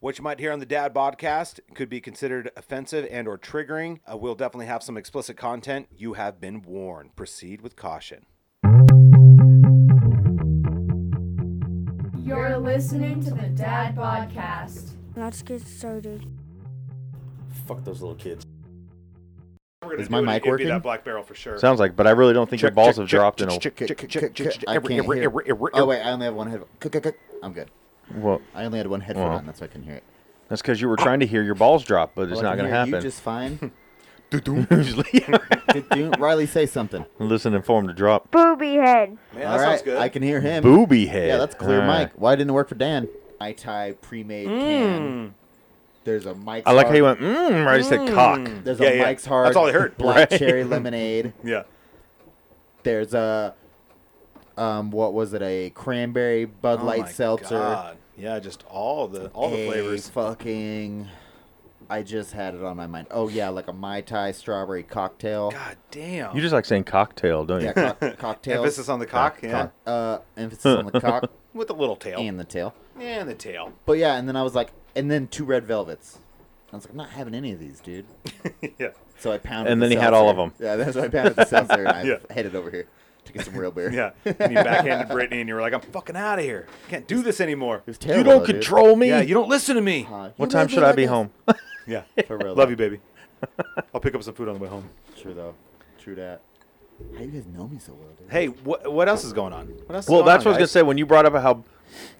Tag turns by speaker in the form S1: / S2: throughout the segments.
S1: What you might hear on the Dad Podcast could be considered offensive and or triggering. Uh, we'll definitely have some explicit content. You have been warned. Proceed with caution.
S2: You're listening to the Dad Podcast.
S3: Let's get started.
S4: Fuck those little kids.
S1: We're gonna
S4: Is my
S1: do it.
S4: mic
S1: It'd be
S4: working?
S1: that black barrel for sure.
S4: Sounds like, but I really don't think your balls have dropped in a.
S5: I can't hear. Oh wait, I only have one head. Click, click, click. I'm good.
S4: Well,
S5: I only had one headphone
S4: Well.
S5: on, that's why I couldn't hear it.
S4: that's because you were trying to hear your balls drop, but it's
S5: Well, I
S4: not
S5: can
S4: going to
S5: hear
S4: happen.
S5: You just fine.
S4: Just leave-
S5: Doo-doo. Riley, say something.
S4: Listen and form to drop.
S3: Booby head.
S1: Man, that
S5: All
S1: sounds
S5: right,
S1: good.
S5: I can hear him.
S4: Booby head.
S5: Yeah, that's clear
S4: All right.
S5: mic. Why didn't it work for Dan? I tie pre-made
S1: Mm.
S5: can. There's a Mike's.
S4: I like how
S5: Hard-
S4: you went. Mmm. I just said
S5: Mm.
S4: cock.
S5: There's
S1: Yeah,
S5: a
S1: yeah.
S5: Mike's hard.
S1: That's all I heard.
S5: Black
S4: Right.
S5: cherry lemonade.
S1: Yeah.
S5: There's a, um, what was it? A cranberry Bud
S1: Oh
S5: Light
S1: my
S5: seltzer.
S1: God. Yeah, just all the all the
S5: a
S1: flavors.
S5: Fucking, I just had it on my mind. Oh yeah, like a mai tai strawberry cocktail.
S1: God damn.
S4: You just like saying cocktail, don't you?
S5: Yeah, cock cocktail.
S1: emphasis on the cock, yeah,
S5: Cock- uh, emphasis on the cock
S1: with a little tail
S5: and the tail.
S1: and the tail.
S5: But yeah, and then I was like, and then two red velvets. I was like, I'm not having any of these, dude.
S1: yeah.
S5: So I pounded.
S4: And
S5: the
S4: then he had
S5: seltzer.
S4: all of 'em.
S5: Yeah, that's why I pounded the seltzer and I
S1: Yeah.
S5: headed over here to get some real beer.
S1: Yeah, and you backhanded Brittany, and you were like, "I'm fucking out of here. Can't do this anymore."
S5: It was terrible,
S4: You don't
S5: dude.
S4: control me.
S1: Yeah, you don't listen to me.
S5: Uh,
S4: what
S5: you
S4: time
S5: made me
S4: should I
S5: like
S4: be
S5: this.
S4: home?
S1: Yeah,
S5: For real,
S1: love
S5: though.
S1: you, baby. I'll pick up some food on the way home.
S5: True though. True that. How you guys know me so well, dude?
S1: Hey, what what else is going on? What else?
S4: well,
S1: is going
S4: that's what I was gonna say when you brought up how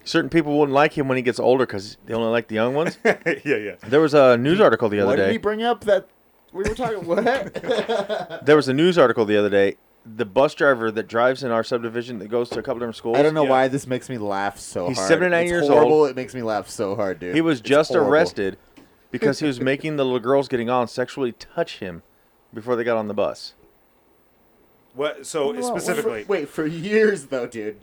S4: certain people wouldn't like him when he gets older because they only like the young ones.
S1: gonna say. yeah, yeah.
S4: there was a news article the
S5: Why
S4: other
S5: did
S4: day.
S5: he bring up that we were talking? What?
S4: There was a news article the other day. The bus driver that drives in our subdivision that goes to a couple different schools.
S5: I don't know
S1: Yeah.
S5: why this makes me laugh so
S4: He's
S5: hard.
S4: 79
S5: It's
S4: years
S5: horrible.
S4: old.
S5: It makes me laugh so hard, dude.
S4: He was
S5: It's
S4: just
S5: horrible.
S4: arrested because he was making the little girls getting on sexually touch him before they got on the bus.
S1: What? So specifically,
S5: For- wait, for years though, dude.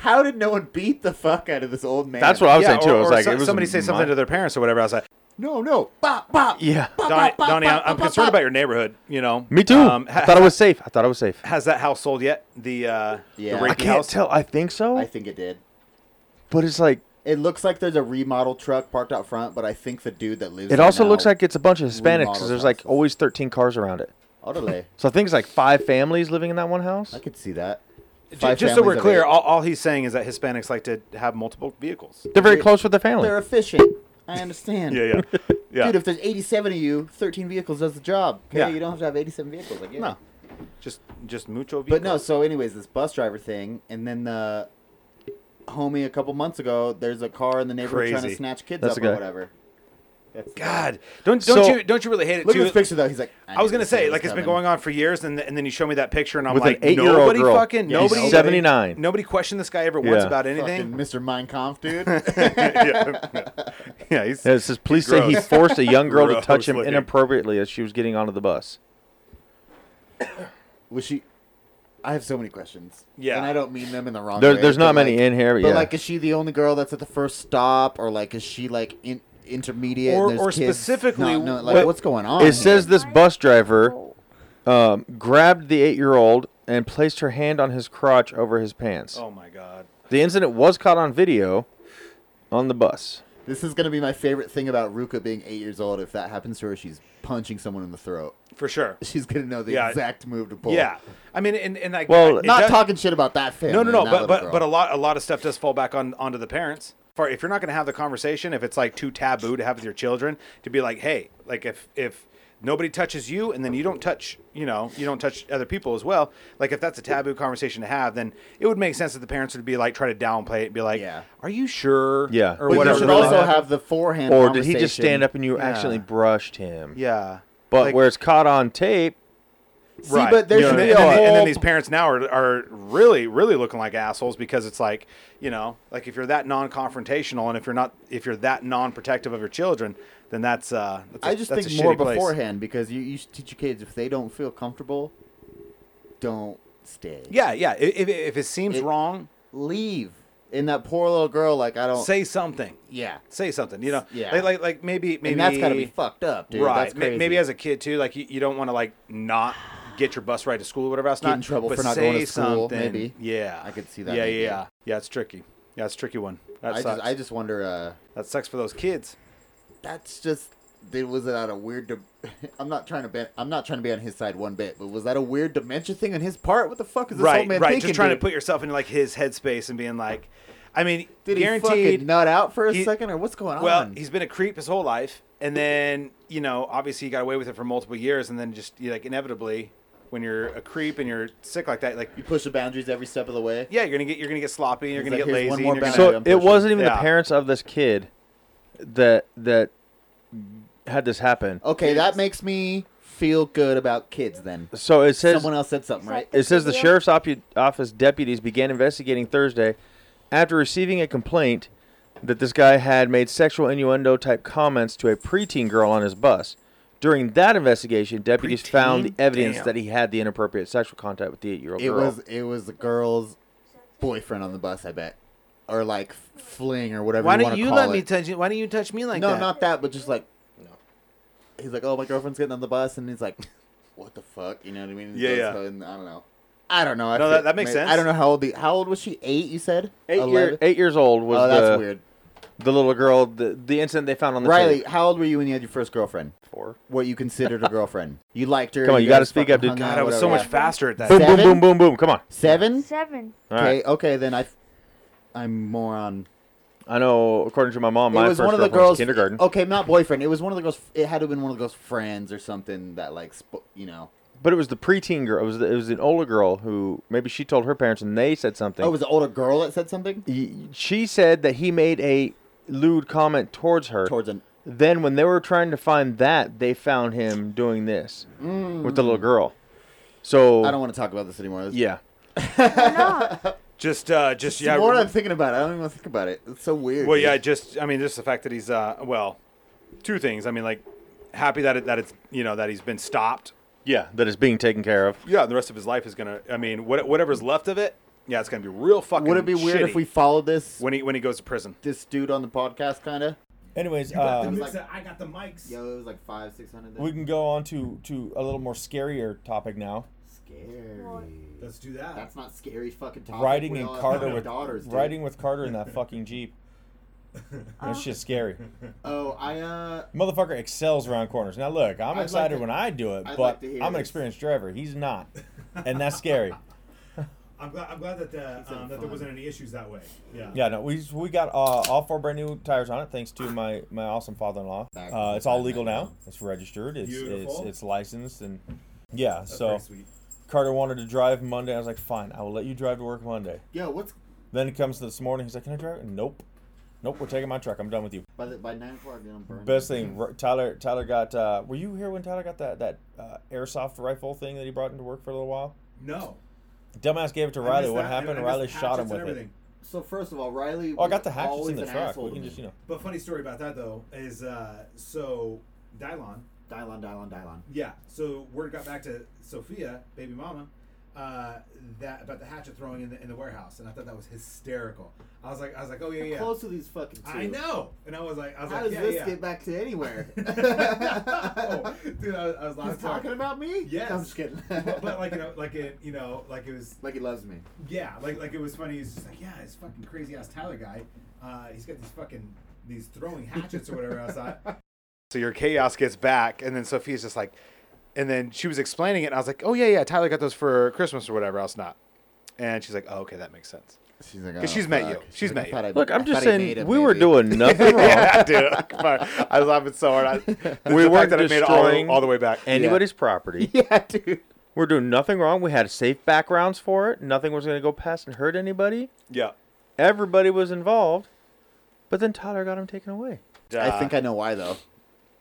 S5: How did no one beat the fuck out of this old man?
S4: That's what I was saying too.
S1: or,
S4: I was
S1: or
S4: like,
S1: so-
S4: it was
S1: somebody say something
S4: my-
S1: to their parents or whatever. I was like,
S5: No, no. Bop, bop.
S4: Yeah.
S5: Bop,
S1: Donnie,
S5: bop, bop,
S1: Donnie, I'm,
S5: bop,
S1: I'm
S5: bop,
S1: concerned
S5: bop.
S1: about your neighborhood. You know,
S4: Me too.
S1: Um,
S4: I
S1: ha-
S4: thought I was safe. I thought I was safe.
S1: has that house sold yet? The uh,
S5: Yeah.
S1: the
S5: I
S4: I
S1: rapey
S4: can't
S1: house.
S4: tell. I think so,
S5: I think it did.
S4: but it's like
S5: It looks like there's a remodel truck parked out front, but I think the dude that lives.
S4: it
S5: there
S4: also
S5: now-
S4: looks like it's a bunch of Hispanics because
S5: remodeled
S4: there's like
S5: houses.
S4: always 13 cars around it.
S5: Autolay.
S4: So I think it's like five families living in that one house.
S5: I could see that.
S1: J-
S5: Five
S1: just so we're
S5: families of
S1: clear,
S5: eight.
S1: all, all he's saying is that Hispanics like to have multiple vehicles.
S4: They're very
S5: They're-
S4: close with their family.
S5: they're efficient. I understand.
S1: Yeah, yeah, yeah.
S5: Dude, if there's 87 of you, 13 vehicles does the job. Okay,
S1: Yeah.
S5: you don't have to have 87 vehicles. I get it.
S1: no, just just mucho.
S5: But no,
S1: vehicles.
S5: so anyways, this bus driver thing, and then the homie a couple months ago, there's a car in the neighborhood trying
S1: Crazy.
S5: to snatch kids
S4: That's
S5: up
S4: the
S5: or
S4: guy.
S5: whatever. That's the guy.
S1: God, don't don't
S4: So-
S1: you don't you really hate it
S5: Look
S1: too?
S5: at this picture though. He's like,
S1: I was gonna say, like, it's been going on for years, and, th- and then you show me that picture, and I'm
S4: With an
S1: like,
S4: eight-year-old
S1: nobody
S4: girl.
S1: fucking,
S5: Yeah,
S1: nobody,
S5: he's
S4: 79.
S1: Nobody questioned this guy ever once
S4: Yeah.
S1: about
S5: Anything,
S1: anything.
S5: Mr. Mein Kampf, dude.
S1: yeah, yeah, he's,
S4: Yeah, it says police say he
S1: Gross.
S4: forced a young girl to
S1: Gross
S4: touch him
S1: looking.
S4: inappropriately as she was getting onto the bus.
S5: was she? I have so many questions.
S1: Yeah.
S5: and I don't mean them in the wrong.
S4: There,
S5: way,
S4: there's not
S5: but,
S4: many
S5: like-
S4: in here, but,
S5: But
S4: yeah.
S5: like, is she the only girl that's at the first stop, or like, is she like in, intermediate? and
S1: Or-
S5: there's
S1: or
S5: kids
S1: specifically,
S5: not know- like,
S4: what-
S5: what's going on?
S4: it says
S5: here?
S4: this bus driver um, grabbed the eight-year-old and placed her hand on his crotch over his pants.
S1: oh my god,
S4: The incident was caught on video on the bus.
S5: This is gonna be my favorite thing about Ruka being eight years old. If that happens to her, she's punching someone in the throat.
S1: for sure.
S5: She's gonna know the
S1: Yeah.
S5: exact move to pull.
S1: Yeah, I mean, and and like,
S4: Well,
S1: it
S5: not
S1: does-
S5: talking shit about that family.
S1: No, no, no,
S5: that
S1: but
S5: little
S1: but,
S5: girl.
S1: but a lot a lot of stuff does fall back on onto the parents. For if you're not gonna have the conversation, if it's like too taboo to have with your children, to be like, hey, like if if nobody touches you and then you don't touch you know you don't touch other people as well like if that's a taboo conversation to have then it would make sense that the parents would be like try to downplay it and be like
S5: Yeah.
S1: are you sure
S4: Yeah.
S1: or
S4: But you
S5: you
S1: whatever
S5: should
S4: really
S5: also
S4: happened.
S5: have the forehand.
S4: Or did he just stand
S5: conversation.
S4: up and you
S1: Yeah.
S4: accidentally brushed him?
S1: yeah
S4: But
S1: Like,
S4: where it's caught on tape,
S5: See, but there
S1: You know,
S5: should
S1: and,
S5: be
S1: then,
S5: a
S1: and then- and then
S5: whole-
S1: these parents now are, are really, really looking like assholes because it's like, you know, like if you're that non-confrontational and if you're not, if you're that non-protective of your children, then that's, uh, that's a-
S5: I just
S1: that's
S5: think
S1: a
S5: more
S1: shitty place.
S5: beforehand because you, you should teach your kids if they don't feel comfortable, don't stay.
S1: Yeah. Yeah. I- If, if, if it seems
S5: It-
S1: wrong,
S5: leave. And that poor little girl, like I don't.
S1: say something,
S5: yeah.
S1: say something, you know,
S5: Oh. Yeah.
S1: like, like, like maybe, maybe
S5: and that's gotta be fucked up, dude.
S1: right.
S5: That's
S1: May-
S5: crazy.
S1: Maybe as a kid too, like you, you don't want to like not get your bus ride to school or whatever else.
S5: Get
S1: not
S5: in trouble
S1: but
S5: for not
S1: say
S5: going to school,
S1: something.
S5: maybe.
S1: Yeah.
S5: I could see that
S1: Yeah.
S5: maybe.
S1: Yeah. Yeah. It's tricky. Yeah, it's a tricky one. That
S5: I
S1: sucks.
S5: just I just wonder. Uh,
S1: that sucks for those kids.
S5: that's just. Did, was it out a weird? di- I'm not trying to be. I'm not trying to be on his side one bit. But was that a weird dementia thing on his part? What the fuck is this
S1: right,
S5: old man
S1: right.
S5: thinking?
S1: just trying
S5: dude?
S1: to put yourself in like his headspace and being like, I mean,
S5: Did he
S1: guaranteed.
S5: fucking nut out for a
S1: he-
S5: second, or what's going
S1: well,
S5: on?
S1: he's been a creep his whole life, and then you know, obviously, he got away with it for multiple years, and then just you like inevitably, when you're a creep and you're sick like that, like
S5: you push the boundaries every step of the way.
S1: yeah, you're gonna get you're gonna get sloppy, you're
S5: He's
S1: gonna
S5: like,
S1: get lazy.
S5: "Here's one
S1: and
S5: more
S1: you're gonna-
S5: boundary.
S4: So
S5: I'm
S4: it
S5: pushing.
S4: wasn't even
S1: Yeah.
S4: the parents of this kid that that had this happen.
S5: Okay, that makes me feel good about kids. Then
S4: So it says
S5: someone else said something, right?
S4: It says the
S3: Video?
S4: sheriff's opu- office deputies began investigating Thursday after receiving a complaint that this guy had made sexual innuendo type comments to a preteen girl on his bus. During that investigation, deputies found the
S1: Preteen?
S4: evidence
S1: Damn.
S4: that he had the inappropriate sexual contact with the eight-year-old
S5: It
S4: girl.
S5: was it was the girl's boyfriend on the bus, I bet, or like fling or whatever.
S1: Why
S5: you
S1: don't
S5: wanna
S1: you
S5: call
S1: let
S5: it.
S1: me touch you? Why don't you touch me like
S5: no,
S1: that?
S5: not that, but just like, no. He's like, oh, my girlfriend's getting on the bus, and he's like, what the fuck? You know what I mean?
S1: Yeah,
S5: So-
S1: yeah.
S5: so- and I don't know. I don't know. I
S1: No,
S5: feel-
S1: that- that makes
S5: may-
S1: sense.
S5: I don't know how old the how old was she? Eight, you said?
S4: eight, year,
S5: Eleven?
S4: eight years old was
S5: oh, that's
S4: the,
S5: weird.
S4: the little girl, the, the incident they found on the
S5: Riley,
S4: tape.
S5: how old were you when you had your first girlfriend?
S4: Four.
S5: What you considered a girlfriend? You liked her.
S4: Come on, you
S5: guys
S4: gotta speak up, dude.
S5: fucking hung
S1: God,
S5: out,
S1: I was so
S5: whatever.
S1: much faster at that.
S4: Boom, boom,
S5: Seven?
S4: boom, boom, boom. Come on.
S5: Seven?
S3: Seven.
S4: All
S5: okay,
S4: right.
S5: okay, then I, I'm more on.
S4: I know, according to my mom,
S5: it
S4: my
S5: was
S4: first
S5: one of the
S4: girlfriend was
S5: girls. Oh.
S4: kindergarten.
S5: Okay, not boyfriend. It was one of the girls. It had to have been one of the girls' friends or something that like, spo- you know.
S4: But it was the preteen girl. It was, the, it was an older girl who maybe she told her parents and they said something.
S5: Oh, it was an older girl that said something
S4: Y- she said that he made a lewd comment towards her.
S5: towards an.
S4: then, when they were trying to find that, they found him doing this with the little girl. So
S5: Mm. I don't want to talk about this anymore. This-
S4: yeah,
S3: Why not?
S1: Just, uh, just
S5: The
S1: yeah.
S5: more I'm thinking about it, I don't even want to think about it. It's so weird.
S1: Well,
S5: dude.
S1: yeah, just I mean, just the fact that he's uh, well, two things. I mean, like, happy that it, that it's you know that he's been stopped.
S4: yeah, that is being taken care of.
S1: Yeah, and the rest of his life is gonna. I mean, what, whatever's left of it, yeah, it's gonna be real fucking.
S5: Would it be weird if
S1: shitty
S5: we followed this
S1: when he when he goes to prison?
S5: this dude on the podcast, kind of?
S4: Anyways,
S5: It was
S4: um,
S5: like-
S6: I got the mics.
S5: Yo, it was like five, six hundred.
S4: we can go on to to a little more scarier topic now.
S5: Scary.
S6: Let's do that.
S5: That's not scary fucking topic.
S4: Riding
S5: We
S4: in
S5: all have
S4: Carter
S5: fucking
S4: with
S5: daughters. dude.
S4: riding with Carter in that fucking jeep. That's just scary.
S5: Oh, I uh.
S4: Motherfucker excels around corners. Now look, I'm
S5: like
S4: excited
S5: to-
S4: when I do it,
S5: I'd
S4: but
S5: like to hear
S4: I'm an
S5: this.
S4: experienced driver. He's not, and that's scary.
S6: I'm glad. I'm glad that uh,
S5: having
S6: um, that there
S5: fun.
S6: wasn't any issues that way. Yeah.
S4: Yeah, no, we we got uh, all four brand new tires on it, thanks to my my awesome father-in-law.
S5: Back
S4: Uh,
S5: to
S4: it's all
S5: the
S4: legal
S5: back
S4: now. It's registered. It's it's,
S6: Beautiful.
S4: it's licensed and yeah.
S6: That's
S4: So
S6: pretty sweet.
S4: Carter wanted to drive Monday. I was like, fine, I will let you drive to work Monday.
S5: Yo, what's
S4: Then he comes this morning. He's like, can I drive? Nope, nope. We're taking my truck. I'm done with you.
S5: by the by nine o'clock? Then I'm burning.
S4: Best
S6: Mm-hmm.
S4: thing, r- Tyler. Tyler got. Uh, were you here when Tyler got that that uh, airsoft rifle thing that he brought into work for a little while?
S6: No.
S4: Dumbass gave it to
S6: I
S4: Riley.
S6: missed
S4: What
S6: that,
S4: happened?
S6: and I
S4: Riley
S6: missed
S4: shot him
S6: hatchets
S4: with
S6: and
S4: it.
S6: everything.
S5: So first of all, Riley.
S4: Oh, I got
S5: was
S4: the hatchets
S5: always
S4: in the
S5: an
S4: truck.
S5: asshole
S4: We
S5: to
S4: can
S5: me.
S4: just you know.
S6: But funny story about that though is uh, so Dylon.
S5: Dylon, Dylon, Dylon.
S6: Yeah. So word got back to Sophia, baby mama, uh, that about the hatchet throwing in the in the warehouse, and I thought that was hysterical. I was like, I was like, oh yeah, yeah.
S5: Close to these fucking two.
S6: I know. And I was like, I was
S5: How
S6: like,
S5: does
S6: yeah,
S5: this
S6: yeah.
S5: get back to anywhere?
S6: oh, dude, I, I was
S5: He's
S6: laughing.
S5: talking about me?
S6: Yes.
S5: I'm just kidding.
S6: but, but like you know, like it, you know, like it was
S5: like he loves me.
S6: Yeah, like like it was funny. He's just like, yeah, this fucking crazy ass Tyler guy. Uh, he's got these fucking these throwing hatchets or whatever outside.
S1: So your chaos gets back, and then Sophia's just like, and then she was explaining it, and I was like, oh yeah, yeah, Tyler got those for Christmas or whatever else, not. And she's like, oh okay, that makes sense.
S5: She's like,
S1: 'Cause she's met you. She's met you.
S4: Look, I'm just saying we were doing nothing wrong.
S1: yeah, dude, come on. I was laughing so hard. I,
S4: We
S1: the fact
S4: weren't
S1: that I made it all,
S4: destroying
S1: all the way back.
S4: Anybody's property.
S5: Yeah, dude.
S4: We're doing nothing wrong. We had safe backgrounds for it. Nothing was going to go past and hurt anybody.
S1: yeah.
S4: Everybody was involved. But then Tyler got him taken away
S5: I think I know why though.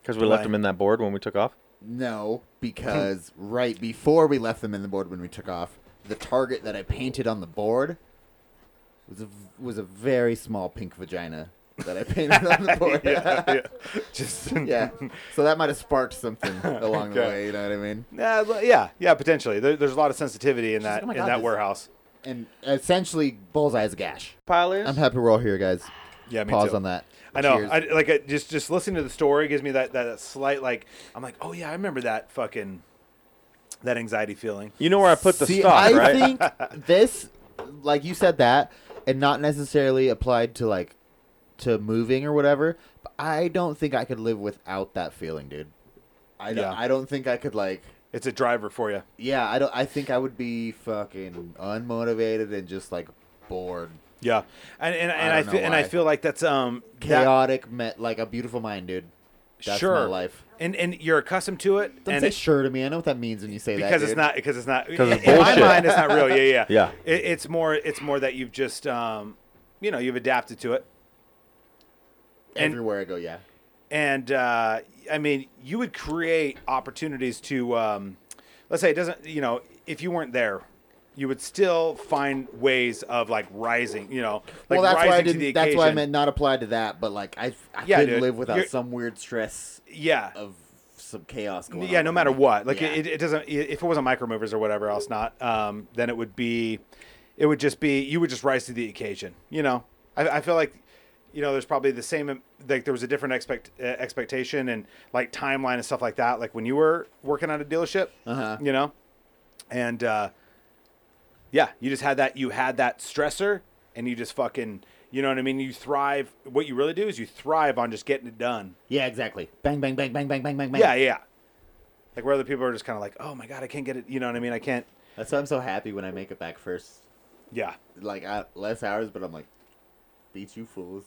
S4: because we left
S1: Right.
S4: him in that board when we took off.
S5: No, because right before we left them in the board when we took off, the target that I painted on the board was a was a very small pink vagina that I painted on the board.
S1: yeah, yeah. Just
S5: Yeah. So that might have sparked something along the
S1: Okay.
S5: way, you know what I mean?
S1: Nah, but yeah, yeah, potentially. There, there's a lot of sensitivity in that
S5: like, "Oh my
S1: in
S5: God,
S1: that
S5: this-
S1: warehouse.
S5: And essentially bullseye is a gash.
S4: Pile is.
S5: I'm happy we're all here, guys.
S1: Yeah, me
S5: Pause
S1: too.
S5: on that.
S1: I know.
S5: Cheers.
S1: I, like I, just just listening to the story gives me that, that that slight like I'm like, oh yeah, I remember that fucking that anxiety feeling.
S4: You know where I put the
S5: See,
S4: stop,
S5: I
S4: right?
S5: think this, like you said that, and not necessarily applied to like to moving or whatever. But I don't think I could live without that feeling, dude. I don't,
S1: Yeah.
S5: I don't think I could like.
S1: It's a driver for you.
S5: Yeah, I don't. I think I would be fucking unmotivated and just like bored,
S1: Yeah, and and, and
S5: I
S1: I,
S5: don't
S1: feel,
S5: know
S1: and I
S5: why.
S1: feel like that's um that-
S5: chaotic, met like a beautiful mind, dude. That's
S1: sure
S5: my life.
S1: and and you're accustomed to it
S5: Don't
S1: and
S5: say
S1: it-
S5: sure to me. I know what that means when you say that.
S1: because it's
S5: dude.
S1: not because it's not in
S4: it's
S1: my
S4: bullshit.
S1: mind it's not real. Yeah, yeah,
S4: Yeah.
S1: It, it's more it's more that you've just um you know you've adapted to it and-
S5: everywhere I go. Yeah,
S1: and uh, I mean, you would create opportunities to, um, let's say, it doesn't, you know, if you weren't there, you would still find ways of like rising, you know, like
S5: well, that's
S1: rising
S5: why I
S1: to the
S5: didn't.
S1: occasion.
S5: That's why I meant not apply to that, but like I, I
S1: Yeah,
S5: couldn't
S1: dude.
S5: live without
S1: You're-
S5: some weird stress
S1: Yeah,
S5: of some chaos going on.
S1: yeah. No
S5: with
S1: matter
S5: me.
S1: what, like
S5: Yeah.
S1: it, it doesn't. i- If it wasn't micro movers or whatever else, not, um, then it would be, it would just be you would just rise to the occasion. You know, I, I feel like. You know, there's probably the same. um, Like there was a different expect uh, expectation and like timeline and stuff like that. Like when you were working at a dealership,
S5: Uh-huh.
S1: you know and uh yeah you just had that you had that stressor and you just fucking you know what i mean you thrive what you really do is you thrive on just getting it done
S5: Yeah, exactly. Bang, bang, bang, bang, bang, bang, bang, bang.
S1: yeah yeah like where other people are just kind of like oh my god i can't get it you know what i mean i can't
S5: That's why I'm so happy when I make it back first.
S1: yeah
S5: Like I, less hours, but I'm like, beat you fools.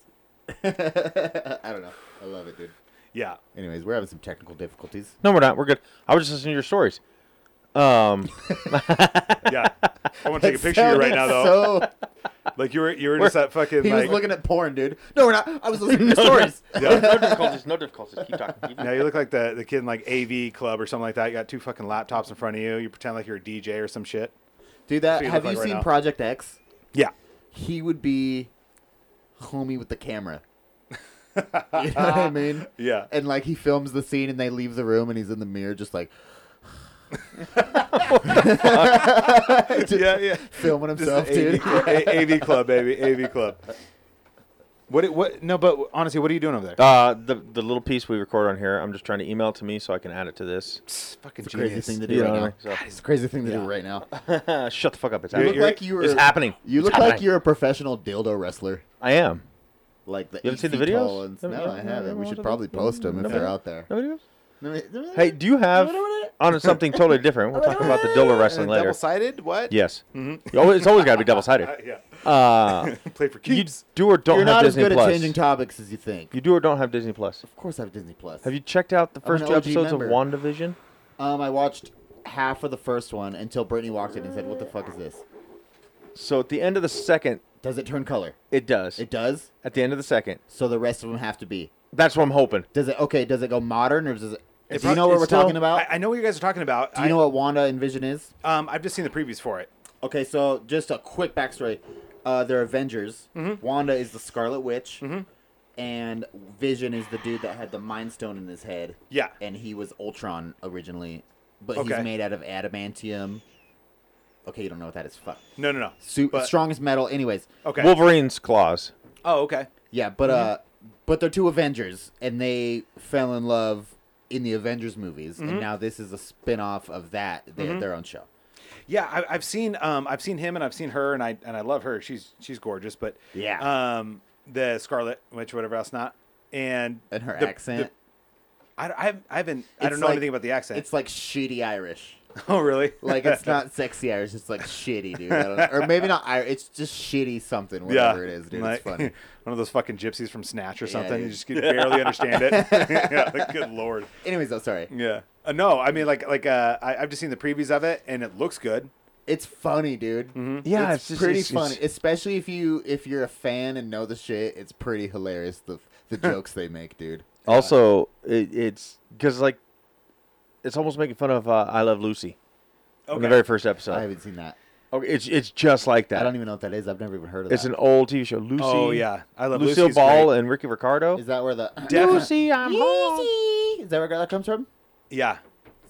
S5: I don't know. I love it, dude.
S1: yeah
S5: Anyways, we're having some technical difficulties.
S4: No, we're not. We're good. I was just listening to your stories. Um,
S1: yeah i want to take a picture of you right now though
S5: So
S1: like you were you were just that fucking
S5: he
S1: like
S5: was looking at porn, dude. No, we're not. I was listening to stories.
S1: yeah.
S4: no difficulties. No difficulties. Keep talking.
S1: Yeah, you look like the, the kid in like AV club or something like that. You got two fucking laptops in front of you. You pretend like you're a DJ or some shit.
S5: Dude, that
S1: So you
S5: have
S1: look like
S5: you
S1: right
S5: seen
S1: now.
S5: Project X?
S1: Yeah.
S5: He would be homie with the camera. you know what I mean?
S1: Yeah.
S5: And like he films the scene and they leave the room and he's in the mirror just like
S1: yeah, yeah.
S5: filming himself, dude.
S1: AV, A- AV Club, baby. AV Club. What? it- What? No, but honestly, what are you doing over there?
S4: Uh, the the little piece we record on here, I'm just trying to email it to me so I can add it to this.
S1: It's fucking
S5: It's a crazy
S1: genius.
S5: thing to
S4: You
S5: do
S4: know what I
S5: right now.
S4: mean? So- uh,
S5: God, It's a crazy thing to do
S1: Yeah.
S5: right now.
S4: Shut the fuck up! It's
S1: You
S4: happening.
S1: look
S5: You look
S1: You're-
S5: like you were
S4: it's happening.
S5: You
S4: It's
S5: look
S4: happening.
S5: like you're a professional dildo wrestler.
S4: I am.
S5: Like the E
S4: You haven't
S5: eight
S4: seen the
S5: feet
S4: videos?
S5: tall ones.
S4: Haven't-
S5: No,
S4: yeah,
S5: I
S4: yeah,
S5: haven't. We
S4: yeah,
S5: should
S4: yeah,
S5: probably
S4: yeah,
S5: post them
S4: yeah.
S5: if they're out there.
S4: Nobody else? Hey, do you have on something totally different? We'll talk about the dildo wrestling later.
S1: Double sided? What?
S4: Yes.
S5: Mm-hmm.
S4: You always- It's always got to be double sided.
S1: Uh, yeah.
S4: Uh,
S1: Play for
S4: you
S1: keeps.
S4: do or don't
S5: You're
S4: have
S5: not as
S4: Disney
S5: good
S4: Plus.
S5: at changing topics as you think.
S4: you do or don't have Disney Plus.
S5: Of course, I have Disney Plus.
S4: Have you checked out the
S5: I'm
S4: first
S5: an
S4: two
S5: OG
S4: episodes
S5: member.
S4: of WandaVision?
S5: Um, I watched half of the first one until Brittany walked in and said, "What the fuck is this?
S4: So at the end of the second,
S5: Does it turn color?
S4: it does.
S5: It does.
S4: at the end of the second,
S5: So the rest of them have to be.
S4: that's what I'm hoping.
S5: Does it? Okay. Does it go modern or does it?
S1: It
S5: do you
S1: prob-
S5: know what
S1: it's
S5: we're
S1: still-
S5: talking about?
S1: I, I know what you guys are talking about.
S5: do you
S1: I,
S5: know what Wanda and Vision is?
S1: Um, I've just seen the previews for it.
S5: Okay, so just a quick backstory. Uh, they're Avengers.
S1: Mm-hmm.
S5: Wanda is the Scarlet Witch, and Vision is the dude that had the Mind Stone in his head.
S1: Yeah.
S5: and he was Ultron originally, but
S1: Okay.
S5: he's made out of adamantium. Okay, you don't know what that is. Fuck.
S1: No, no, no.
S5: Su-
S1: But-
S5: strongest metal. Anyways,
S1: Okay.
S4: Wolverine's claws.
S1: oh, okay.
S5: yeah, but uh, but they're two Avengers, and they fell in love in the Avengers movies,
S4: Mm-hmm.
S5: and now this is a spin off of that. They have their own show.
S1: Yeah, I, I've seen um, I've seen him and I've seen her and I and I love her. She's she's gorgeous, but
S5: Yeah.
S1: um, the Scarlet Witch, whatever else, not and
S5: And her
S1: the- the-
S5: accent.
S1: I, I haven't- I haven't I
S5: It's
S1: don't know
S5: like-
S1: anything about the accent.
S5: It's like shitty Irish.
S1: oh really?
S5: Like it's not sexy Irish. It's like shitty, dude. I don't, or maybe not Irish. It's just shitty something. Whatever it is, dude.
S1: Like,
S5: it's funny.
S1: One of those fucking gypsies from Snatch or
S5: Yeah,
S1: something. you
S5: dude.
S1: just can barely understand it. yeah, like, good lord.
S5: Anyways, though, sorry.
S1: Yeah. Uh, no, I mean like like uh, I, I've just seen the previews of it and it looks good.
S5: It's funny, dude.
S4: Mm-hmm. Yeah,
S5: Mm-hmm. it's,
S4: it's just-
S5: pretty
S4: it's-
S5: funny,
S4: it's-
S5: especially if you if you're a fan and know the shit. It's pretty hilarious the the jokes they make, dude.
S4: Also, it, it's because like it's almost making fun of uh, I Love Lucy in
S1: Okay.
S4: the very first
S5: I
S4: episode.
S5: haven't seen that.
S4: Okay, it's it's just like that.
S5: I don't even know what that is. I've never even heard of
S4: it's
S5: that.
S4: an old TV show. Lucy.
S1: Oh yeah, I love
S4: Lucille
S1: Lucy's
S4: Ball
S1: great.
S4: and Ricky Ricardo.
S5: Is that where the
S1: Definitely.
S4: Lucy, I'm home.
S5: Lucy? Is that where that comes from?
S1: Yeah.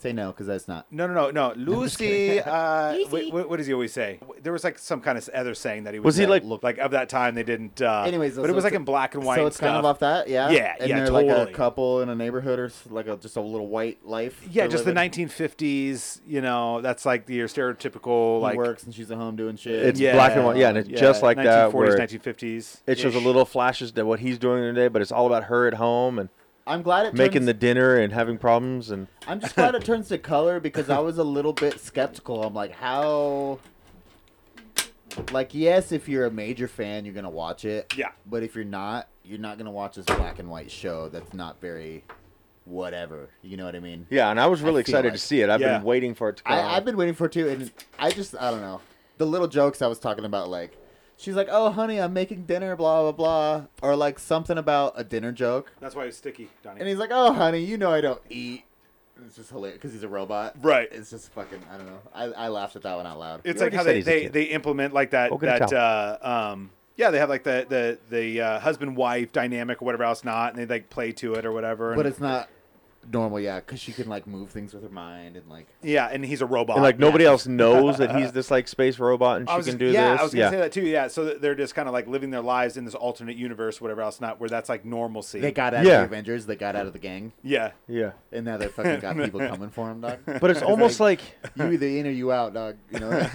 S5: Say no, because that's not.
S1: No, no, no, no. Lucy. Uh,
S2: Lucy.
S1: wh- wh- what does he always say? There was like some kind of other saying that he would
S4: Was he,
S1: say,
S4: like-
S1: look like of that time they didn't. Uh,
S5: Anyways,
S1: but
S5: so
S1: it was like
S5: it's-
S1: in black and white.
S5: so
S1: and
S5: it's kind of
S1: stuff.
S5: off that, yeah.
S1: Yeah,
S5: and
S1: yeah,
S5: they're like
S1: totally.
S5: a couple in a neighborhood or s- like a, just a little white life.
S1: Yeah,
S5: they're
S1: just
S5: living.
S1: the 1950s. You know, that's like the your stereotypical
S5: He
S1: like
S5: works and she's at home doing shit.
S4: It's black and white, yeah, and it's just like that,
S1: 1940s,
S4: where it-
S1: 1950s.
S4: It shows a
S1: -ish.
S4: little flashes that what he's doing today, but it's all about her at home and
S5: I'm glad it
S4: making
S5: turns-
S4: the dinner and having problems and
S5: I'm just glad it turns to color because I was a little bit skeptical. I'm like, how? Like, yes, if you're a major fan, you're gonna watch it.
S1: Yeah.
S5: But if you're not, you're not gonna watch this black and white show that's not very, whatever. You know what I mean?
S4: yeah. And I was really
S5: I feel
S4: excited
S5: like-
S4: to see it. I've
S1: Yeah.
S4: been waiting for it to come.
S5: I, I've been waiting for it too, and I just I don't know the little jokes I was talking about. Like, she's like, "Oh, honey, I'm making dinner," blah blah blah, or like something about a dinner joke,
S1: That's why it was sticky, Donnie.
S5: and he's like, "Oh, honey, you know I don't eat." It's just hilarious because he's a robot,
S1: Right.
S5: It's just fucking I don't know. I, I laughed at that one out loud.
S1: it's
S4: You
S1: like
S4: already
S1: how
S4: said
S1: they,
S4: he's a
S1: they,
S4: kid.
S1: they implement like that
S4: Oh, get a
S1: that uh, um yeah they have like the the the uh, husband wife dynamic or whatever else not and they like play to it or whatever.
S5: but
S1: and-
S5: it's not normal, yeah, because she can like move things with her mind and like.
S1: yeah, and he's a robot.
S4: and like nobody else knows that he's this like space robot and she
S1: I was,
S4: can do
S1: yeah,
S4: this.
S1: I was gonna say that too. Yeah, so that they're just kind of like living their lives in this alternate universe, whatever else, not where that's like normalcy.
S5: They got out
S4: Yeah.
S5: of the Avengers. They got out of the gang,
S1: yeah,
S4: yeah.
S5: and now they fucking got people coming for them, dog.
S4: But it's almost like
S5: You either in or you out, dog. You know.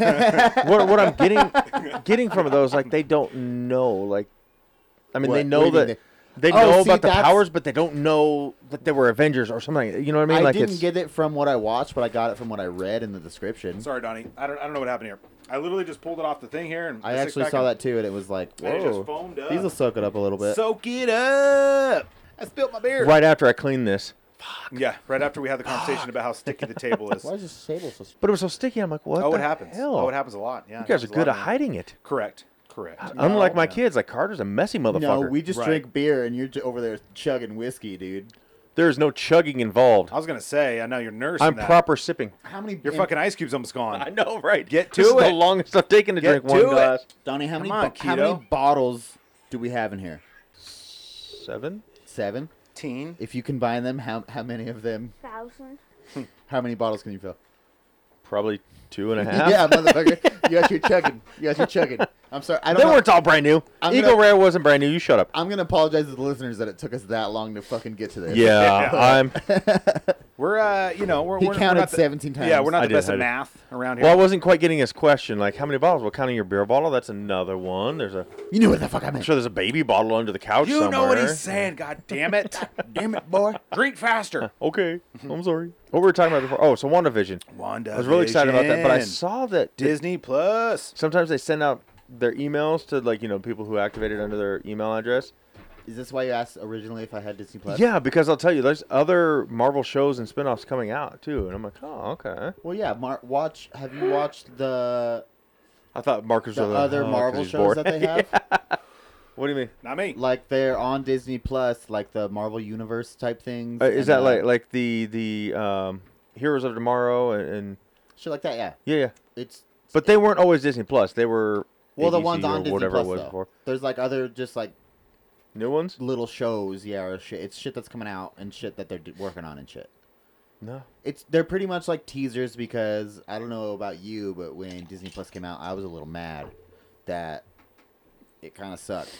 S4: what, what I'm getting getting from those like they don't know like I mean
S5: What-
S4: they
S5: what
S4: know
S5: do you
S4: that
S5: mean
S4: they,
S5: they- Oh,
S4: know
S5: see,
S4: about the
S5: that's-
S4: powers but they don't know that they were Avengers or something you know what I mean
S5: I
S4: like
S5: didn't
S4: it's
S5: get it from what I watched, but I got it from what I read in the description.
S1: sorry, Donnie. I don't I don't know what happened here. I literally just pulled it off the thing here, and
S5: I
S1: the six
S5: actually
S1: pack
S5: saw
S1: and-
S5: that too, and it was like,
S1: and it just
S5: whoa,
S1: foamed up.
S5: these will soak it up a little bit.
S1: Soak it up.
S5: I spilled my beer.
S4: right after I cleaned this.
S1: Yeah, right after we had the conversation about how sticky the table is.
S5: Why is this table so?
S4: But it was so sticky. I'm like, what?
S1: Oh,
S4: the
S1: it happens.
S4: Hell?
S1: Oh, it happens a lot. Yeah,
S4: You guys are good at hiding it.
S1: Correct. Correct.
S4: Uh, Unlike my
S1: Yeah.
S4: kids, like Carter's a messy motherfucker.
S5: No, we just
S1: Right.
S5: drink beer, and you're j- over there chugging whiskey, dude.
S4: There's no chugging involved.
S1: I was gonna say, I know you're nursing.
S4: I'm
S1: that.
S4: proper sipping.
S5: How many?
S1: Your
S5: and-
S1: fucking ice cube's almost gone.
S4: know, right? Get
S1: to
S4: this is
S1: it.
S4: the longest I've taken to
S1: Get
S4: drink one
S1: to it.
S4: glass.
S5: Donnie, how many?
S1: Come on,
S5: bo- how many
S1: kiddo.
S5: bottles do we have in here?
S4: Seven.
S5: Seven.
S1: Teen.
S5: If you combine them, how how many of them?
S3: Thousand.
S5: How many bottles can you fill?
S4: Probably two and a half.
S5: yeah, motherfucker. you got your chugging. You got your chugging. I'm sorry. I don't.
S4: They
S5: know.
S4: weren't all brand new.
S5: I'm
S4: Eagle
S5: gonna-
S4: Rare wasn't brand new. You shut up.
S5: I'm gonna apologize to the listeners that it took us that long to fucking get to this.
S4: yeah, I'm.
S1: We're uh, you know, we're
S5: He
S1: we're,
S5: counted
S1: we're not the-
S5: 17 times.
S1: Yeah, we're not the
S4: I did,
S1: best
S4: I
S1: at
S4: did.
S1: math around here.
S4: Well, I wasn't quite getting his question. Like, how many bottles? Well, counting your beer bottle, that's another one. There's a.
S5: You knew what the fuck I
S4: I'm
S5: meant.
S4: sure there's a baby bottle under the couch
S1: you
S4: somewhere.
S1: know what he's saying. God damn it!
S5: Damn it, boy.
S1: Drink faster.
S4: Okay, I'm sorry. What were we talking about before? Oh, so WandaVision.
S1: Wanda.
S4: I was really excited about that, but I saw that
S1: Disney Plus.
S4: sometimes they send out their emails to like you know people who activated under their email address.
S5: Is this why you asked originally if I had Disney Plus?
S4: Yeah, because I'll tell you, there's other Marvel shows and spin-offs coming out too, and I'm like, oh, okay.
S5: Well, yeah. Mar- watch. Have you watched the
S4: I thought markers
S5: the
S4: were
S5: other
S4: oh, 'cause
S5: Marvel
S4: he's
S5: shows
S4: bored.
S5: that they have?
S4: what do you mean?
S1: Not me.
S5: Like they're on Disney Plus, like the Marvel Universe type things.
S4: Uh, is
S5: and,
S4: that
S5: uh,
S4: like like the the um, Heroes of Tomorrow and, and
S5: shit like that? Yeah.
S4: yeah, yeah.
S5: It's
S4: But they weren't always Disney Plus. They were
S5: well, the
S4: ABC
S5: ones
S4: or
S5: on Disney
S4: whatever
S5: Plus
S4: it was
S5: though.
S4: before.
S5: There's like other just like
S4: New ones?
S5: little shows, yeah, or shit. It's shit that's coming out and shit that they're d- working on and shit.
S4: No.
S5: It's they're pretty much like teasers because I don't know about you, but when Disney Plus came out, I was a little mad that it kind of sucked.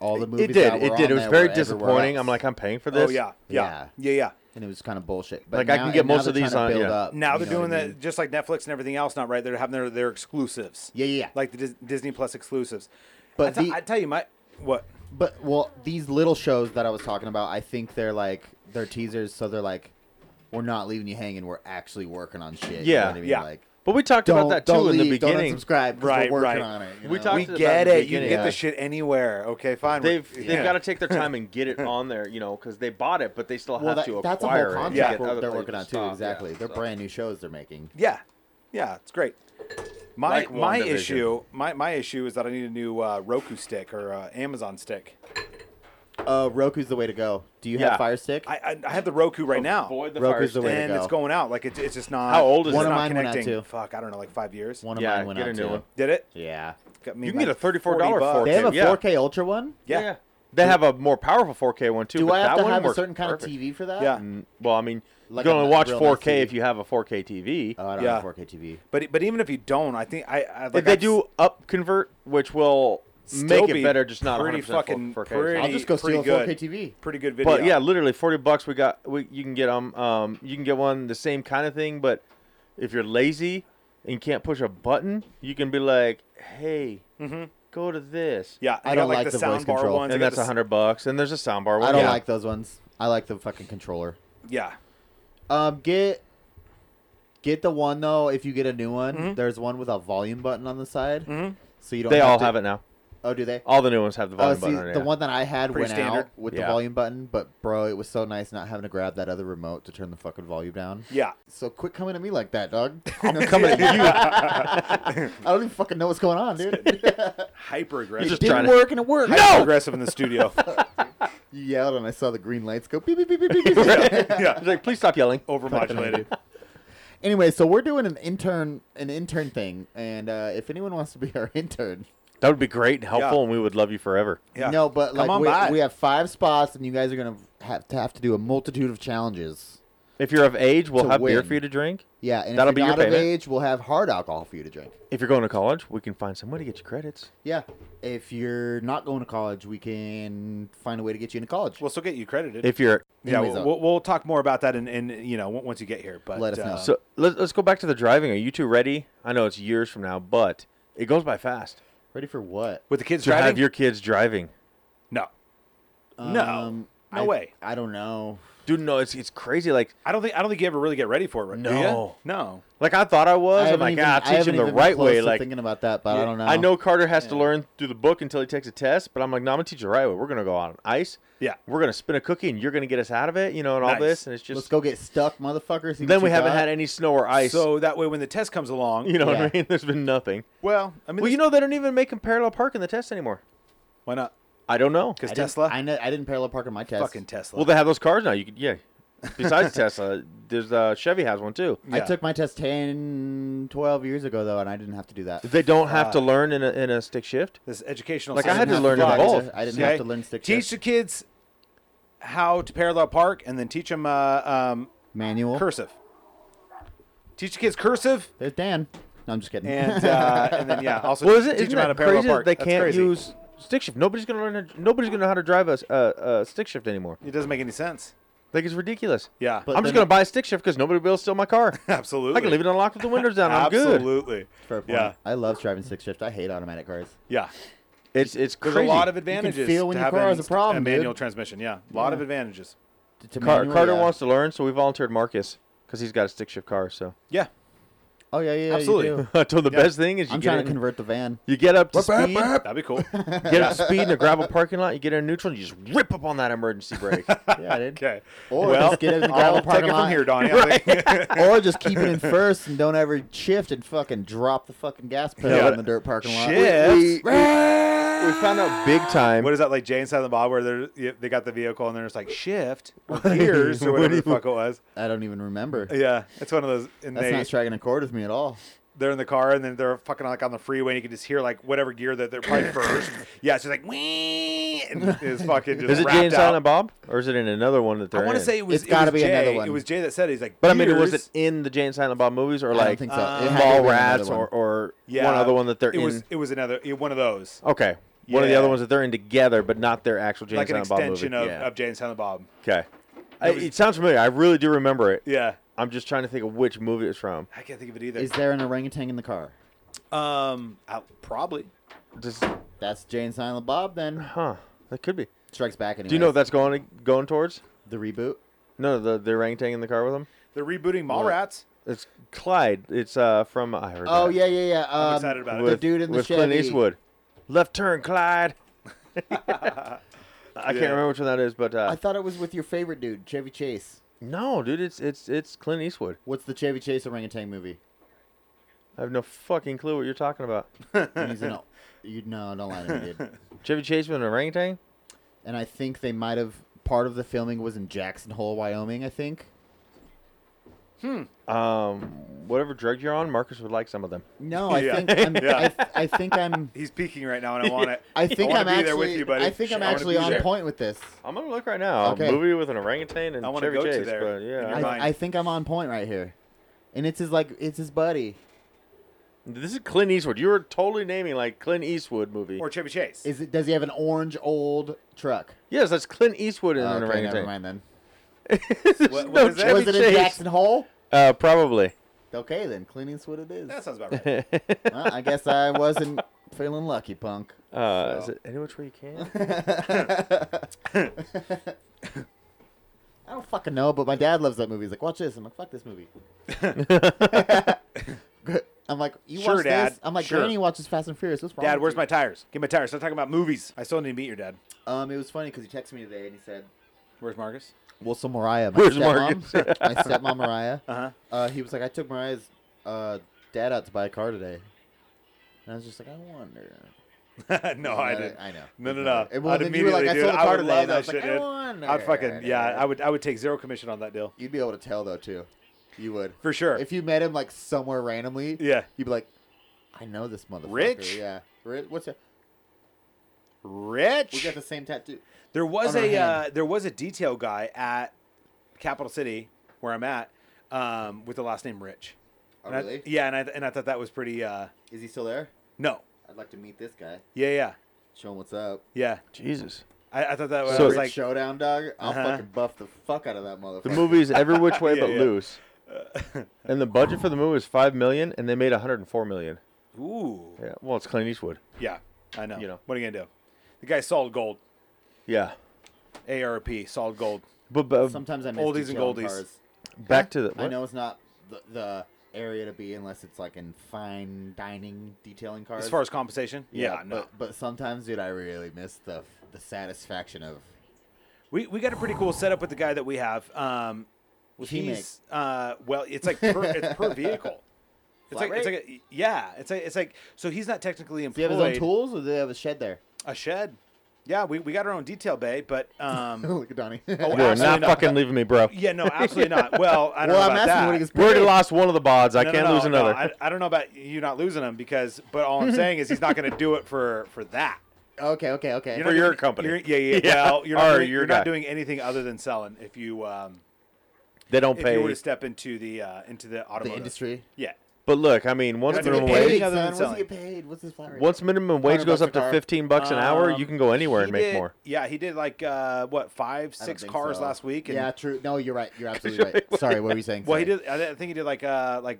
S5: All the movies
S4: It did.
S5: that
S4: It
S5: were
S4: did.
S5: on
S4: It was very
S5: there were everywhere
S4: disappointing. I'm
S5: else.
S4: like, I'm paying for this.
S1: Oh yeah, yeah, yeah, yeah.
S5: and it was kind of bullshit. But
S4: Like, I
S5: now-
S4: can get
S5: and now
S4: most of
S5: they're
S4: these
S5: trying to
S4: on-
S5: build
S4: yeah.
S5: up,
S1: Now
S5: you
S1: they're
S5: know what
S1: doing
S5: I
S1: that
S5: mean?
S1: just like Netflix and everything else. Not right. They're having their their exclusives.
S5: Yeah, yeah, yeah.
S1: Like the Dis- Disney Plus exclusives.
S5: But
S1: I tell-
S5: the-
S1: I tell you, my what.
S5: But well, these little shows that I was talking about, I think they're like they're teasers, so they're like, we're not leaving you hanging. We're actually working on shit. you know
S4: Yeah,
S5: what I mean?
S1: yeah.
S5: Like,
S4: But we talked
S5: don't
S4: about that
S5: don't
S4: too in
S5: leave,
S4: the beginning.
S5: Don't unsubscribe. 'cause
S1: Right,
S5: we're working
S1: right.
S5: on it. you
S4: We
S5: know?
S4: talked
S1: We
S4: about
S1: get
S4: the
S1: it. You can
S4: beginning.
S1: get
S5: Yeah.
S1: the shit anywhere. Okay, fine. We're-
S4: They've they've
S1: yeah.
S4: got to take their time and get it on there, you know, because they bought it, but they still
S5: Well,
S4: have
S5: that,
S4: to
S5: that's a
S4: acquire
S5: whole
S4: it.
S5: contract
S4: to get
S5: we're-
S4: other
S5: they're
S4: places
S5: working
S4: to
S5: on too.
S4: stock, yeah,
S5: Exactly. They're
S4: so.
S5: brand new shows they're making.
S1: Yeah, yeah, it's great. My
S4: Like
S1: my
S4: WandaVision.
S1: issue my, my issue is that I need a new uh, Roku stick or uh, Amazon stick.
S5: Uh, Roku's the way to go. Do you
S4: Yeah.
S5: have Fire Stick?
S1: I I, I have the Roku right now,
S4: Avoid the
S5: Roku's the
S4: fire
S5: way to
S1: and
S5: go.
S1: it's going out. Like it's it's just not.
S4: Oh, How old is
S1: it's
S4: One
S5: of
S1: not
S5: mine went out,
S1: connecting.
S5: too.
S1: Fuck, I don't know, like five years.
S5: One of
S4: Yeah,
S5: mine went
S4: get
S5: out
S4: a new
S5: too.
S4: one.
S1: Did it?
S5: Yeah,
S1: Got me
S4: You can get
S1: like
S4: a $34
S1: $40
S4: for
S5: they
S4: it.
S5: have a
S4: Yeah.
S5: 4K Ultra one.
S1: Yeah.
S4: Yeah. They have a more powerful 4K one too.
S5: Do
S4: but
S5: I
S4: that
S5: have to
S4: one
S5: have a
S4: works
S5: certain kind
S4: perfect.
S5: of TV for that?
S1: Yeah.
S4: Mm, Well, I mean,
S5: Like
S4: you
S5: a
S4: can only watch
S5: real
S4: 4K
S5: nice
S4: if
S5: TV.
S4: you have a 4K TV.
S5: Oh, I don't
S1: Yeah.
S5: have 4K TV.
S1: But but even if you don't, I think I, I like
S4: if they
S1: I've
S4: do up convert, which will
S1: still
S4: make it
S1: be
S4: better, just not
S1: pretty
S4: 100% full
S1: fucking
S4: 4K.
S1: pretty-
S5: I'll just go
S1: pretty
S5: steal a
S1: good.
S5: 4K TV.
S1: pretty good video.
S4: But yeah, literally 40 bucks. We got we, you can get 'em, Um, you can get one the same kind of thing, but if you're lazy and you can't push a button, you can be like, hey, go to this.
S1: yeah.
S5: I
S1: they got,
S5: don't like the voice
S1: sound bar
S5: control.
S1: ones.
S4: and
S1: they got
S4: that's
S1: the
S4: a
S1: s-
S4: hundred bucks. And there's a soundbar one.
S5: I don't
S4: yeah.
S5: like those ones. I like the fucking controller.
S1: Yeah,
S5: Um, get get the one though. If you get a new one, there's one with a volume button on the side,
S1: Mhm.
S5: so you don't.
S4: Mm-hmm. They
S5: have
S4: all
S5: to-
S4: have it now.
S5: Oh, do they?
S4: All the new ones have the
S5: Oh,
S4: volume
S5: see,
S4: button. on it,
S5: the
S4: yeah.
S5: one that I had
S1: Pretty
S5: went
S1: standard.
S5: out with
S4: Yeah.
S5: the volume button, but bro, it was so nice not having to grab that other remote to turn the fucking volume down.
S1: yeah.
S5: So quit coming at me like that, dog.
S4: I'm coming at you.
S5: I don't even fucking know what's going on, dude. it
S1: Hyper
S4: You're
S1: aggressive.
S4: just- trying
S5: didn't
S4: to-
S5: work and it worked.
S1: Hyper aggressive in the studio.
S5: You yelled and I saw the green lights go beep beep beep beep beep. beep.
S1: yeah, yeah.
S4: It's like, please stop yelling.
S1: Oh. Overmodulated.
S5: Anyway, so we're doing an intern an intern thing, and uh, if anyone wants to be our intern,
S4: That would be great and helpful,
S1: Yeah.
S4: and we would love you forever.
S1: Yeah.
S5: no, but
S1: Come on
S5: like we,
S1: by.
S5: we have five spots, and you guys are gonna have to have to do a multitude of challenges.
S4: If you're of age, we'll
S5: To
S4: have beer
S5: win.
S4: for you to drink.
S5: Yeah, and
S4: That'll
S5: if
S4: be
S5: you're
S4: your
S5: not of
S4: payment.
S5: age, we'll have hard alcohol for you to drink.
S4: If you're going to college, we can find some way to get you credits.
S5: Yeah, if you're not going to college, we can find a way to get you into college.
S1: We'll still get you credited.
S4: If you're
S1: yeah,
S5: Anyways,
S1: we'll,
S5: uh,
S1: we'll, we'll talk more about that in, in you know on- once you get here. But
S5: Let us know.
S1: uh,
S4: so, let's, let's go back to the driving. Are you two ready? I know it's years from now, but it goes by fast.
S5: Ready for what?
S1: with the kids
S4: to
S1: driving,
S4: have your kids driving,
S1: no, No. No
S5: Um, I,
S1: way.
S5: I don't know.
S4: dude. No, it's it's crazy. Like
S1: I don't think I don't think you ever really get ready for it. Right?
S4: No.
S1: no.
S4: like I thought I was.
S5: I
S4: I'm
S5: haven't
S4: like,
S5: even-
S4: ah, I'll
S5: I
S4: teach
S5: haven't
S4: him the
S5: even been
S4: right way.
S5: close to
S4: Like
S5: thinking about that, but I don't know.
S4: I know Carter has to learn through the book until he takes a test, but I'm like, no, I'm gonna teach you the right way. We're gonna go out on ice.
S1: Yeah.
S4: We're gonna spin a cookie, and you're gonna get us out of it. You know, and all
S1: Nice.
S4: this, and it's just
S5: Let's go get stuck, motherfuckers. see
S4: Then
S5: what
S4: we
S5: you
S4: haven't
S5: got.
S4: had any snow or ice.
S1: So that way, when the test comes along,
S4: you know what
S5: Yeah.
S4: I mean? There's been nothing.
S1: well, I mean,
S4: Well, you
S1: this-
S4: know they don't even make them parallel park in the test anymore.
S1: why not?
S4: I don't know.
S1: Because
S5: I didn't-
S1: Tesla,
S5: I, know, I didn't parallel park on my test.
S1: fucking Tesla.
S4: Well, they have those cars now. You could yeah. Besides Tesla, there's uh, Chevy has one too.
S5: I
S1: Yeah.
S5: took my test 10, 12 years ago, though, and I didn't have to do that.
S4: They don't have to learn in a, in a stick shift.
S1: this educational.
S4: Like I
S1: system
S4: had to
S1: has
S5: have
S4: learn
S5: to
S4: in
S1: fuck.
S5: drive.
S4: both.
S5: I didn't have
S1: Okay?
S5: to learn stick
S1: Teach
S5: shift.
S1: the kids how to parallel park, and then teach them uh, um,
S5: Manual.
S1: cursive. Teach the kids cursive,
S5: There's Dan. No, I'm just kidding.
S1: and uh, and then yeah, also
S4: Well, isn't,
S1: teach
S4: isn't
S1: them how to
S4: that
S1: parallel
S4: crazy?
S1: park.
S4: That they
S1: That's
S4: can't
S1: crazy.
S4: use stick shift. Nobody's gonna learn. How, nobody's gonna know how to drive a, s- a- a stick shift anymore.
S1: It doesn't make any sense.
S4: Like it's ridiculous.
S1: Yeah,
S5: But
S4: I'm just
S5: then-
S4: gonna buy a stick shift because nobody will be able to steal my car.
S1: absolutely.
S4: I can leave it unlocked with the windows down. I'm good.
S1: Absolutely.
S5: Fair point.
S1: Yeah,
S5: I love driving stick shift. I hate automatic cars.
S1: yeah.
S4: It's it's
S1: There's
S4: crazy.
S1: a lot of advantages.
S5: feel when
S1: to
S5: your
S1: have
S5: car
S1: an
S5: has a
S1: inst-
S5: problem, dude.
S1: manual transmission. Yeah, a lot of advantages.
S5: To- to
S4: Car-
S5: manual,
S4: Carter
S5: yeah.
S4: wants to learn, so we volunteered Marcus because he's got a stick shift car. So
S1: Yeah,
S5: Oh yeah, yeah,
S1: Absolutely.
S5: You do.
S4: I told the
S1: Yeah.
S4: best thing is you
S5: I'm
S4: get
S5: trying
S4: in,
S5: to convert the van.
S4: you get up to speed,
S1: that'd be cool.
S4: get up to speed in a gravel parking lot, you get in neutral, and you just rip up on that emergency brake.
S5: Yeah, I did.
S1: Okay.
S5: Or
S1: well,
S5: just get in the gravel
S1: I'll take
S5: parking
S1: it from
S5: lot.
S1: here, Donnie. I think-
S5: or just keep it in first and don't ever shift and fucking drop the fucking gas pedal
S1: Yeah.
S5: in the dirt parking lot.
S1: Shit.
S4: we, we, we found out big time.
S1: What is that like, Jane Silent Bob, where they're you- they got the vehicle and they're just like shift or gears or whatever the fuck it was.
S5: I don't even remember.
S1: Yeah, it's one of those. And
S5: That's
S1: they
S5: not striking a chord with me at all.
S1: they're in the car and then they're fucking like on the freeway and you can just hear like whatever gear that they're probably first. Yeah, it's just like wee and it's fucking just
S4: Is it
S1: wrapped
S4: Jay and Silent
S1: out.
S4: Bob, or is it in another one that
S1: I
S4: they're
S1: want to
S4: in?
S1: say it was.
S5: It's gotta
S1: it was
S5: be
S1: Jay.
S5: another one.
S1: It was Jay that said it. he's like.
S4: But I mean,
S1: gears.
S4: was it in the Jay and Silent Bob movies, or
S5: I
S4: like
S5: don't think so.
S1: uh,
S5: It had to
S4: Mall
S5: be another
S4: Rats,
S5: one.
S4: or, or
S1: Yeah,
S4: one other one that they're
S1: it
S4: in?
S1: Was, it was another one of
S5: Oh,
S1: those.
S4: okay, one of the other
S1: Yeah.
S4: ones that they're in together, but not their actual Jay
S1: like an
S4: and Silent Bob movie.
S1: extension of,
S4: yeah.
S1: of Jay and Silent Bob.
S4: okay, I,
S1: It was-
S4: it sounds familiar. I really do remember it.
S1: Yeah,
S4: I'm just trying to think of which movie it's from.
S1: I can't think of it either.
S5: Is there an orangutan in the car?
S1: um, I- probably.
S4: Just,
S5: That's Jay and Silent Bob. Then
S4: huh? That could be.
S5: strikes back. Anyway.
S4: Do you know what that's going going towards?
S5: the reboot?
S4: No, the the orangutan in the car with him.
S1: They're rebooting Mallrats.
S4: It's Clyde. It's uh from I heard.
S5: Oh
S4: that.
S5: yeah, yeah, yeah. Um,
S1: I'm excited about it.
S5: The
S4: with,
S5: dude in the
S4: with
S5: Chevy.
S4: Clint Eastwood. Left turn, Clyde. I can't
S1: Yeah.
S4: remember which one that is, but uh,
S5: I thought it was with your favorite dude, Chevy Chase.
S4: no, dude, it's it's it's Clint Eastwood.
S5: What's the Chevy Chase orangutan movie?
S4: I have no fucking clue what you're talking about.
S5: And he's an you no, don't lie to me, dude.
S4: Chevy Chase with an orangutan.
S5: And I think they might have part of the filming was in Jackson Hole, Wyoming. I think.
S4: Um, whatever drug you're on, Marcus would like some of them.
S5: No, I
S1: Yeah.
S5: think I'm,
S1: Yeah.
S5: I, I think I'm.
S1: He's peeking right now, and I want it.
S5: I think
S1: wanna
S5: am
S1: be
S5: actually.
S1: there with you, buddy.
S5: I think I'm
S1: I wanna
S5: actually
S1: be
S5: on
S1: there.
S5: point with this.
S4: I'm gonna look right now.
S5: Okay.
S4: A movie with an orangutan and
S1: I wanna
S4: Chevy
S1: go to
S4: Chase,
S1: there.
S4: but
S1: And
S4: yeah,
S1: you're
S4: I-
S1: not-
S5: I,
S1: Fine.
S5: I think I'm on point right here, and it's his like it's his buddy.
S4: this is Clint Eastwood. You were totally naming like Clint Eastwood movie.
S1: Or Chevy Chase.
S5: Is it? Does he have an orange old truck?
S4: yes, that's Clint Eastwood in
S5: Oh,
S4: an
S5: okay, never
S4: orangutan.
S5: mind then.
S4: There's
S1: What- what
S4: no
S1: is that?
S4: Chevy
S5: Was it in
S4: Chase.
S5: Jackson Hole?
S4: Uh, probably. Uh,
S5: Okay then, clean Eastwood it is.
S1: that sounds about right.
S5: well, I guess I wasn't feeling lucky, punk.
S4: Uh, Is it any which way you can?
S5: I don't fucking know, but my dad loves that movie. He's like, watch this. I'm like, fuck this movie. I'm like, you
S1: Sure,
S5: watch
S1: Dad.
S5: this? I'm like,
S1: Sure.
S5: Granny watches Fast and Furious. What's wrong?
S1: Dad,
S5: with
S1: where's
S5: you?"
S1: my tires? Get my tires. Stop talking about movies. I still need to meet your dad.
S5: Um, it was funny because he texted me today and he said,
S1: Where's Marcus?
S5: "Well, so Mariah, my
S4: Where's
S5: stepmom, my stepmom Mariah.
S1: Uh-huh.
S5: Uh, he was like, I took Mariah's uh dad out to buy a car today, and I was just like, I wonder.
S1: no,
S5: And
S1: I
S5: I-
S1: didn't.
S5: I know.
S1: No, no, no.
S5: And well,
S1: I'd
S5: then you were
S1: immediately
S5: like, I
S1: do it.
S5: sold a
S1: I
S5: car
S1: would
S5: today,
S1: love
S5: and I
S1: that
S5: was like,
S1: shit,
S5: I
S1: dude.
S5: wonder.
S1: I'd fucking yeah. I would. I would take zero commission on that deal
S5: You'd be able to tell though too. You would.
S1: for sure.
S5: If you met him like somewhere randomly,
S1: yeah,
S5: you'd be like, I know this motherfucker.
S1: Rich?
S5: Yeah. Rich. What's that? We
S1: rich.
S5: got the same tattoo.
S1: There was
S5: on our
S1: a uh,
S5: hand.
S1: there was a detail guy at Capital City where I'm at um, with the last name Rich.
S5: Oh,
S1: And I-
S5: really?
S1: yeah, and I and I thought that was pretty. Uh,
S5: Is he still there?
S1: no,
S5: I'd like to meet this guy.
S1: yeah, yeah,
S5: Show him what's up.
S1: yeah.
S4: Jesus.
S1: I, I thought that was,
S4: So-
S1: I was
S5: Rich
S1: like
S5: Showdown, dog. I'll
S1: Uh-huh.
S5: fucking buff the fuck out of that motherfucker.
S4: The movie's every which way
S1: Yeah,
S4: but
S1: yeah.
S4: loose. And the budget for the movie was five million, and they made 104 million.
S1: Ooh.
S4: Yeah. Well, it's Clint Eastwood.
S1: Yeah, I know.
S4: You know.
S1: What are you going to do? The guy's solid gold.
S4: Yeah.
S1: ARP, solid gold.
S4: But, but uh,
S5: Sometimes I miss
S1: Oldies and
S5: detail on
S1: goldies.
S5: cars.
S4: back to the.
S5: I
S4: what?
S5: know it's not the, the area to be unless it's like in fine dining detailing cars.
S1: As far as compensation? Yeah, no.
S5: But, but sometimes, dude, I really miss the the satisfaction of
S1: we, we got a pretty cool setup with the guy that we have. Um,
S5: What's he make?
S1: he's, uh, well, it's like per, it's per vehicle. It's
S5: Flat
S1: like, it's
S5: rate?
S1: like a, yeah, it's like, it's like, so he's not technically
S5: Do
S1: employed.
S5: you have his own tools, or do they have a shed there?
S1: A shed. Yeah, we, we got our own detail bay, but, um,
S5: Look at Donnie.
S1: oh,
S4: You're
S1: absolutely
S4: not fucking leaving me, bro.
S1: Yeah, no, absolutely not. Well, I don't
S5: Well,
S1: know
S5: I'm
S1: about
S5: asking
S1: that.
S5: what he was
S4: We already lost one of the bods. I
S1: No, no,
S4: can't
S1: no,
S4: lose
S1: no,
S4: another.
S1: I, I don't know about you not losing him because, but all I'm saying is he's not going to do it for for that.
S5: okay, okay, okay.
S1: You're
S4: For
S1: not
S4: your
S1: gonna-
S4: company.
S1: you're- yeah, yeah,
S4: Yeah,
S1: Well, you're not,
S4: or
S1: doing,
S4: your
S1: you're not
S4: guy.
S1: doing anything other than selling. If you um,
S4: they don't
S1: if
S4: pay.
S1: you were to step into the uh, into the automotive
S5: the industry.
S1: yeah,
S4: But look, I mean, once
S1: You're not
S4: minimum
S1: getting paid.
S4: wage,
S1: other than
S5: son. What's
S1: selling.
S5: he get paid? What's his flat rate?
S4: once minimum wage
S5: 100
S4: goes
S5: bucks
S4: up
S5: a
S4: to
S5: car.
S4: 15 bucks an hour,
S1: Um,
S4: you can go anywhere
S1: he
S4: and make
S1: did-
S4: more.
S1: Yeah, he did like uh, what five,
S5: I don't
S1: six
S5: think
S1: cars
S5: so.
S1: last week. And,
S5: yeah, true. No, you're right. You're absolutely right. Sorry, what were you saying?
S1: Well, he
S5: Sorry.
S1: did. I thi- I think he did like uh like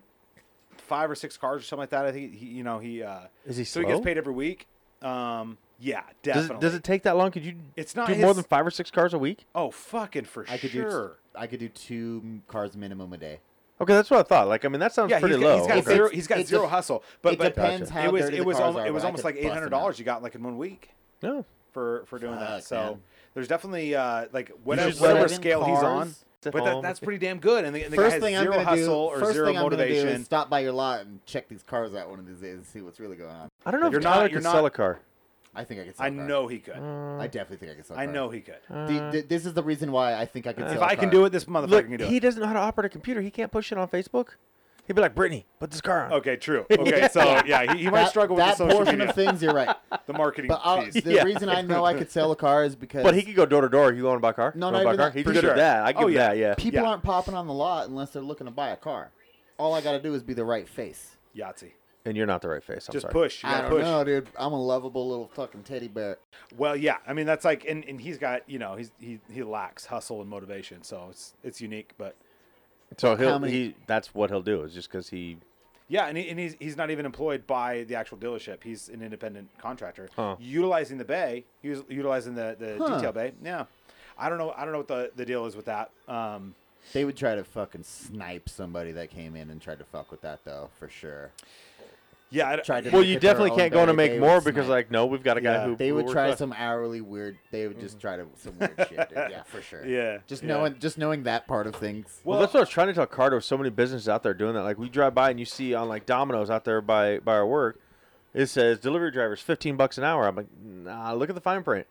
S1: five or six cars or something like that. I think he, you know he uh
S4: Is he
S1: so he gets
S4: slow?
S1: paid every week. Um, yeah,
S4: Does
S1: definitely.
S4: it, does it take that long? Could you
S1: It's not
S4: do more
S1: his-
S4: than five or six cars a week?
S1: Oh, fucking for
S5: I could
S1: sure.
S5: do. I could do two cars minimum a day.
S4: Okay, that's what I thought. Like, I mean, that sounds
S1: yeah,
S4: pretty
S1: he's got,
S4: low.
S1: he's got
S5: Okay.
S1: zero.
S5: It-
S1: He's got
S5: it
S1: zero
S5: def-
S1: hustle. But
S5: it
S1: but
S5: depends how
S1: it was
S5: dirty
S1: it
S5: the
S1: was
S5: cars
S1: almo-
S5: are,
S1: it was
S5: but I
S1: almost
S5: could
S1: like
S5: bust
S1: eight
S5: 'em
S1: hundred
S5: out.
S1: dollars you got like in one week
S4: No.
S1: for for doing that.
S5: Fuck,
S1: So
S5: man.
S1: there's definitely uh like whatever,
S4: just
S1: whatever
S4: let him
S1: scale he's on.
S5: cars.
S4: Sit
S1: But that,
S4: home.
S1: that's pretty damn good. And the, and the
S5: first
S1: guy
S5: thing
S1: has
S5: I'm
S1: zero
S5: gonna
S1: hustle
S5: do.
S1: or
S5: first
S1: zero
S5: thing I'm gonna do
S1: motivation.
S5: is stop by your lot and check these cars out one of these days and see what's really going on.
S4: I don't know
S1: You're
S4: if
S1: not-
S4: Tyler
S1: you're
S4: could
S1: not-
S4: sell a car.
S5: I think I could. Sell
S1: I
S5: a car. Mm,
S1: know he could.
S5: I definitely think I could. Sell a
S1: I
S5: car.
S1: know he could.
S5: The- the- this is the reason why I think I could.
S1: if I can do it, this motherfucker
S4: Look,
S1: can do
S4: he
S1: it.
S4: doesn't know how to operate a computer. He can't push it on Facebook. He'd be like, Brittany, put this car on.
S1: Okay, true. Okay, so yeah, he, he might
S5: that,
S1: struggle with the
S5: that
S1: social
S5: portion
S1: media,
S5: of things. You're right.
S1: the marketing
S5: But uh, I'll,
S1: piece.
S5: the
S4: Yeah.
S5: reason I know I could sell a car is because
S4: But he could go door to door. You want to buy a car?
S5: No,
S4: You wanna
S5: not
S4: buy a
S5: even
S4: car?
S5: that.
S4: He's
S5: For
S4: good
S1: sure.
S4: at that. I
S1: Oh,
S4: give him
S1: yeah.
S4: that. Yeah.
S5: people
S1: yeah.
S5: aren't popping on the lot unless they're looking to buy a car. All I got to do is be the right face.
S1: Yahtzee.
S4: And you're not the right face. I'm
S1: Just
S4: sorry.
S1: push. You
S5: I
S1: gotta
S5: don't
S1: push.
S5: know, dude. I'm a lovable little fucking teddy bear.
S1: Well, yeah. I mean, that's like, and, and he's got, you know, he's he he lacks hustle and motivation, so it's it's unique. But
S4: So he'll
S5: How many-
S4: he that's what he'll do is just because he
S1: yeah, and, he, and he's he's not even employed by the actual dealership. He's an independent contractor
S4: Huh.
S1: utilizing the bay, us- utilizing the the
S5: Huh.
S1: detail bay. Yeah, I don't know. I don't know what the the deal is with that. Um,
S5: They would try to fucking snipe somebody that came in and tried to fuck with that, though, for sure.
S1: yeah, I,
S5: Tried to
S4: well,
S5: make
S4: you
S5: it their
S4: definitely
S5: own
S4: can't go in
S5: day.
S4: and make
S5: They
S4: more
S5: would
S4: because
S5: snipe.
S4: like no, we've got a guy
S1: Yeah.
S4: who
S5: they
S4: who
S5: would
S4: works
S5: try
S4: with-
S5: some hourly weird. They would just try to some weird shit, dude. Yeah, for sure.
S1: Mm-hmm. Yeah,
S5: Just
S1: yeah.
S5: knowing, just knowing that part of things.
S4: Well, that's what I was trying to tell Carter. with So many businesses out there doing that. Like we drive by and you see on like Domino's out there by by our work, it says delivery drivers fifteen bucks an hour. I'm like, nah, look at the fine print.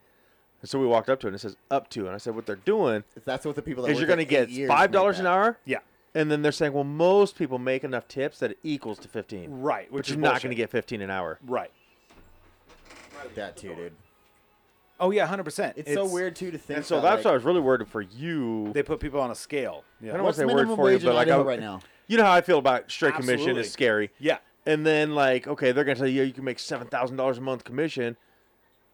S4: And so we walked up to it and it says up to, and I said, what they're doing
S5: That's what the people that
S4: is you're
S5: worked
S4: gonna
S5: there eight
S4: get
S5: years
S4: five
S5: made
S4: dollars an
S5: that.
S4: hour,
S1: yeah,
S4: And then they're saying, well, most people make enough tips that it equals to 15.
S1: Right,
S4: But
S1: which is
S4: you're not
S1: bullshit.
S4: going to get 15 an hour.
S1: right.
S5: That too, dude.
S1: Oh yeah, hundred percent.
S5: It's, so weird too to think.
S4: And so
S5: that,
S4: that's why I
S5: like,
S4: was really worried for you.
S1: They put people on a scale.
S4: I
S1: Yeah.
S4: don't
S5: What's
S4: want to say word
S5: minimum
S4: for you,
S5: wage in
S4: but like I,
S5: Idaho right now?
S4: You know how I feel about straight commission
S1: Absolutely.
S4: is scary.
S1: Yeah.
S4: And then like, okay, they're gonna tell you you can make seven thousand dollars a month commission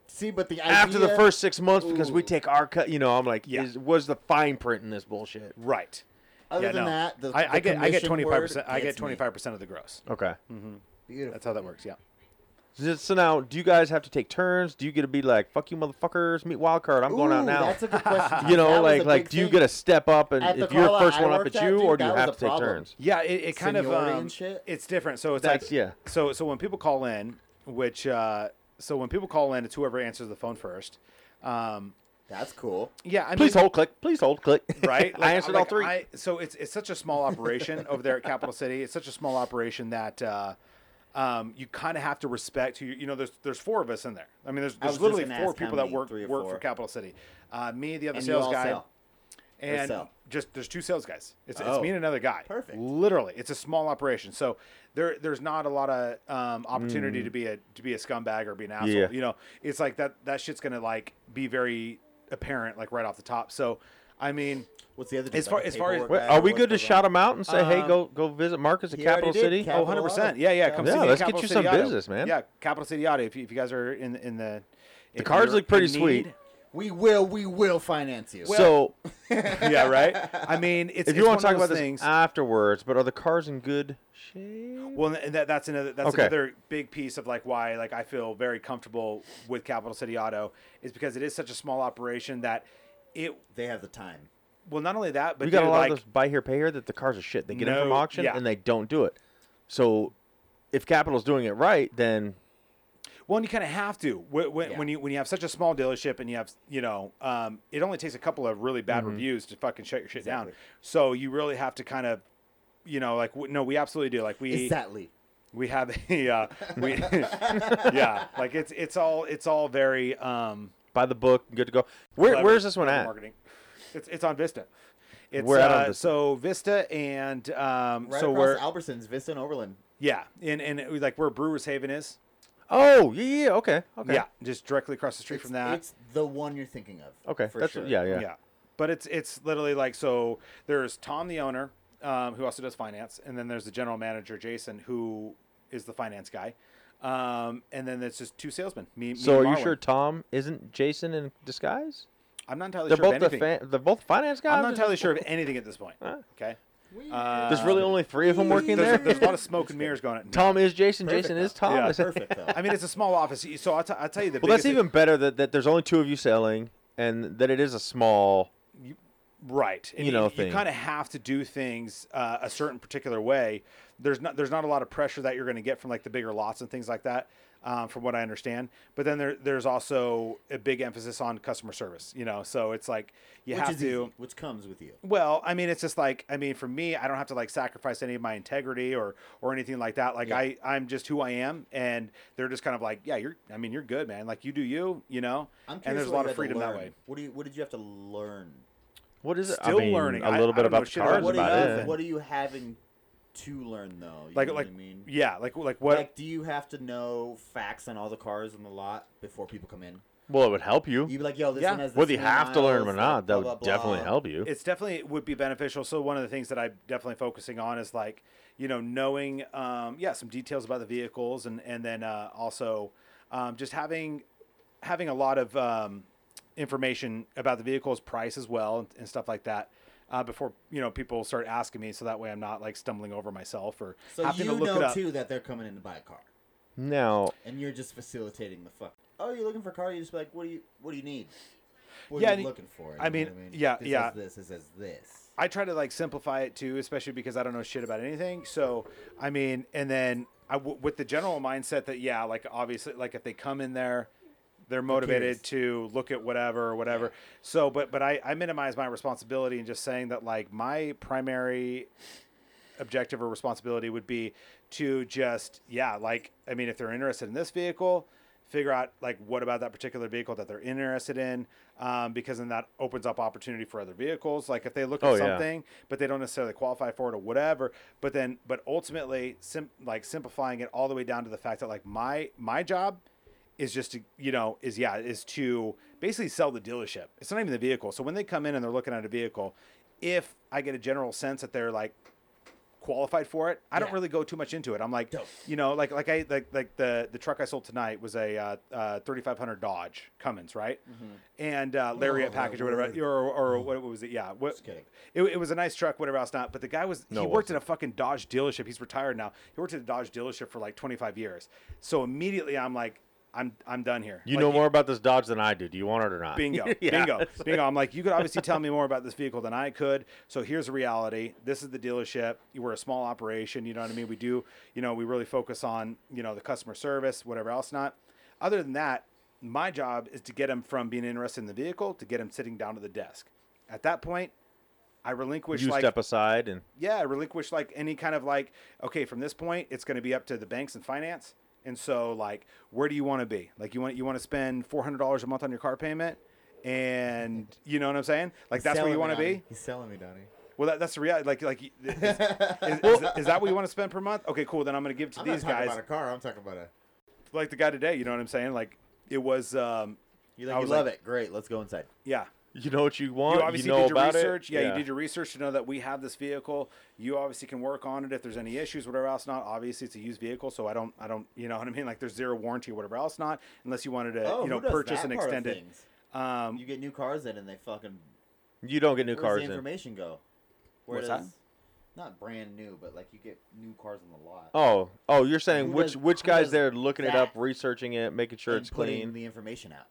S5: see, but the
S4: after the
S5: idea-
S4: first six months because we
S5: Ooh.
S4: take our cut. You know, I'm like,
S1: Yeah.
S4: is, was the fine print in this bullshit?
S1: Right.
S5: Other
S1: yeah,
S5: than
S1: no.
S5: that, the,
S1: I, I
S5: the
S1: get I get twenty
S5: commission
S1: five
S5: word
S1: percent. I get
S5: gets me.
S1: twenty five percent of the gross.
S4: Okay.
S5: Beautiful.
S1: That's how that works. Yeah.
S4: Mm-hmm. So, so now, do you guys have to take turns? Do you get to be like, fuck you, motherfuckers, meet wild card? I'm going out
S5: Ooh,
S4: now.
S5: That's a good question.
S4: you know,
S5: That was a
S4: like like,
S5: big
S4: do you
S5: thing.
S4: get to step up and
S5: At the
S4: if you're
S5: Carla
S4: first
S5: I
S4: one up,
S5: worked
S4: it's
S5: at,
S4: you,
S5: dude,
S4: or do you
S5: that was
S4: have
S5: a
S4: to take
S5: problem.
S4: turns?
S1: Yeah, it, it kind of
S5: Seniority
S1: um,
S5: and shit?
S1: it's different. So it's
S4: That's-
S1: like
S4: yeah.
S1: So so when people call in, which uh, so when people call in, it's whoever answers the phone first. Um,
S5: That's cool.
S1: yeah, I
S4: Please
S1: mean,
S4: hold click. Please hold click.
S1: right?
S4: I answered all
S1: like,
S4: three.
S1: I- so it's it's such a small operation over there at Capital City. It's such a small operation that uh, um, you kind of have to respect who you, you know. There's there's four of us in there. I mean, there's
S5: I
S1: there's
S5: was just
S1: literally
S5: gonna
S1: four
S5: ask how
S1: people that
S5: many,
S1: work
S5: three or
S1: work
S5: four.
S1: for Capital City. Uh, me, the other
S5: And you
S1: sales
S5: all
S1: guy,
S5: sell.
S1: and
S5: sell.
S1: just there's two sales guys. It's,
S5: Oh.
S1: it's me and another guy.
S5: Perfect.
S1: Literally, it's a small operation, so there there's not a lot of um, opportunity to be a to be a scumbag or be an asshole.
S4: Mm. Yeah.
S1: You know, it's like that that shit's gonna like be very apparent like right off the top. So, I mean,
S5: What's the other?
S1: As
S5: dude,
S1: far-
S5: like a
S1: as far as-
S5: paperwork
S4: Wait,
S5: guy
S4: are
S5: who
S4: we
S5: works
S4: good to
S5: for them?
S4: shout them out and say, "Hey,
S1: Um,
S4: go go visit Marcus at
S5: he already
S4: Capital
S5: did.
S4: City"?
S5: Cap-
S1: Oh, 100 percent.
S5: Auto.
S1: Yeah, yeah. Come
S4: Yeah,
S1: see me at
S4: let's get
S1: Capital
S4: you
S1: City
S4: some
S1: Auto.
S4: business, man.
S1: Yeah, Capital City Auto. If you, if you guys are in in the the
S4: cards look pretty sweet.
S5: We will. We will finance you.
S4: so,
S1: yeah, right. I mean, it's
S4: if
S1: it's
S4: you
S1: one
S4: want to talk
S1: of those
S4: about this
S1: things.
S4: afterwards, but are the cars in good shape?
S1: well, and that, that's another that's
S4: Okay.
S1: another big piece of like why like I feel very comfortable with Capital City Auto is because it is such a small operation that it
S5: they have the time.
S1: well not only that but
S4: We got a
S1: dude,
S4: lot
S1: like
S4: of those buy here, pay here that the cars are shit. They get them from
S1: No,
S4: auction
S1: yeah.
S4: and they don't do it. So, if Capital's doing it right, then
S1: Well, and you kind of have to when, when,
S5: Yeah.
S1: when you when you have such a small dealership and you have you know um, it only takes a couple of really bad
S4: Mm-hmm.
S1: reviews to fucking shut your shit down.
S5: Exactly.
S1: So you really have to kind of you know like w- no, we absolutely do. Like we
S5: Exactly.
S1: we have a uh, we yeah like it's it's all it's all very um,
S4: buy the book, good to go. Where,
S1: clever-
S4: where's this one
S1: clever
S4: at?
S1: Marketing. It's it's on Vista. It's
S4: We're out on
S1: uh,
S4: Vista.
S1: so Vista and um,
S5: Right
S1: so we're
S5: across Albertsons, Vista, and Overland.
S1: yeah and and like where Brewers Haven is
S4: Oh, yeah, yeah, yeah, okay, okay,
S1: yeah just directly across the street
S5: It's,
S1: from that.
S5: it's the one you're thinking of.
S4: okay.
S5: for
S4: That's
S5: sure.
S4: yeah, yeah,
S1: yeah. But it's it's literally like so. There's Tom, the owner, um, who also does finance, and then there's the general manager, Jason, who is the finance guy, um, and then it's just two salesmen. Me, me
S4: So,
S1: and
S4: are you
S1: Marwin.
S4: sure Tom isn't Jason in disguise?
S1: I'm not entirely
S4: They're
S1: sure of
S4: both the
S1: anything.
S4: fan, they're both finance guys.
S1: I'm not entirely sure of anything at this point. Okay. Uh,
S4: There's really only three of them working
S1: there's,
S4: there.
S1: there's a lot of smoke and mirrors going on.
S4: Tom is Jason.
S5: Perfect,
S4: Jason is
S5: though.
S4: Tom.
S1: Yeah,
S4: Is it-
S5: Perfect though.
S1: I mean, it's a small office, so I'll, t- I'll tell you the.
S4: Well, that's
S1: biggest-
S4: even better that, that there's only two of you selling and that it is a small.
S1: right and
S4: you know,
S1: you,
S4: thing.
S1: kind of have to do things uh, a certain particular way there's not there's not a lot of pressure that you're going to get from like the bigger lots and things like that um, from what i understand but then there, there's also a big emphasis on customer service you know so it's like you
S5: which
S1: have
S5: is
S1: to
S5: easy, which comes with you.
S1: well, I mean, it's just like I mean, for me, I don't have to like sacrifice any of my integrity or or anything like that. Like I, I'm just who I am, and they're just kind of like, yeah, you're. I mean, you're good, man. Like you do you, you know.
S5: I'm curious
S1: and there's a lot
S5: what you
S1: of
S5: had to
S1: freedom that
S5: learn.
S1: way.
S5: What do you? What did you have to learn?
S4: What is it? I
S1: Still
S4: mean,
S1: learning.
S4: A
S1: I-
S4: little
S1: I
S4: bit
S1: don't know
S4: about the
S1: shit about
S4: cars.
S5: What
S1: That's
S5: are, you,
S4: About
S1: it.
S5: what are you having to learn though? You
S1: Like
S5: know
S1: like
S5: what I mean,
S1: yeah, like like what
S5: like, do you have to know facts on all the cars in the lot before people come in?
S4: Well, it would help you.
S5: You'd be like, yo, this
S1: Yeah.
S5: one has this
S4: Whether you
S5: many
S4: have to learn them or
S5: miles,
S4: not, that
S5: blah,
S4: would
S5: blah, blah.
S4: definitely help you.
S1: it's definitely it would be beneficial. So one of the things that I'm definitely focusing on is like you know knowing um, yeah some details about the vehicles and and then uh, also um, just having having a lot of um, information about the vehicle's price as well and, and stuff like that. Uh, before you know, people start asking me, so that way I'm not like stumbling over myself or
S5: So
S1: having
S5: you
S1: to look it
S5: know
S1: up.
S5: too that they're coming in to buy a car,
S4: Now,
S5: and you're just facilitating the fuck. Oh, you're looking for a car? You just be like, what do you? What do you need? What
S1: Yeah,
S5: are
S1: and
S5: you
S1: you-
S5: looking for? You
S1: I
S5: know
S1: mean,
S5: what
S1: yeah,
S5: This
S1: yeah.
S5: Is this this is this.
S1: I try to like simplify it too, especially because I don't know shit about anything. So I mean, and then I w- with the general mindset that yeah, like obviously, like if they come in there, they're motivated to look at whatever or whatever. So, but but I, I minimize my responsibility and just saying that like my primary objective or responsibility would be to just yeah, like I mean, if they're interested in this vehicle. figure out like what about that particular vehicle that they're interested in, um, because then that opens up opportunity for other vehicles. Like if they look at
S4: Oh, yeah.
S1: something, but they don't necessarily qualify for it or whatever. But then, but ultimately, sim- like simplifying it all the way down to the fact that like my my job is just to you know is yeah is to basically sell the dealership. It's not even the vehicle. So when they come in and they're looking at a vehicle, if I get a general sense that they're like qualified for it. I don't
S6: Yeah.
S1: really go too much into it. I'm like,
S6: Dope.
S1: you know, like like I like like the the truck I sold tonight was a uh, uh, 3500 Dodge Cummins, right? And uh, Lariat
S6: Oh,
S1: package or whatever,
S6: word.
S1: or, or what was it? Yeah, what,
S6: kidding.
S1: It, it was a nice truck, whatever else not. But the guy was
S4: No,
S1: he
S4: it
S1: worked at a fucking Dodge dealership. He's retired now. He worked at a Dodge dealership for like 25 years. So immediately I'm like, I'm I'm done here.
S4: You
S1: Like,
S4: know more about this Dodge than I do. Do you want it or not?
S1: Bingo,
S4: Yeah.
S1: bingo, bingo. I'm like, you could obviously tell me more about this vehicle than I could. So here's the reality. This is the dealership. You were a small operation. You know what I mean? We do, you know, we really focus on, you know, the customer service, whatever else not. Other than that, my job is to get him from being interested in the vehicle to get him sitting down to the desk. At that point, I relinquish
S4: You
S1: like
S4: step aside and
S1: yeah, relinquish like any kind of like, okay, from this point, it's going to be up to the banks and finance. And so, like, where do you want to be? Like, you want you want to spend four hundred dollars a month on your car payment, and you know what I'm saying? Like, that's where you want to be.
S7: He's selling me, Donnie.
S1: Well, that, that's the reality. Like, like, is, is- is- is that what you want to spend per month? Okay, cool. Then I'm going to give to
S7: I'm
S1: these
S7: not talking
S1: guys,
S7: about a car. I'm talking about a.
S1: like the guy today. You know what I'm saying? Like, it was, um,
S7: You
S1: I
S7: like, you
S1: was
S7: love
S1: like-
S7: it. Great. Let's go inside.
S1: yeah.
S4: you know what you want.
S1: you obviously
S4: know
S1: did your
S4: about
S1: research.
S4: It.
S1: Yeah, you did your research to know that we have this vehicle. You obviously can work on it if there's any issues, whatever else not. Obviously, it's a used vehicle, so I don't, I don't, you know what I mean. Like there's zero warranty or whatever else not, unless you wanted to,
S7: Oh,
S1: uh, you
S7: who
S1: know,
S7: does
S1: purchase
S7: that
S1: an
S7: part of
S1: extended.
S7: things?
S1: Um,
S7: You get new cars in, and they fucking.
S4: You don't get new
S7: Where's
S4: cars
S7: the
S4: in.
S7: information go? Where
S1: What's
S7: does? Not brand new, but like you get new cars on the lot.
S4: Oh, oh, you're saying
S7: Who
S4: which
S7: does-
S4: which
S7: who
S4: guys
S7: does
S4: there looking it up,
S7: that?
S4: researching it, making sure
S7: and
S4: it's
S7: putting
S4: clean.
S7: the information out.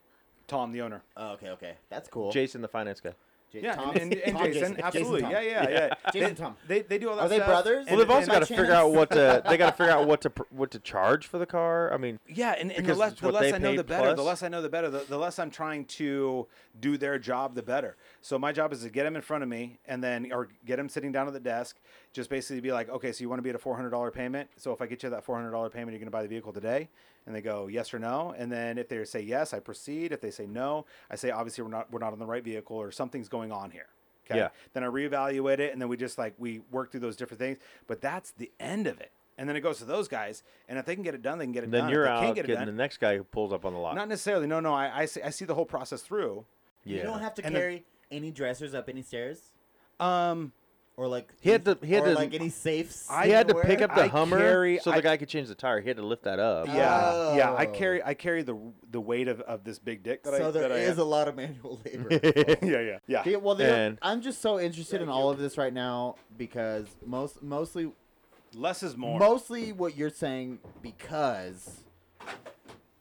S1: Tom, the owner.
S7: Oh, okay, okay, that's cool.
S4: Jason, the finance guy.
S7: J-
S1: Yeah,
S7: Tom-
S1: and, and
S7: Tom
S1: Jason, absolutely.
S7: Tom.
S1: yeah, yeah, yeah.
S7: Jason,
S1: they,
S7: Tom.
S1: They, they do all that.
S7: Are they
S1: stuff.
S7: brothers? Well,
S1: And-
S4: Well, they've also
S1: and-
S4: got
S7: by
S4: to figure
S7: chance-
S4: out what to. They got to figure out what to pr- what to charge for the car. I mean,
S1: Yeah, and, and the
S4: Because
S1: less
S4: it's
S1: the
S4: what
S1: less
S4: they
S1: I know,
S4: paid
S1: the better. The
S4: plus.
S1: less I know, the better. The, the less I'm trying to do their job, the better. So my job is to get them in front of me, and then or get them sitting down at the desk. Just basically be like, okay, so you want to be at a four hundred dollar payment. So if I get you that four hundred dollar payment, you're going to buy the vehicle today. And they go yes or no. And then if they say yes, I proceed. If they say no, I say obviously we're not we're not on the right vehicle, or something's going on here. Okay.
S4: Yeah.
S1: Then I reevaluate it, and then we just like we work through those different things. But that's the end of it. And then it goes to those guys, and if they can get it done, they can get it
S4: then
S1: done. If
S4: you're
S1: they can't
S4: out
S1: get it
S4: getting
S1: done-
S4: the next guy who pulls up on the lot.
S1: not necessarily. No, no. I, I see. I see the whole process through.
S4: yeah.
S7: You don't have to
S1: And the-
S7: carry any dressers up any stairs,
S1: Um,
S7: or like
S4: He had to- he had
S7: or
S4: to-
S7: like any safes.
S1: I
S4: he had to
S1: Where-
S4: pick up the
S1: I
S4: Hummer
S1: carry-
S4: so
S1: I-
S4: the guy could change the tire. He had to lift that up.
S1: yeah, yeah. I
S7: Oh.
S1: carry. I carry the the weight of, of this big dick that I.
S7: so there
S1: that
S7: is
S1: I
S7: a lot of manual labor.
S1: yeah, yeah, yeah.
S5: Okay, well, they're-
S4: And-
S5: I'm just so interested in all of this right now because most, mostly,
S1: Less is more.
S5: mostly what you're saying because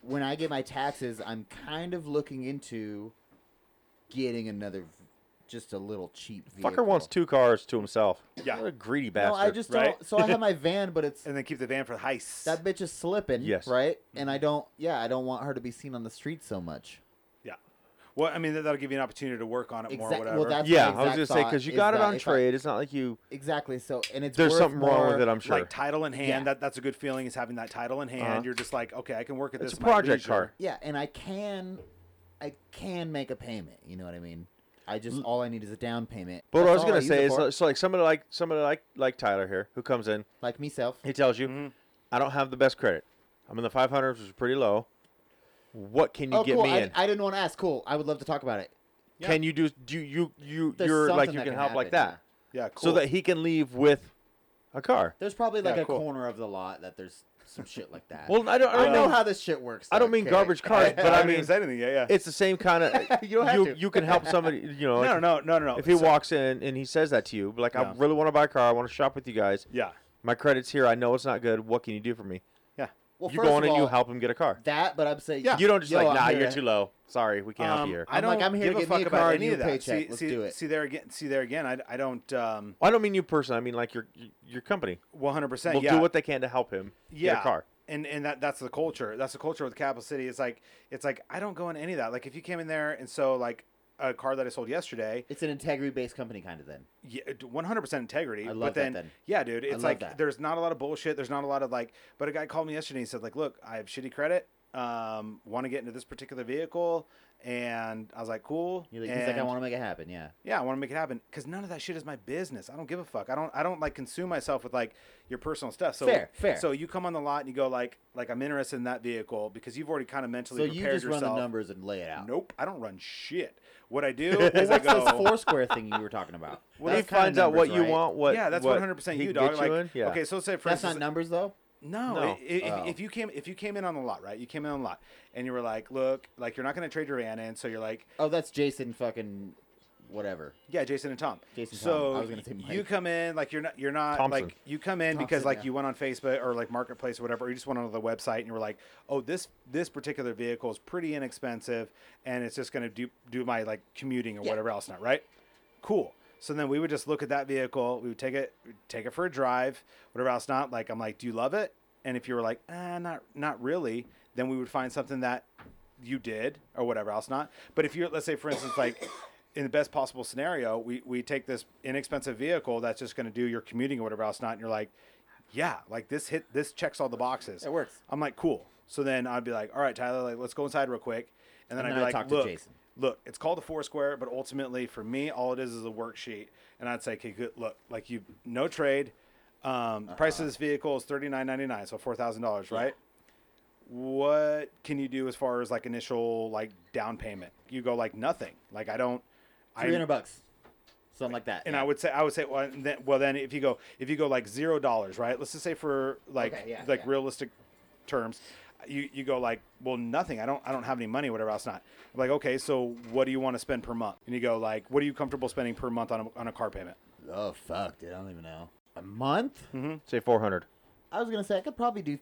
S5: when I get my taxes, I'm kind of looking into getting another, v- just a little cheap. Vehicle.
S4: Fucker wants two cars to himself.
S1: Yeah.
S4: What a greedy
S5: No,
S4: bastard.
S5: I just
S1: right?
S5: don't. So I have my van, but it's
S1: and then keep the van for the heist.
S5: that bitch is slipping.
S4: Yes. Mm-hmm.
S5: Right. And I don't. Yeah, I don't want her to be seen on the street so much.
S1: yeah. Well, I mean, that'll give you an opportunity to work on it more. Or
S5: Exact- well,
S1: whatever.
S5: that's-
S4: yeah, I
S5: my
S4: was
S5: exact
S4: gonna say because
S5: thought
S4: you
S5: is
S4: got it
S5: that
S4: on
S5: if I-
S4: trade. It's not like you.
S5: Exactly. So and it's
S4: There's
S5: worth
S4: something wrong
S5: more-
S4: with it. I'm sure.
S1: Like title in hand.
S5: Yeah.
S1: That that's a good feeling is having that title in hand.
S4: Uh-huh.
S1: You're just like, okay, I can work at
S4: It's
S1: this.
S4: a
S1: at my
S4: project
S1: leisure.
S4: car.
S5: Yeah, and I can, I can make a payment. You know what I mean? I just all I need is a down payment.
S4: But what I
S5: That's
S4: was
S5: all
S4: gonna
S5: use
S4: say
S5: it
S4: is
S5: for.
S4: like, so like somebody like somebody like like Tyler here who comes in.
S5: like myself.
S4: He tells you, I don't have the best credit. I'm in the 500s, which is pretty low. What can you
S5: oh,
S4: get
S5: cool.
S4: me
S5: I,
S4: in?
S5: I didn't want to ask. Cool. I would love to talk about it.
S4: Can you do do you you
S5: There's
S4: you're like
S5: something
S4: you
S5: that
S4: can
S5: can
S4: help like
S5: happen,
S4: that
S1: Yeah, cool.
S4: so that he can leave with a car.
S5: There's probably like
S1: Yeah,
S5: a
S1: cool.
S5: corner of the lot that there's some shit like that.
S4: Well, I don't I
S5: I
S4: don't
S5: know
S4: mean-
S5: how this shit works.
S4: I don't
S5: though,
S4: mean
S5: okay?
S4: garbage cars, but I
S1: didn't
S4: mean
S1: even say anything. Yeah, yeah.
S4: it's the same kind of
S5: You don't have
S4: you
S5: to.
S4: you can help somebody you know
S1: no,
S4: like,
S1: no, no, no.
S4: if he
S1: So-
S4: walks in and he says that to you like
S1: Yeah.
S4: I really want to buy a car I want to shop with you guys
S1: Yeah,
S4: my credit's here I know it's not good what can you do for me
S1: yeah.
S5: Well,
S4: you
S5: first
S4: go in
S5: of
S4: and you
S5: all,
S4: help him get a car
S5: that. But I'm saying,
S4: you don't just
S5: yo,
S4: like
S5: I'm
S4: nah
S5: here
S4: you're
S5: to-
S4: too low sorry we can't help
S1: Um,
S4: you here
S1: I
S5: I'm
S1: don't
S5: like, I'm here to
S1: give a
S5: get me
S1: fuck
S5: a
S1: about
S5: car and
S1: any
S5: you
S1: of
S5: a
S1: that.
S5: paycheck.
S1: See,
S5: Let's
S1: see,
S5: do it.
S1: See there again. See there again. I, I don't. Um,
S4: I don't mean you personally I mean like your your company
S1: one hundred percent.
S4: will
S1: Yeah.
S4: do what they can to help him
S1: yeah.
S4: get a car
S1: And and that that's the culture. That's the culture with Capital City. It's like it's like I don't go in any of that. Like if you came in there and so like a car that I sold yesterday,
S5: It's an integrity-based company, kind of. Then
S1: one hundred percent integrity.
S5: I
S1: but
S5: love that
S1: then,
S5: then.
S1: yeah, dude, it's
S5: love
S1: like
S5: that.
S1: there's not a lot of bullshit. There's not a lot of like. But a guy called me yesterday. and He said like, look, I have shitty credit. um, want to get into this particular vehicle, and I was like, cool.
S5: You're like, he's like, I
S1: and-
S5: want to make it happen. Yeah.
S1: yeah, I want to make it happen because none of that shit is my business. I don't give a fuck. I don't. I don't like consume myself with like your personal stuff. So
S5: Fair, fair.
S1: So you come on the lot and you go like, like I'm interested in that vehicle because you've already kind of mentally
S5: So you
S1: prepared
S5: just
S1: yourself.
S5: run the numbers and lay it out.
S1: Nope, I don't run shit. What I do
S5: Well,
S1: is I
S5: what's
S1: go.
S5: this Foursquare thing you were talking about?
S4: Well, he
S5: That's kinda
S4: finds out what
S5: numbers,
S4: you
S5: right?
S4: want. What?
S1: yeah, that's
S4: what
S1: 100 percent
S4: he
S1: you,
S4: can
S1: dog.
S4: get
S1: Like,
S4: you in. Yeah.
S1: okay, so say for
S5: That's not
S1: instance,
S5: numbers though.
S1: No,
S4: No.
S1: i- If,
S5: Oh.
S1: if you came if you came in on the lot, right? You came in on the lot, and you were like, "Look, like you're not going to trade your van in," so you're like,
S5: Oh, that's Jason fucking whatever.
S1: "Yeah, Jason and Tom."
S5: Jason, Tom.
S1: so
S5: I was gonna say Mike.
S1: you come in like you're not you're not
S4: Thompson.
S1: like you come in because
S5: Thompson,
S1: like
S5: yeah.
S1: you went on Facebook or like Marketplace or whatever, or you just went on the website and you were like, "Oh, this this particular vehicle is pretty inexpensive, and it's just going to do do my like commuting or whatever else." Not right? Cool. So then we would just look at that vehicle. We would take it, take it for a drive, whatever else. Not like I'm like, do you love it? And if you were like, ah, not not really, then we would find something that you did or whatever else. Not. But if you're, let's say, for instance, like in the best possible scenario, we we take this inexpensive vehicle that's just going to do your commuting or whatever else. Not. And you're like, yeah, like this hit this checks all the boxes.
S5: It works.
S1: I'm like, cool. So then I'd be like, all right, Tyler, like let's go inside real quick. And then
S5: And
S1: I'd
S5: then
S1: be
S5: I
S1: like,
S5: talk to
S1: look,
S5: Jason.
S1: look, it's called a Foursquare, but ultimately for me, all it is is a worksheet. And I'd say, okay, good, look, like you, no trade. Um, the
S5: Uh-huh.
S1: Price of this vehicle is thirty nine ninety nine, so four thousand dollars, right? What can you do as far as like initial like down payment? You go like nothing. Like I don't. I-
S5: Three hundred bucks, something like that.
S1: and
S5: yeah.
S1: I would say I would say well and then, well then if you go if you go like zero dollars right let's just say for like
S5: Okay, yeah,
S1: like
S5: yeah.
S1: realistic terms you you go like well nothing I don't I don't have any money whatever else not I'm like okay so what do you want to spend per month and you go like what are you comfortable spending per month on a, on a car payment
S5: Oh fuck, dude, I don't even know. A month?
S4: Say 400.
S5: I was gonna say I could probably do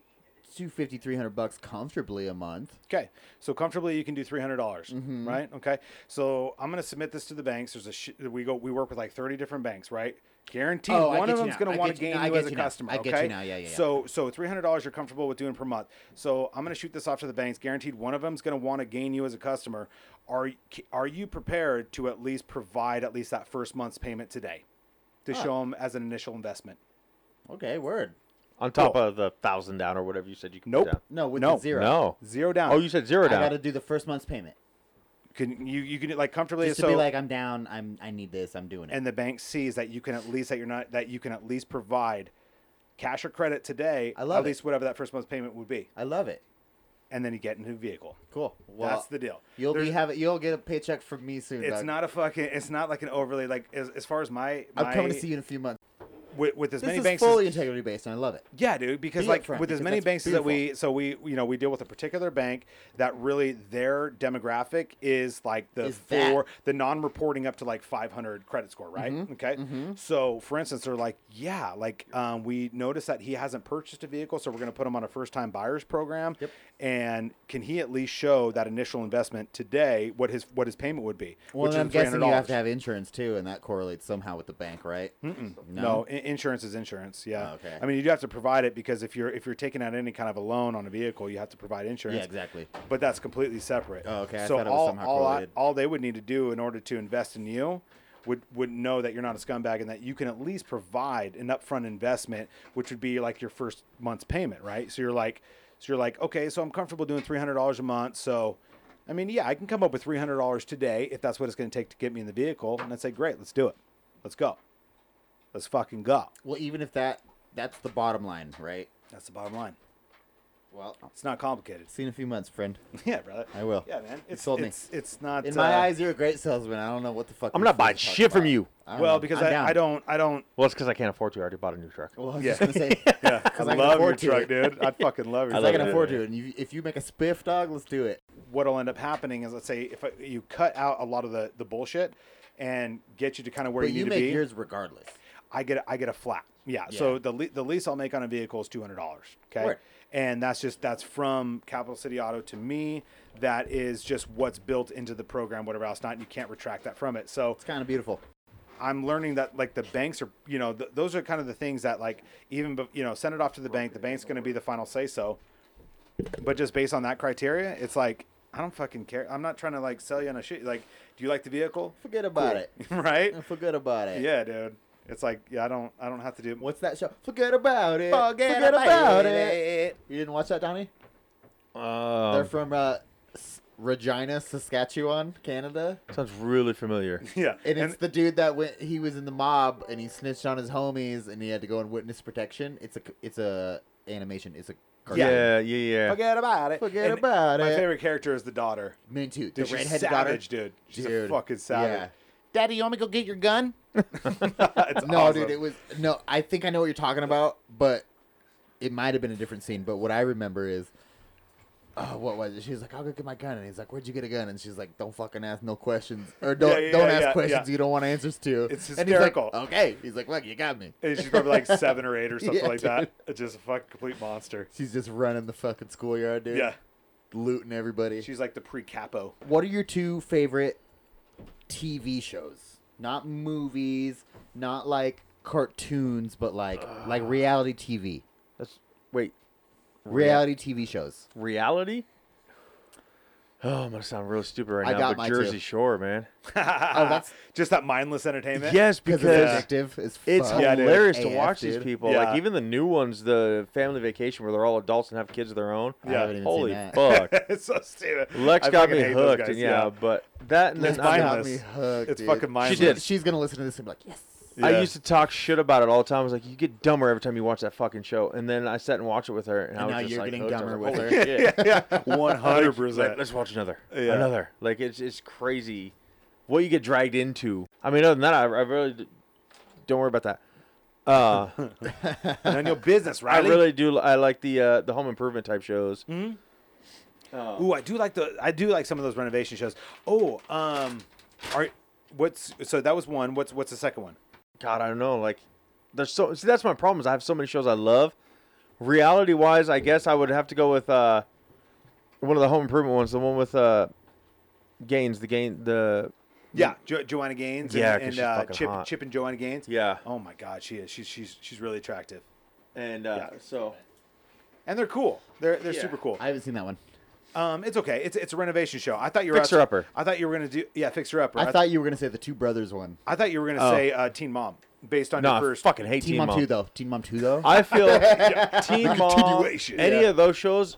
S5: 250, 300 bucks comfortably a month.
S1: Okay, so comfortably you can do three hundred dollars,
S5: Mm-hmm.
S1: right? Okay, so I'm gonna submit this to the banks. There's a sh- we go we work with like thirty different banks, right? Guaranteed,
S5: Oh,
S1: one
S5: I get
S1: of
S5: you
S1: them's
S5: now.
S1: gonna
S5: I
S1: want to
S5: get you
S1: gain
S5: now. I
S1: you
S5: get
S1: as a
S5: you now.
S1: customer.
S5: I
S1: okay?
S5: get you now. Yeah, yeah, yeah.
S1: So so three hundred dollars you're comfortable with doing per month. So I'm gonna shoot this off to the banks. Guaranteed, one of them's gonna want to gain you as a customer. Are are you prepared to at least provide at least that first month's payment today to show 'em show them as an initial investment?
S5: Okay, word.
S4: On top
S1: Cool.
S4: of the thousand down or whatever you said you could
S1: Nope.
S4: put down.
S5: No, with
S1: No.
S5: the zero.
S4: No.
S1: Zero down.
S4: Oh, you said zero
S5: I
S4: down.
S5: gotta do the first month's payment.
S1: can you you can like comfortably
S5: Just to
S1: so
S5: be like, I'm down. I'm. I need this. I'm doing it.
S1: and the bank sees that you can at least that you're not that you can at least provide cash or credit today
S5: I love
S1: at
S5: it.
S1: least whatever that first month's payment would be
S5: I love it.
S1: and then you get a new vehicle
S5: Cool. Well,
S1: that's the deal
S5: You'll be
S1: There's-
S5: having. You'll get a paycheck from me soon.
S1: it's
S5: dog.
S1: not a fucking it's not like an overly like as, as far as my,
S5: I'm
S1: my
S5: coming to see you in a few months.
S1: with, with as
S5: This
S1: many
S5: is
S1: banks as-
S5: fully integrity based, and I love it.
S1: Yeah, dude, because
S5: Be
S1: like
S5: upfront,
S1: with as
S5: because
S1: many
S5: that's
S1: banks that we so we you know we deal with a particular bank that really their demographic is like the
S5: Is that-
S1: four the non-reporting up to like 500 credit score, right?
S5: Mm-hmm,
S1: Okay. So for instance, they're like, yeah, like um, we noticed that he hasn't purchased a vehicle, so we're going to put him on a first-time buyers program. Yep. And can he at least show that initial investment today what his what his payment would be?
S5: Well,
S1: which
S5: and I'm
S1: is
S5: guessing you have
S1: $300.
S5: to have insurance too, and that correlates somehow with the bank, right? Mm-mm.
S1: No, i- insurance is insurance. Yeah.
S5: Oh, okay.
S1: I mean, you do have to provide it because if you're if you're taking out any kind of a loan on a vehicle, you have to provide insurance.
S5: Yeah, exactly.
S1: But that's completely separate.
S5: Oh, okay. I
S1: so
S5: thought it was
S1: all
S5: somehow
S1: all, I-
S5: correlated.
S1: all they would need to do in order to invest in you would would know that you're not a scumbag and that you can at least provide an upfront investment, which would be like your first month's payment, right? So you're like, so you're like, okay, so I'm comfortable doing three hundred dollars a month, so. I mean, yeah, I can come up with three hundred dollars today if that's what it's going to take to get me in the vehicle, and I'd say, great, let's do it, let's go, let's fucking go.
S5: Well, even if that that's the bottom line, right?
S1: That's the bottom line.
S5: Well,
S1: It's not complicated.
S5: see you in a few months, friend.
S1: Yeah, brother.
S5: I will.
S1: Yeah, man. It's
S5: sold me.
S1: it's, it's not
S5: In
S1: uh,
S5: my eyes, you're a great salesman. I don't know what the fuck.
S4: I'm
S5: this
S4: not buying
S5: fool's talking
S4: shit from
S5: about.
S4: you.
S5: I don't
S1: Well,
S5: know.
S1: because
S5: I'm
S1: I,
S5: down.
S1: I don't I don't
S4: Well, it's because I can't afford to. I already bought a new truck.
S5: Well, I was
S1: Yeah.
S5: just gonna say.
S1: yeah, I
S5: I can
S1: love your
S5: afford to.
S1: truck, dude. I fucking love your
S5: I
S1: truck.
S5: can
S4: it.
S5: afford to, and you, if you make a spiff, dog, let's do it.
S1: what'll end up happening is let's say if I, you cut out a lot of the the bullshit and get you to kind of where
S5: But
S1: you
S5: you
S1: need
S5: make
S1: to be,
S5: yours regardless.
S1: I get I get a flat. Yeah. So the le- the lease I'll make on a vehicle is two hundred dollars. Okay.
S5: Word.
S1: And that's just that's from Capital City Auto to me. That is just what's built into the program, whatever else not, and you can't retract that from it. So
S5: It's kind of beautiful.
S1: I'm learning that like the banks are, you know, th- those are kind of the things that like even bef- you know send it off to the bank. The bank's going to be the final say so. But just based on that criteria, it's like I don't fucking care. I'm not trying to like sell you on a shit. Like, do you like the vehicle?
S5: Forget about it.
S1: right?
S5: Forget about it.
S1: Yeah, dude. It's like yeah, I don't, I don't have to do.
S5: What's that show? Forget about it.
S1: Forget about it.
S5: You didn't watch that, Donnie?
S4: Um,
S5: They're from uh, S- Regina, Saskatchewan, Canada.
S4: sounds really familiar.
S1: Yeah.
S5: And
S1: And-
S5: it's the dude that went. He was in the mob, and he snitched on his homies, and he had to go in witness protection. It's a, c- it's a animation. It's a cartoon.
S4: Yeah, yeah, yeah.
S1: Forget about it.
S5: Forget about
S1: My
S5: it.
S1: favorite character is the daughter.
S5: Man, too. The
S1: Dude, she's
S5: redheaded daughter.
S1: savage, dude. She's a fucking savage.
S5: Daddy, you want me to go get your gun?
S1: It's
S5: no,
S1: awesome.
S5: dude, it was no. I think I know what you're talking about, but it might have been a different scene. But what I remember is, oh, what was it? She's like, "I'll go get my gun," and he's like, "Where'd you get a gun?" And she's like, "Don't fucking ask no questions, or don't
S1: yeah,
S5: don't
S1: yeah,
S5: ask
S1: yeah,
S5: questions
S1: yeah.
S5: you don't want answers to."
S1: It's
S5: And he's like,
S1: hysterical.
S5: okay, he's like, "Look, you got me."
S1: And she's probably like seven or eight or something
S5: Yeah,
S1: like that. It's just a fucking complete monster.
S5: She's just running the fucking schoolyard, dude. Oh,
S1: Yeah.
S5: looting everybody.
S1: She's like the pre capo.
S5: What are your two favorite TV shows? Not movies, not like cartoons, but like like reality TV.
S4: That's wait,
S5: Reality TV shows.
S4: reality? Oh, I'm gonna sound real stupid right
S5: I
S4: now,
S5: got
S4: but
S5: mine,
S4: Jersey
S5: too.
S4: Shore, man.
S5: Oh, that's
S1: Just that mindless entertainment.
S4: Yes,
S5: because
S4: because
S5: it's addictive. It's
S4: it's
S5: fuck.
S1: Yeah, dude.
S4: hilarious
S5: AF,
S4: to watch these
S5: dude.
S4: people.
S1: Yeah.
S4: Like even the new ones, the Family Vacation, where they're all adults and have kids of their own.
S5: I haven't even seen
S4: Holy
S5: that.
S4: fuck!
S1: it's so stupid.
S4: Lex
S1: I
S4: got
S1: fucking
S4: me
S1: hate those
S4: hooked,
S1: guys,
S4: and yeah, but that and
S1: It's
S4: then
S5: It's got
S4: I,
S1: mindless.
S5: me hooked,
S1: It's
S5: dude.
S1: fucking mindless.
S4: She did.
S5: She's gonna listen to this and be like, "Yes."
S4: I
S1: Yeah.
S4: used to talk shit about it all the time. I was like, "You get dumber every time you watch that fucking show." And then I sat and watched it with her, and, I
S5: And
S4: was
S5: now
S4: just
S5: you're
S4: like,
S5: getting
S4: hooked. I was
S5: dumber
S4: like,
S5: with
S4: "Holy
S5: her."
S4: shit."
S1: yeah, one hundred
S4: Like,
S1: percent.
S4: let's watch another.
S1: Yeah.
S4: Another. Like it's it's crazy what you get dragged into. I mean, other than that, I, I really d- don't worry about that. Uh,
S1: None of your business,
S4: I
S1: right?
S4: really do. I like the uh, the home improvement type shows.
S1: Ooh, I do like the. I do like some of those renovation shows. Oh, um, are what's so that was one. What's what's the second one?
S4: God, I don't know. Like there's so see that's my problem is I have so many shows I love. Reality wise, I guess I would have to go with uh, one of the home improvement ones, the one with uh, Gaines, the gain the
S1: Yeah, jo- Joanna Gaines. and-
S4: Yeah, 'cause
S1: and,
S4: she's
S1: uh,
S4: fucking
S1: Chip,
S4: hot.
S1: Chip and Joanna Gaines.
S4: yeah,
S1: Oh my God, she is. She's she's she's really attractive,
S4: and uh,
S1: Yeah.
S4: so
S1: and they're cool. They're they're
S4: Yeah.
S1: super cool.
S5: I haven't seen that one.
S1: Um, it's okay. It's it's a renovation show. I thought you were
S4: Fixer
S1: out-
S4: Upper.
S1: I thought you were gonna do yeah, fixer upper.
S5: I
S1: th-
S5: thought you were gonna say the Two Brothers one.
S1: I thought you were gonna
S4: Oh.
S1: say uh, Teen Mom based on
S4: no,
S1: your
S4: I
S1: first
S4: fucking hate
S5: Teen Mom Two though. Teen Mom Two though.
S4: I feel Teen Mom,
S1: continuation.
S4: any
S1: Yeah.
S4: of those shows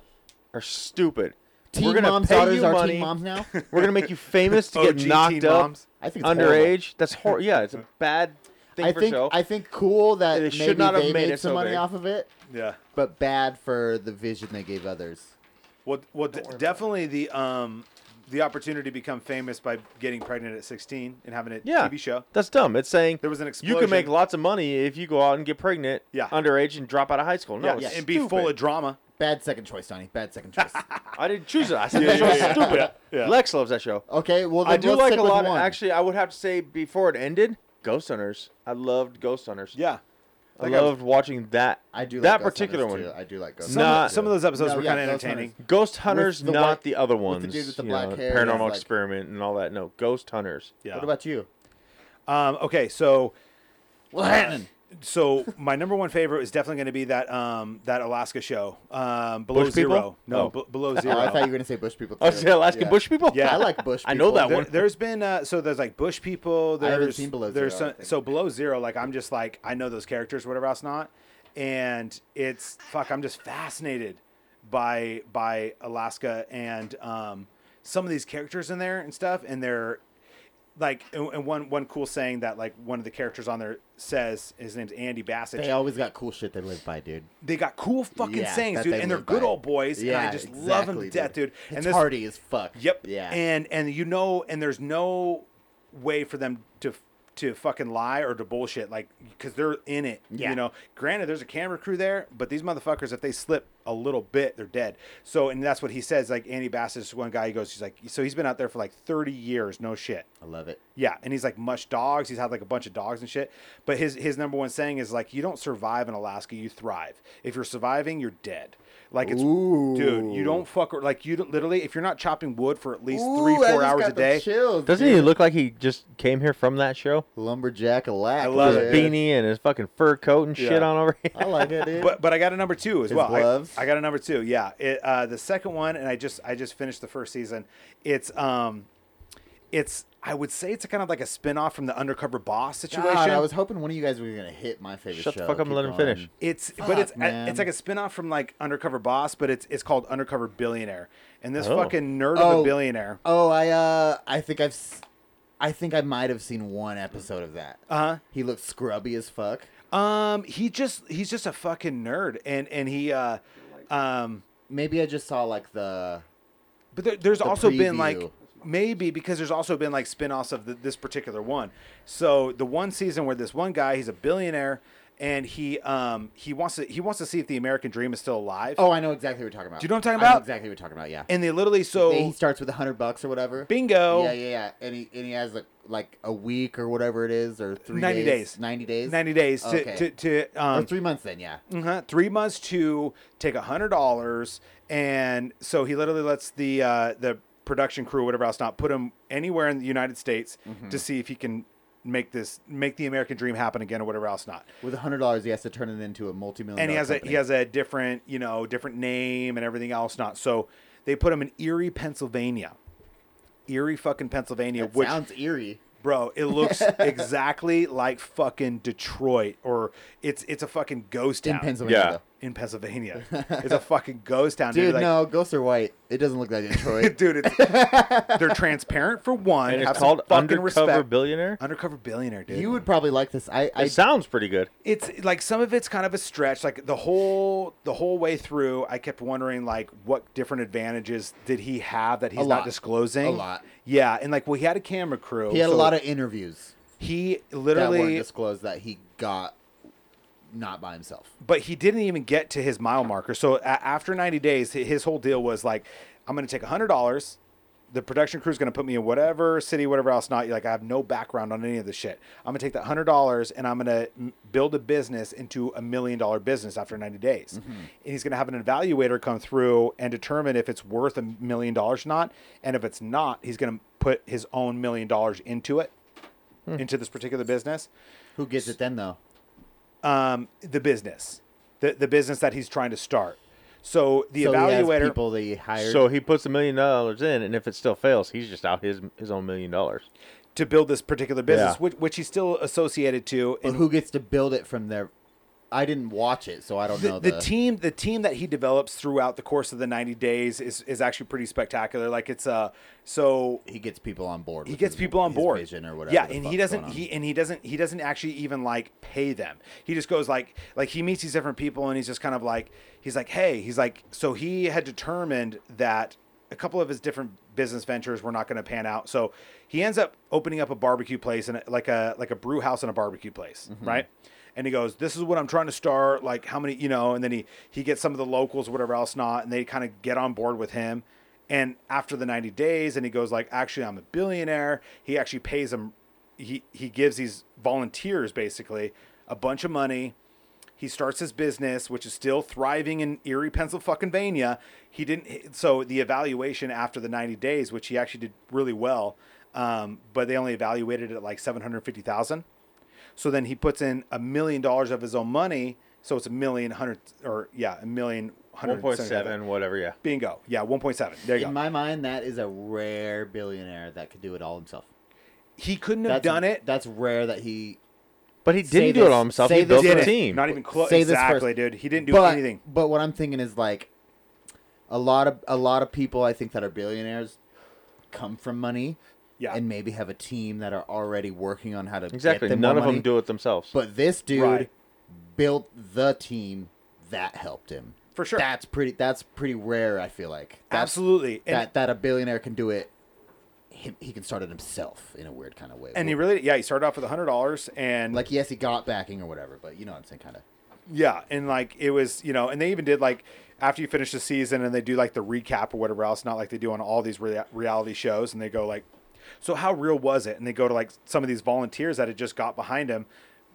S4: are stupid. we're
S5: Teen
S4: gonna
S5: Mom's
S4: pay
S5: daughters
S4: you
S5: are
S4: money.
S5: Teen Moms now.
S4: We're gonna make you famous to get
S1: OG
S4: knocked
S1: Teen
S4: up
S1: Moms.
S5: I think it's horrible.
S4: underage. That's horrible. Yeah, it's a bad thing
S5: I
S4: for
S5: think
S4: show.
S5: I think cool that
S4: They
S5: maybe
S4: should not have
S5: they
S4: made
S5: made
S4: it
S5: some
S4: so
S5: money
S4: big.
S5: off of it,
S1: yeah.
S5: but bad for the vision they gave others.
S1: Well, well, d- definitely the um the opportunity to become famous by getting pregnant at 16 and having a
S4: yeah,
S1: TV show.
S4: That's dumb. It's saying
S1: There was an
S4: You can make
S1: explosion.
S4: lots of money if you go out and get pregnant,
S1: Yeah.
S4: underage, and drop out of high school. No,
S1: yeah,
S4: it's
S1: and be full of
S4: stupid.
S1: drama.
S5: Bad second choice, Donnie. Bad second choice.
S4: I didn't choose it. I said that show's stupid.
S1: yeah.
S4: Lex loves that show.
S5: okay, well then
S4: I do
S5: we'll
S4: like
S5: stick
S4: a
S5: with
S4: lot. Of,
S5: one.
S4: actually, I would have to say before it ended, Ghost Hunters. I loved Ghost Hunters.
S1: Yeah.
S4: I
S1: Like I was-
S4: loved watching that.
S5: I do
S4: that
S5: like Ghost
S4: particular
S5: Hunters,
S4: one.
S5: Too. I do like Ghost
S1: Some,
S4: Nah.
S1: of- some of those episodes
S5: No,
S1: were
S5: yeah,
S1: kind of
S5: those
S1: entertaining.
S5: ones.
S4: Ghost Hunters,
S5: the
S4: not
S5: white-
S4: the other ones.
S5: with the dude with the
S4: you
S5: black
S4: know,
S5: hair,
S4: Paranormal
S5: like-
S4: Experiment and all that. No, Ghost Hunters.
S1: Yeah.
S5: What about you?
S1: Um, okay, so
S5: Well, Hannon.
S1: so my number one favorite is definitely going to be that um, that Alaska show, um, Below
S4: Bush People?
S1: Zero. No,
S4: Oh.
S1: b- Below Zero.
S5: Oh, I thought you were gonna say Bush people. Too.
S4: Oh, is it Alaskan
S5: Yeah.
S4: Bush people?
S1: Yeah.
S5: I like Bush.
S4: I know
S5: People.
S4: that
S1: There,
S4: one.
S1: there's been uh, so there's like Bush people.
S5: I
S1: There's,
S5: haven't seen Below
S1: there's
S5: Zero, I
S1: Some,
S5: think.
S1: so below zero, like I'm just like I know those characters, whatever else not, and it's fuck. I'm just fascinated by by Alaska and um, some of these characters in there and stuff, and they're like and and one one cool saying that like one of the characters on there says his name's Andy Bassett
S5: They always got cool shit they live by, dude.
S1: they got cool fucking
S5: Yeah,
S1: sayings,
S5: that
S1: dude,
S5: they
S1: and they're
S5: live
S1: good
S5: by.
S1: old boys,
S5: Yeah,
S1: and I just love them to
S5: exactly,
S1: death, dude.
S5: It's
S1: and this,
S5: hardy as fuck.
S1: Yep.
S5: Yeah.
S1: And and you know, and there's no way for them to to fucking lie or to bullshit, like because they're in it.
S5: Yeah.
S1: You know. Granted, there's a camera crew there, but these motherfuckers, if they slip a little bit, they're dead. So, and that's what he says. Like Andy Bassett, is one guy, he goes, he's like, so he's been out there for like 30 years, no shit.
S5: I love it.
S1: Yeah, and he's like mush dogs. He's had like a bunch of dogs and shit. But his his number one saying is like, you don't survive in Alaska, you thrive. If you're surviving, you're dead. Like it's dude, you don't fuck like you don't- literally if you're not chopping wood for at least three
S5: Ooh, I
S1: four
S5: just
S1: hours
S5: got
S1: a
S5: the
S1: day.
S5: Chills,
S4: Doesn't
S5: dude.
S4: he look like he just came here from that show?
S5: lumberjack a lack?
S1: I love
S5: dude.
S1: it.
S4: His beanie and his fucking fur coat and shit
S1: Yeah.
S4: on over here.
S5: I like it, dude.
S1: But but I got a number two as
S5: His
S1: well. I-
S5: gloves.
S1: I, got a number two. Yeah, it, uh, the second one, and I just I just finished the first season. It's um, it's I would say it's a kind of like a spin off from the undercover boss situation.
S5: God, I was hoping one of you guys were gonna hit my favorite
S4: Shut the
S5: show.
S4: fuck up and
S5: Keep
S4: let him
S5: going.
S4: finish.
S1: It's but
S5: Fuck,
S1: it's
S5: man.
S1: it's like a spin-off from like Undercover Boss, but it's it's called Undercover Billionaire. And this
S4: Oh.
S1: fucking nerd of a
S5: Oh.
S1: billionaire.
S5: Oh, I uh, I think I've, s- I think I might have seen one episode of that.
S1: Uh-huh.
S5: He looked scrubby as fuck.
S1: Um he just he's just a fucking nerd and and he uh um
S5: Maybe I just saw like the.
S1: But there, there's also been like
S5: preview.
S1: maybe because there's also been like spin-offs of the, this particular one. So the one season where this one guy, he's a billionaire and he um he wants to he wants to see if the American dream is still alive.
S5: Oh, I know exactly what you're talking about.
S1: Do you know what I'm talking
S5: I
S1: about?
S5: exactly what you're talking about. Yeah.
S1: And they literally so
S5: he starts with a hundred bucks or whatever.
S1: bingo.
S5: Yeah, yeah, yeah. And he and he has like like a week or whatever it is, or three
S1: 90 days.
S5: ninety days,
S1: 90 days to
S5: Okay.
S1: to, to um
S5: or three months. Then yeah.
S1: Uh-huh. Three months to take a hundred dollars, and so he literally lets the uh, the production crew, whatever else, not put him anywhere in the United States
S5: Mm-hmm.
S1: to see if he can make this make the American dream happen again or whatever else not.
S5: With a hundred dollars, he has to turn it into a multi-million.
S1: And he
S5: dollar
S1: has a
S5: company.
S1: he has a different you know different name and everything else not. So they put him in Erie, Pennsylvania. Erie fucking Pennsylvania,
S5: That
S1: which
S5: sounds eerie.
S1: Bro, it looks exactly like fucking Detroit, or it's it's a fucking ghost town
S5: In Pennsylvania.
S4: Yeah.
S5: though.
S1: in Pennsylvania. it's a fucking ghost town, dude.
S5: Dude,
S1: Like,
S5: no, ghosts are white. It doesn't look like Detroit.
S1: dude, it's, they're transparent for one.
S4: And
S1: have
S4: it's
S1: some
S4: called
S1: fucking
S4: Undercover
S1: respect.
S4: Billionaire.
S1: Undercover billionaire, dude.
S5: you would probably like this. I, I
S4: It sounds pretty good.
S1: it's like some of it's kind of a stretch. Like the whole the whole way through, I kept wondering like what different advantages did he have that he's not
S5: lot.
S1: disclosing?
S5: A lot.
S1: Yeah, and like well, he had a camera crew.
S5: he had a
S1: so
S5: lot of interviews
S1: He
S5: that weren't
S1: literally
S5: disclosed that he got not by himself.
S1: but he didn't even get to his mile marker. So a- after 90 days, hi- his whole deal was like, I'm going to take $100. The production crew's going to put me in whatever city, whatever else. Not like I have no background on any of this shit. I'm going to take that $100 and I'm going to build a business into a million dollar business after 90 days. And he's going to have an evaluator come through and determine if it's worth a million dollars or not. And if it's not, he's going to put his own million dollars into it, into this particular business
S5: Who gets it then though?
S1: um, the business, the the business that he's trying to start. So the
S5: So he has
S1: evaluator,
S5: people that he hired.
S4: So he puts a million dollars in, and if it still fails, he's just out his his own million dollars.
S1: to build this particular business,
S4: Yeah.
S1: which, which he's still associated to,
S5: but
S1: and
S5: who gets to build it from there? I didn't watch it, so I don't know
S1: the,
S5: the,
S1: the team the team that he develops throughout the course of the ninety days is is actually pretty spectacular. Like it's uh so
S5: He gets people on board.
S1: he
S5: with
S1: gets
S5: his-
S1: people on
S5: his
S1: board
S5: vision or whatever.
S1: yeah
S5: the
S1: and
S5: fuck's
S1: he
S5: going
S1: doesn't
S5: on.
S1: he and he doesn't he doesn't actually even like pay them he just goes like like he meets these different people and he's just kind of like he's like hey he's like so he had determined that a couple of his different business ventures were not going to pan out so he ends up opening up a barbecue place and like a like a brew house and a barbecue place right and he goes this is what i'm trying to start like how many you know and then he he gets some of the locals whatever else not and they kind of get on board with him and after the 90 days and he goes like actually i'm a billionaire he actually pays him he he gives these volunteers basically a bunch of money he starts his business which is still thriving in erie pennsylvania he didn't so the evaluation after the 90 days which he actually did really well um, but they only evaluated it at like 750000 so then he puts in a million dollars of his own money so it's a million hundred or yeah a million
S4: One
S1: hundred
S4: point seven, whatever. Yeah.
S1: bingo yeah 1.7 there you go
S5: In my mind, that is a rare billionaire that could do it all himself.
S1: he couldn't have
S5: That's
S1: done it.
S5: That's rare that he
S4: But he
S5: Say
S4: didn't do it
S5: this-
S4: all himself.
S5: say
S4: He
S5: this
S4: built
S5: did
S4: a
S5: it.
S4: team.
S1: Not even close.
S5: Say this
S1: Exactly,
S5: first.
S1: dude. He didn't do
S5: but,
S1: anything.
S5: But what I'm thinking is like a lot of a lot of people I think that are billionaires come from money.
S1: Yeah.
S5: And maybe have a team that are already working on how to
S4: Exactly.
S5: Get them
S4: None
S5: more
S4: of them
S5: money.
S4: do it themselves.
S5: But this dude
S1: Right.
S5: built the team that helped him.
S1: For sure.
S5: That's pretty that's pretty rare, I feel like. That's-
S1: Absolutely. And,
S5: That that a billionaire can do it he, he can start it himself in a weird kind of way.
S1: and he really, yeah, he started off with hundred dollars, and like,
S5: like yes, he got backing or whatever, but you know what I'm saying kind of.
S1: yeah, and like it was, you know, and they even did like after you finish the season, and they do like the recap or whatever else, not like they do on all these rea- reality shows, and they go like, so how real was it? And they go to like some of these volunteers that had just got behind him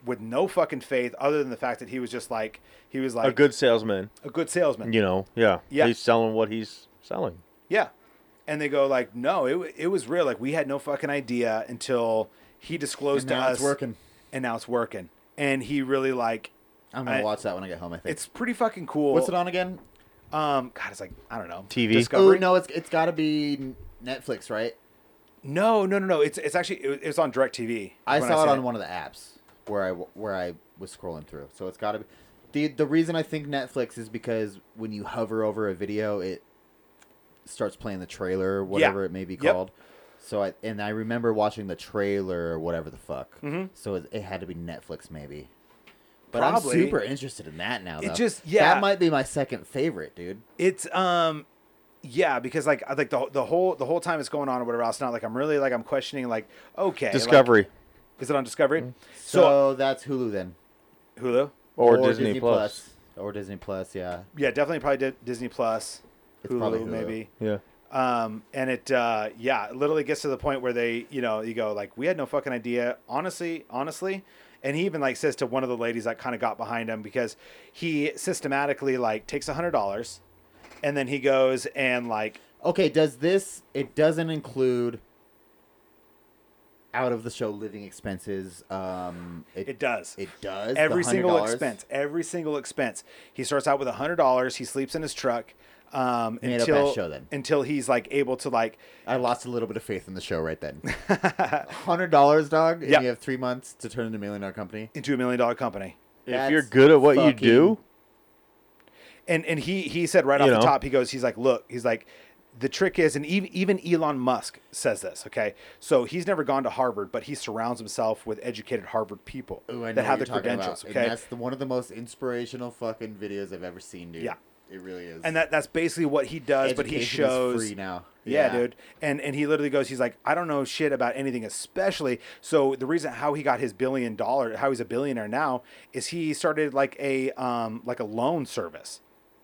S1: with no fucking faith, other than the fact that he was just like he was like
S4: a good salesman.
S1: a good salesman,
S4: You know. Yeah.
S1: Yeah.
S4: He's selling what he's selling.
S1: Yeah. And they go like, no, it, wa- it was real. Like we had no fucking idea until he disclosed
S5: And
S1: to
S5: now
S1: us.
S5: it's working.
S1: And now it's working. And he really like,
S5: I'm going
S1: I-
S5: to watch that when I get home, I think.
S1: it's pretty fucking cool.
S5: What's it on again?
S1: Um, God, it's like I don't know.
S4: TV?
S1: Discovery.
S5: Oh no, it's it's got to be Netflix, right?
S1: No, no, no, no. It's it's actually it was- it was on Directv.
S5: I
S1: when
S5: saw it
S1: seen
S5: on one of the apps where I w- where I was scrolling through. So it's got to be the the reason I think Netflix is because when you hover over a video, it starts playing the trailer or whatever it may be
S1: Yep.
S5: called. So I and I remember watching the trailer or whatever the fuck.
S1: Mm-hmm.
S5: So it, it had to be Netflix maybe. But
S1: Probably.
S5: I'm super interested in that now.
S1: It
S5: though.
S1: just- yeah.
S5: That might be my second favorite, dude.
S1: It's um, yeah, because like I like the the whole the whole time it's going on or whatever else. Not like I'm really like I'm questioning like okay, like,
S4: Discovery
S1: is it on Discovery?
S5: So,
S1: So,
S5: that's Hulu then,
S1: Hulu.
S4: or, Disney, Plus.
S5: or Disney Plus. Yeah,
S1: Yeah, definitely probably Di- Disney Plus.
S5: It's
S1: Hulu,
S5: probably Hulu.
S1: maybe.
S4: Yeah.
S1: Um, and it, uh, yeah, it literally gets to the point where they, you know, you go like, we had no fucking idea, honestly, honestly. And he even like says to one of the ladies that kind of got behind him because he systematically like takes a hundred dollars, and then he goes and like,
S5: Okay, does this it doesn't include out of the show living expenses? Um, it
S1: it does,
S5: It does the
S1: every single
S5: $100?
S1: expense, every single expense. He starts out with a hundred dollars. He sleeps in his truck. Um,
S5: Made up that
S1: until
S5: show then.
S1: until he's like able to like
S5: I lost a little bit of faith in the show right then. Hundred dollars, dog, and
S1: Yep.
S5: you have three months to turn into a million dollar company.
S1: into a million dollar company.
S4: If you're
S5: That's
S4: good at what you do,
S5: fucking-
S1: and and he he said right
S4: You
S1: off
S4: know.
S1: the top he goes he's like look he's like the trick is and even even Elon Musk says this okay so he's never gone to Harvard but he surrounds himself with educated Harvard people
S5: Ooh, I know
S1: that have
S5: what
S1: the
S5: you're talking about,
S1: credentials
S5: and
S1: okay
S5: that's the, one of the most inspirational fucking videos I've ever seen, dude.
S1: Yeah.
S5: it really is.
S1: and that that's basically what he does but he
S5: Education is
S1: shows
S5: free now.
S1: Yeah, dude. And and he literally goes, he's like, I don't know shit about anything, especially. So the reason how he got his billion dollar, how he's a billionaire now, is he started like a um like a loan service.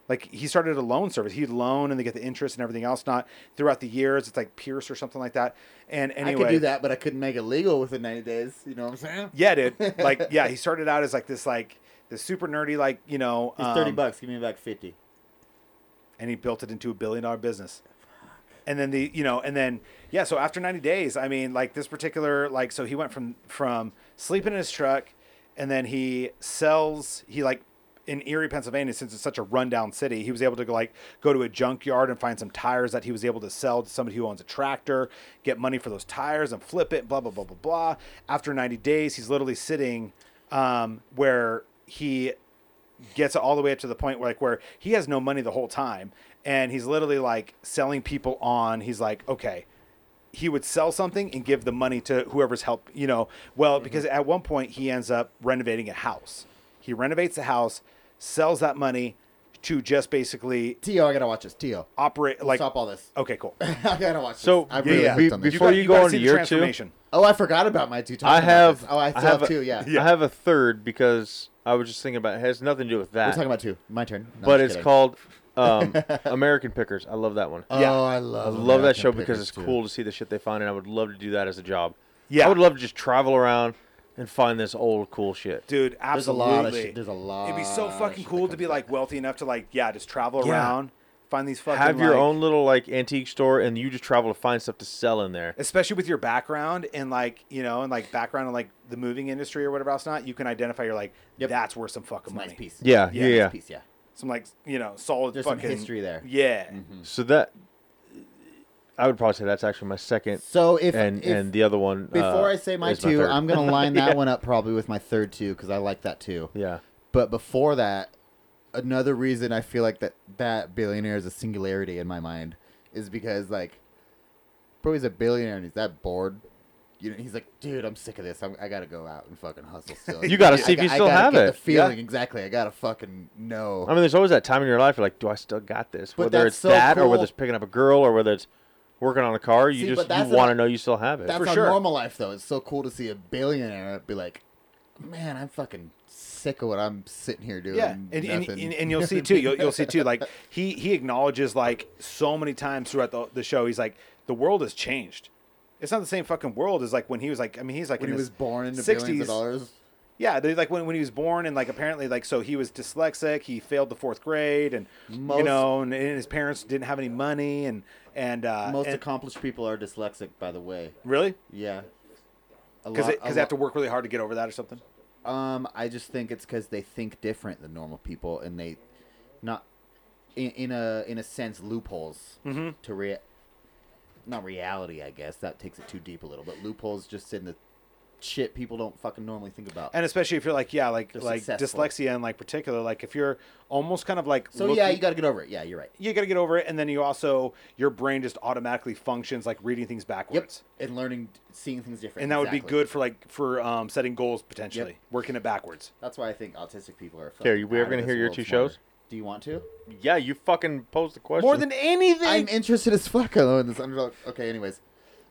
S1: Like he started a loan service. He'd loan and they get the interest and everything else. Not throughout the years, it's like Pierce or something like that. And anyway,
S5: I could do that, but I couldn't make it legal within ninety days. You know what I'm saying?
S1: Yeah, dude. Like yeah, he started out as like this like this super nerdy like you know
S5: It's thirty
S1: um,
S5: bucks. Give me back fifty.
S1: and he built it into a billion dollar business. And then the you know, and then yeah, so after 90 days, I mean, like this particular like so he went from from sleeping in his truck and then he sells he like in Erie, Pennsylvania, since it's such a rundown city, he was able to go, like go to a junkyard and find some tires that he was able to sell to somebody who owns a tractor, get money for those tires and flip it, blah blah blah blah blah. After 90 days, he's literally sitting um, where he gets all the way up to the point where like where he has no money the whole time and he's literally like selling people on he's like okay he would sell something and give the money to whoever's help you know well
S5: Mm-hmm.
S1: because at one point he ends up renovating a house he renovates the house sells that money to just basically
S5: Tio, I gotta watch this. Tio,
S1: operate like
S5: stop all this.
S1: okay cool
S5: I gotta watch.
S4: So,
S5: this. I
S4: yeah,
S5: really
S1: yeah.
S5: hooked on
S4: Be-
S5: this.
S4: before
S1: got-
S4: you
S1: gotta
S4: go on
S1: see
S4: to
S1: the
S4: your two,
S1: transformation
S5: Oh, I forgot about my two.
S4: I
S5: talking about
S4: have.
S5: this. Oh, I still have,
S4: have, a-
S5: two. Yeah.
S4: I have a third because I was just thinking about. It has nothing to do with
S5: we're
S4: that.
S5: talking about two. My turn. No,
S4: but
S5: I'm
S4: it's
S5: just kidding.
S4: called um, American Pickers. I love that one.
S5: Oh,
S1: Yeah.
S5: I
S4: I
S5: love.
S4: love that
S5: American
S4: show because
S5: Pickers,
S4: it's
S5: too.
S4: cool to see the shit they find, and I would love to do that as a job.
S1: Yeah.
S4: I would love to just travel around and find this old cool shit.
S1: dude
S5: There's a
S1: absolutely
S5: lot of shit. There's a lot.
S1: it'd be so
S5: of
S1: fucking
S5: shit
S1: cool
S5: that
S1: to be
S5: comes
S1: like
S5: back.
S1: wealthy enough to like yeah just travel
S4: Yeah.
S1: around find these fucking
S4: Have your
S1: like-
S4: own little like antique store, and you just travel to find stuff to sell in there.
S1: especially with your background and like you know and like background in like the moving industry or whatever else not you can identify you're like
S5: Yep.
S1: that's worth some fucking
S5: It's a
S1: money
S5: nice piece.
S4: Yeah,
S1: Yeah,
S4: yeah,
S5: Nice
S4: yeah.
S5: piece, yeah.
S1: some like you know solid
S5: There's some
S1: fucking
S5: history there. Mm-hmm.
S1: yeah
S4: So that I would probably say that's actually my second,
S5: So if
S4: and
S5: if,
S4: and the other one.
S5: before
S4: uh,
S5: I say my
S4: is my
S5: two,
S4: third.
S5: I'm gonna line that one up probably with my third two because I like that too.
S4: yeah,
S5: But before that, another reason I feel like that that billionaire is a singularity in my mind is because like, bro, he's a billionaire and he's that bored. You know, he's like, dude, I'm sick of this. I'm, I gotta go out and fucking hustle still.
S4: You gotta
S5: I-
S4: see if you
S5: I
S4: still
S5: gotta
S4: have
S5: get
S4: it.
S5: The feeling exactly. I gotta fucking know.
S4: I mean, there's always that time in your life you're like, do I still got this?
S5: But
S4: whether
S5: that's
S4: it's
S5: so
S4: that, or whether
S5: cool.
S4: it's picking up a girl, or whether it's working on a car, you
S5: See,
S4: just
S5: but that's
S4: you want to
S5: an-
S4: know you still have it.
S5: That's
S1: For
S5: our
S1: sure.
S5: normal life though. It's so cool to see a billionaire be like, man, I'm fucking sick of what I'm sitting here doing.
S1: yeah and, and,
S5: Mm-hmm. nothing."
S1: and, and you'll see too you'll, you'll see too like he he acknowledges like so many times throughout the, the show he's like the world has changed it's not the same fucking world as like when he was like i mean he's like
S5: when
S1: in
S5: he
S1: his
S5: was born into
S1: 60s
S5: billions of dollars.
S1: yeah they like when, when he was born and like apparently like so he was dyslexic he failed the fourth grade and you
S5: Most-
S1: know and, and his parents didn't have any money and and uh
S5: Most
S1: and-
S5: accomplished people are dyslexic, by the way.
S1: really
S5: Yeah. A
S1: because
S5: lot-
S1: because
S5: a
S1: they have to
S5: lot-
S1: work really hard to get over that or something.
S5: Um, I just think it's because they think different than normal people, and they,
S1: Mm-hmm.
S5: not, in, in a in a sense, loopholes to re. not reality, I guess. That takes it too deep a little. But loopholes just in the shit people don't fucking normally think about.
S1: and especially if you're like yeah like
S5: They're
S1: like
S5: successful.
S1: dyslexia and like particular like if you're almost kind of like
S5: so
S1: looking-
S5: yeah, you got to get over it. Yeah, you're right.
S1: you gotta get over it and then you also your brain just automatically functions like reading things
S5: Yep.
S1: backwards
S5: And learning, seeing things different.
S1: and that would be
S5: Exactly.
S1: good for like for um, setting goals potentially working it backwards
S5: That's why I think autistic people are.
S4: Okay, are you-
S5: fucking
S4: we ever
S5: out of
S4: gonna
S5: this
S4: hear your
S5: world
S4: two
S5: smarter.
S4: shows?
S5: Do you want to?
S4: Yeah, you fucking posed the question.
S1: more than anything
S5: I'm interested as fuck though in this underdog. Okay, anyways,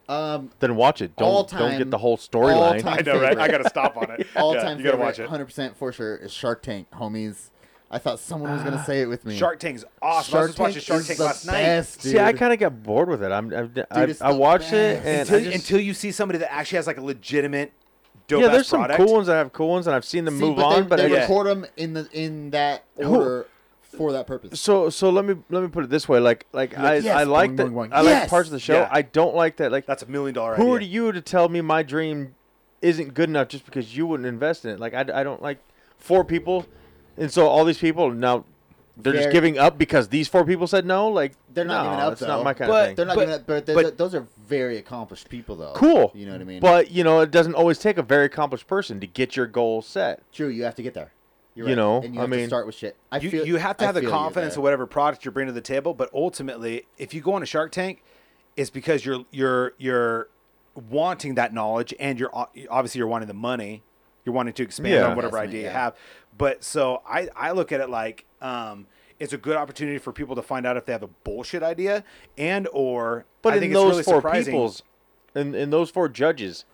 S5: um,
S4: then watch it. Don't
S5: All
S4: don't get
S5: time-
S4: the whole
S5: all
S4: storyline.
S5: time-
S1: i know right
S5: favorite.
S1: i gotta stop on it
S5: all
S1: Yeah,
S5: time
S1: you gotta watch it
S5: Hundred percent for sure is Shark Tank, homies. I thought someone was
S4: Ah.
S5: gonna say it with me.
S1: shark tank's awesome i was just watching shark
S5: is
S1: tank
S5: the
S1: last night
S5: best,
S4: See, I
S5: dude.
S4: kind of got bored with it. I'm, I'm I,
S5: it's
S4: I
S5: the
S4: watched it
S5: best.
S4: and
S1: until,
S4: I just,
S1: until you see somebody that actually has like a legitimate dope
S4: yeah, there's
S1: product,
S4: some cool ones that have cool ones, and I've seen them
S5: See,
S4: move
S5: but
S4: on.
S5: They,
S4: but
S5: they
S4: I just,
S5: record them in the in that
S4: Who-
S5: order for that purpose.
S4: so so let me let me put it this way. Like like I
S5: yes,
S4: I like
S5: boing,
S4: that
S5: boing, boing.
S4: I like
S5: Yes!
S4: parts of the show.
S1: Yeah.
S4: I don't like that. Like
S1: that's a million dollar idea.
S4: who are you to tell me my dream isn't good enough just because you wouldn't invest in it? Like I, I don't like four people, and so all these people now they're just
S5: Very-
S4: giving up because these four people said no. Like
S5: They're not
S4: no,
S5: giving up
S4: It's
S5: though.
S4: not my kind
S5: but
S4: of thing.
S5: They're not
S4: But-
S5: giving up. But, they're-
S4: but-
S5: those are very accomplished people though.
S4: cool.
S5: You know what I mean?
S4: But you know, it doesn't always take a very accomplished person to get your goal set.
S5: true, you have to get there. You're
S4: You
S5: right.
S4: know,
S5: and you
S4: I
S5: have to
S4: mean-
S5: start with shit. I
S1: you,
S5: feel
S1: you have to
S5: I
S1: have the
S5: feel you
S1: confidence
S5: there.
S1: of whatever product you're bringing to the table, but ultimately, if you go on a Shark Tank, it's because you're you're you're wanting that knowledge, and you're o- obviously you're wanting the money, you're wanting to expand
S4: Yeah.
S1: on whatever
S5: Investment,
S1: idea you
S5: yeah.
S1: have. But so I I look at it like um, it's a good opportunity for people to find out if they have a bullshit idea and or
S4: But
S1: I
S4: in
S1: think
S4: those
S1: it's really
S4: four
S1: surprising. Mm-hmm.
S4: people's, in, in those four judges'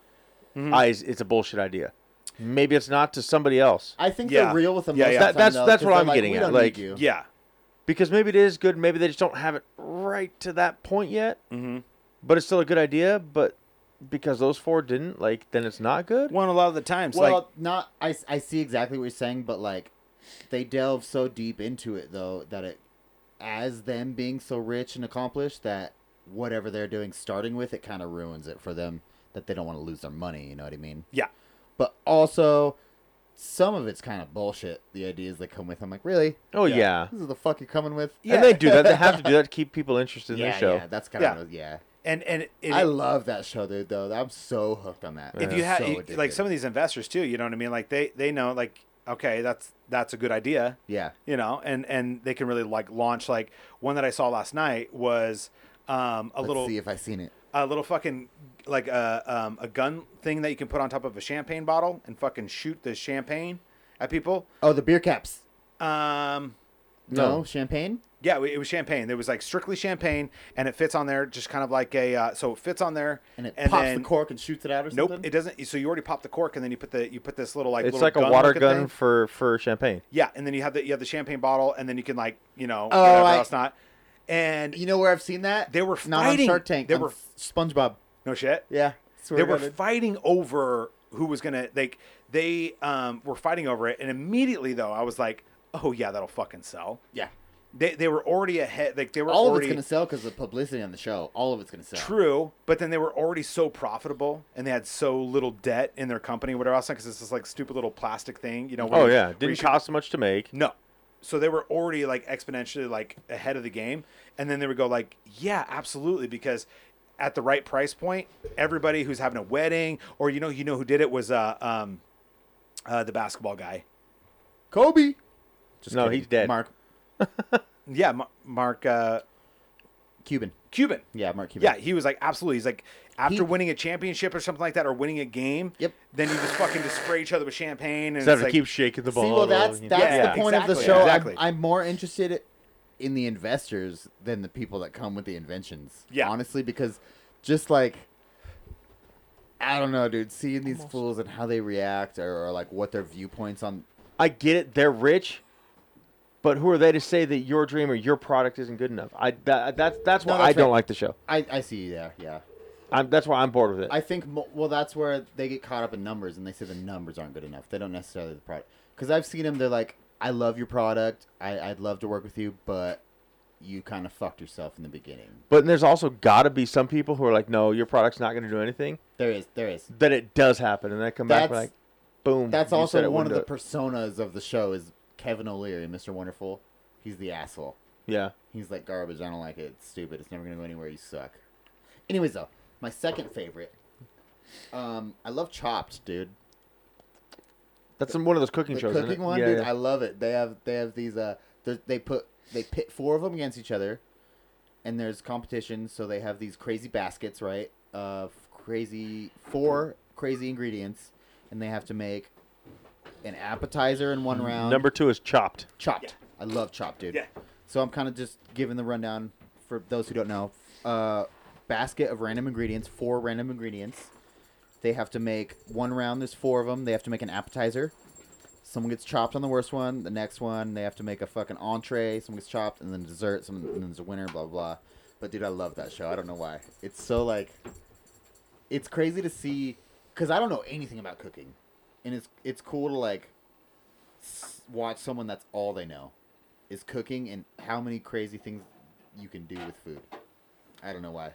S4: eyes, it's a bullshit idea. Maybe it's not to somebody else
S5: I think
S1: Yeah.
S5: they're real with them.
S1: Yeah,
S5: most
S1: yeah.
S5: of the
S1: That-
S5: time,
S4: that's-
S5: though,
S4: that's
S5: 'cause
S4: what
S5: they're
S4: I'm getting
S5: we
S4: at,
S5: don't need
S4: like-
S5: you.
S1: yeah.
S4: because maybe it is good. Maybe they just don't have it right to that point yet. Mm-hmm. But it's still a good idea. But because those four didn't, like, then it's not good.
S1: Well, and a lot of the times,
S5: well,
S1: like
S5: not I, s- I see exactly what you're saying, but like they delve so deep into it though that it as them being so rich and accomplished that whatever they're doing starting with it kind of ruins it for them that they don't want to lose their money, you know what I mean?
S1: yeah,
S5: But also some of it's kind of bullshit. The ideas that come with, I'm like, really?
S4: oh yeah.
S5: This is the fuck you're coming with?
S4: And they do that. They have to do that to keep people interested in
S5: yeah,
S4: the show.
S5: yeah. That's kind
S1: Yeah.
S5: of yeah.
S1: and and it,
S5: I love that show, dude. Though I'm so hooked on that.
S1: if
S5: I'm
S1: you had
S5: so
S1: like
S5: addicted.
S1: some of these investors too you know what i mean like they they know like okay that's that's a good idea
S5: yeah,
S1: you know and and they can really like launch like one that i saw last night was um a
S5: let's
S1: little
S5: see if I seen it.
S1: a little fucking like a um a gun thing that you can put on top of a champagne bottle and fucking shoot the champagne at people
S5: Oh, the beer caps.
S1: um
S5: No, champagne.
S1: yeah, it was champagne. There was like strictly champagne, and it fits on there just kind of like a uh, so it fits on there,
S5: and it pops
S1: then-
S5: the cork and shoots it out or
S1: Nope,
S5: something.
S1: it doesn't. So you already pop the cork, and then you put the you put this little like
S4: It's
S1: little
S4: like a water
S1: looking
S4: gun
S1: thing.
S4: for for champagne.
S1: Yeah, and then you have the you have the champagne bottle, and then you can like you know
S5: Oh,
S1: whatever
S5: I-
S1: else not. And
S5: you know where I've seen that?
S1: They were
S5: not
S1: fighting.
S5: on Shark Tank.
S1: They
S5: on
S1: were-
S5: S- SpongeBob.
S1: no shit.
S5: Yeah, swear
S1: they
S5: to
S1: were
S5: God, dude.
S1: fighting over who was gonna like they um were fighting over it, and immediately though I was like, oh yeah, that'll fucking sell.
S5: yeah.
S1: They they were already ahead. Like they were
S5: All of
S1: already
S5: it's gonna sell because the publicity on the show. All of it's gonna sell.
S1: True, but then they were already so profitable, and they had so little debt in their company, whatever else, because it's this like stupid little plastic thing, you know. where
S4: Oh
S1: you-
S4: yeah,
S1: where you
S4: didn't
S1: shoot-
S4: cost much to make.
S1: No. So they were already like exponentially like ahead of the game, and then they would go like, yeah, absolutely, because at the right price point, everybody who's having a wedding or you know you know who did it was uh um uh the basketball guy.
S5: Kobe. Just
S4: No, he's dead.
S5: Mark
S1: Yeah, Ma- Mark uh,
S5: Cuban.
S1: Cuban.
S5: Yeah, Mark Cuban.
S1: Yeah, he was like absolutely. He's like after
S5: He-
S1: winning a championship or something like that, or winning a game.
S5: Yep.
S1: Then you just fucking just spray each other with champagne and
S4: Instead
S1: it's
S4: of
S1: like,
S4: keep shaking the ball.
S5: See, well, that's
S4: you know?
S5: that's
S1: Yeah,
S5: the point of the
S1: exactly.
S5: show.
S1: Exactly.
S5: I'm, I'm more interested in the investors than the people that come with the inventions.
S1: Yeah.
S5: honestly, because just like I don't know, dude, seeing these fools and how they react or, or like what their viewpoints on
S4: I get it. They're rich, but who are they to say that your dream or your product isn't good enough? I that, that's that's why
S5: No, that's
S4: I don't
S5: right.
S4: like the show.
S5: I, I see you there. Yeah.
S4: I'm, that's why I'm bored with it.
S5: I think, mo- well, that's where they get caught up in numbers and they say the numbers aren't good enough. They don't necessarily the product. Because I've seen them, they're like, I love your product. I, I'd love to work with you, but you kind of fucked yourself in the beginning.
S4: but there's also got to be some people who are like, no, your product's not going to do anything.
S5: There is, there is.
S4: Then it does happen, and then I come back
S5: That's-
S4: like, boom.
S5: That's
S4: you said
S5: also
S4: it
S5: one of
S4: wouldn't
S5: the
S4: do it.
S5: personas of the show is Kevin O'Leary, Mr. Wonderful. He's the asshole.
S4: yeah.
S5: He's like garbage. I don't like it. It's stupid. It's never gonna go anywhere. You suck. Anyways, though, my second favorite. Um, I love Chopped, dude.
S4: That's one of those cooking
S5: The
S4: shows. isn't
S5: cooking
S4: it?
S5: one,
S4: yeah,
S5: dude.
S4: yeah.
S5: I love it. They have they have these uh th- they put they pit four of them against each other, and there's competition. So they have these crazy baskets, right? Of crazy four crazy ingredients, and they have to make an appetizer in one round.
S4: Mm-hmm. Number two is chopped.
S5: chopped. I love chopped, dude.
S1: Yeah.
S5: So I'm kind of just giving the rundown for those who don't know. Uh, basket of random ingredients, four random ingredients. They have to make one round. There's four of them. They have to make an appetizer. Someone gets chopped on the worst one. The next one, they have to make a fucking entree. Someone gets chopped, and then dessert. Someone, and then there's a winner. Blah blah. blah. But dude, I love that show. I don't know why. It's so like, it's crazy to see, cause I don't know anything about cooking, and it's it's cool to like s- watch someone that's all they know is cooking and how many crazy things you can do with food. I don't know why.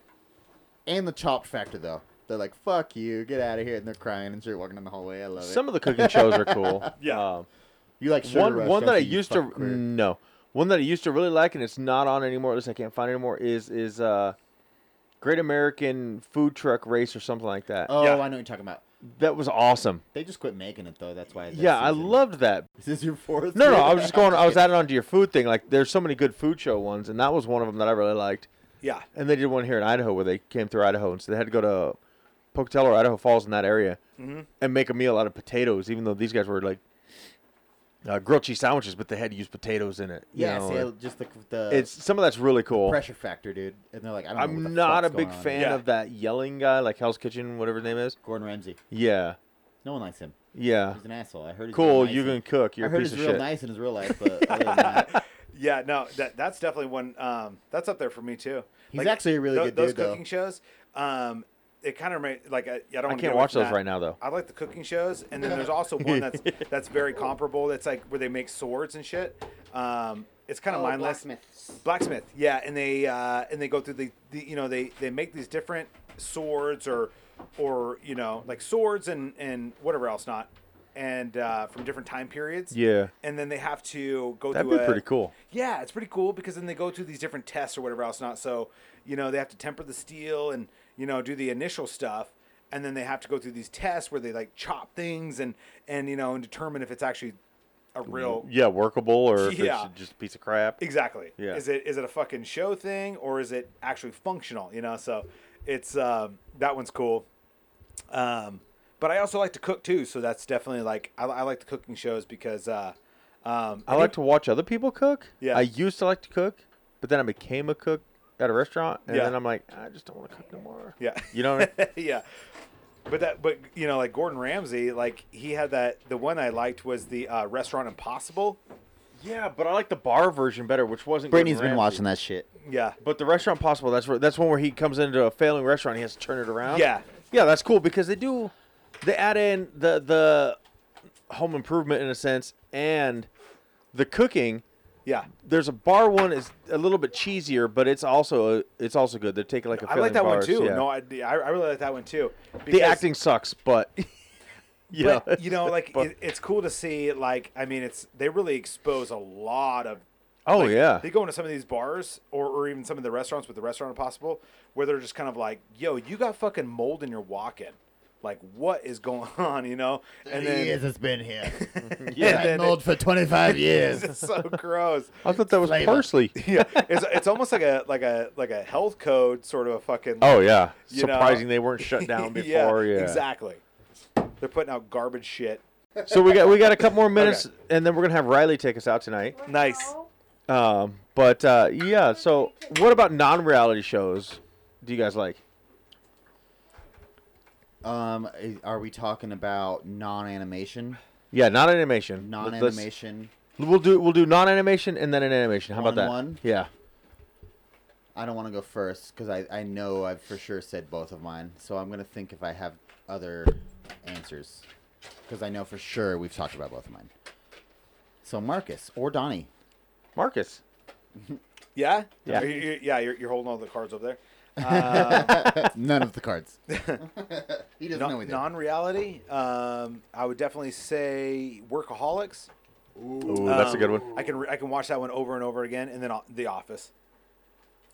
S5: And the chopped factor though. They're like, "Fuck you, get out of here," and they're crying and shit, walking down the hallway. I love it.
S4: Some of the cooking shows are cool.
S1: Yeah.
S5: Uh,
S4: Um,
S5: you like Sugar
S4: one
S5: Rush,
S4: one
S5: don't
S4: that I
S5: you, you
S4: used to mm,
S5: fucking queer?
S4: no one that I used to really like and it's not on anymore. At least I can't find it anymore. Is is uh, Great American Food Truck Race or something like that.
S5: Oh,
S1: Yeah.
S5: I know what you're talking about.
S4: That was awesome.
S5: They just quit making it though. That's why. that
S4: yeah, I
S5: season-
S4: loved that.
S5: Is this your fourth?
S4: No, no, I
S5: season?
S4: was just going. I was adding on to your food thing. Like, there's so many good food show ones, and that was one of them that I really liked.
S1: Yeah.
S4: And they did one here in Idaho where they came through Idaho, and so they had to go to Pocatello or Idaho Falls in that area
S5: Mm-hmm.
S4: and make a meal out of potatoes, even though these guys were like uh, grilled cheese sandwiches, but they had to use potatoes in it. you
S5: Yeah,
S4: know,
S5: see,
S4: and
S5: I- just the, the
S4: it's some of that's really cool.
S5: pressure factor, dude. And they're like, I don't. know what the
S4: I'm not a
S5: fuck's
S4: big
S5: going on.
S4: fan
S1: Yeah.
S4: of that yelling guy, like Hell's Kitchen, whatever his name is.
S5: Gordon Ramsay.
S4: Yeah,
S5: No one likes him.
S4: yeah.
S5: He's an asshole. I heard. he's real
S4: Cool,
S5: nice
S4: you
S5: in-
S4: can cook. You're
S5: I
S4: a
S5: heard
S4: piece of
S5: he's real
S4: shit.
S5: nice in his real life, but other than that,
S1: Yeah, no, that that's definitely one. Um, that's up there for me too.
S5: He's actually a really
S1: tho-
S5: good
S1: Those
S5: dude, though.
S1: cooking shows, um, it kind of like I, I don't. wanna
S4: can't
S1: get away
S4: watch
S1: from
S4: those
S1: that.
S4: right now, though.
S1: I like the cooking shows, and then there's also one that's that's very comparable. That's like where they make swords and shit. Um, it's kind of
S7: Oh,
S1: mindless.
S7: blacksmiths.
S1: Blacksmith, yeah, and they uh, and they go through the, the you know they they make these different swords or or you know like swords and and whatever else not and uh, from different time periods.
S4: Yeah.
S1: and then they have to go.
S4: That'd
S1: through
S4: be
S1: a-
S4: pretty cool.
S1: Yeah, it's pretty cool because then they go through these different tests or whatever else not. So you know they have to temper the steel and you know do the initial stuff. And then they have to go through these tests where they like chop things and and you know and determine if it's actually a real
S4: Yeah, workable or if
S1: Yeah.
S4: it's just a piece of crap.
S1: Exactly.
S4: Yeah.
S1: Is it is it a fucking show thing or is it actually functional? You know, so it's um, that one's cool. Um, but I also like to cook too, so that's definitely like I, I like the cooking shows because uh, um,
S4: I like to watch other people cook.
S1: Yeah.
S4: I used to like to cook, but then I became a cook at a restaurant, and
S1: Yeah.
S4: then I'm like, I just don't want to cook no more.
S1: yeah
S4: You know what I mean?
S1: yeah. But that but you know like Gordon Ramsay like he had that the one I liked was the uh, Restaurant Impossible.
S4: yeah, but I like the bar version better, which wasn't.
S5: Brittany's been watching that shit.
S1: Yeah.
S4: But the restaurant possible. That's where, that's one where he comes into a failing restaurant. He has to turn it around.
S1: Yeah.
S4: Yeah, that's cool because they do, they add in the the home improvement in a sense and the cooking.
S1: Yeah.
S4: There's a bar one is a little bit cheesier, but it's also it's also good. They're taking like a
S1: I like
S4: failing
S1: that
S4: bars,
S1: one too.
S4: yeah.
S1: No, I, I I really like that one too.
S4: the
S1: because-
S4: acting sucks, but yeah,
S1: But you know, like
S4: But-
S1: it, it's cool to see. Like, I mean, it's they really expose a lot of.
S4: oh
S1: like,
S4: yeah,
S1: they go into some of these bars or, or even some of the restaurants with the restaurant impossible, where they're just kind of like, "Yo, you got fucking mold in your walk-in. Like, what is going on?" You know, and then
S5: years it's been here.
S1: Yeah.
S5: I've been old for 25 years.
S1: it's so gross.
S4: I thought that was
S5: flavor.
S4: parsley.
S1: yeah, it's, it's almost like a like a like a health code sort of a fucking.
S4: Oh yeah,
S1: You
S4: surprising
S1: know.
S4: they weren't shut down
S1: Yeah,
S4: before. Yeah,
S1: exactly. They're putting out garbage shit.
S4: So we got we got a couple more minutes,
S1: Okay.
S4: and then we're gonna have Riley take us out tonight.
S1: Nice.
S4: Um, but uh, yeah, so what about non-reality shows? Do you guys like?
S5: Um, i- are we talking about non-animation?
S4: Yeah, not animation. Let- let's-
S5: Non-animation.
S4: We'll do we'll do non-animation and then an animation. How about that?
S5: One-one?
S4: Yeah.
S5: I don't want to go first because I, I know I've for sure said both of mine. So I'm gonna think if I have other answers because I know for sure we've talked about both of mine. So Marcus or Donnie,
S4: Marcus.
S1: Yeah,
S4: Yeah.
S1: Are you- you- yeah. You're, you're holding all the cards over there.
S5: none of the cards. he doesn't know
S1: Non-
S5: either.
S1: non-reality um, i would definitely say workaholics Um,
S4: Ooh, that's a good one.
S1: i can re- i can watch that one over and over again and then o- the office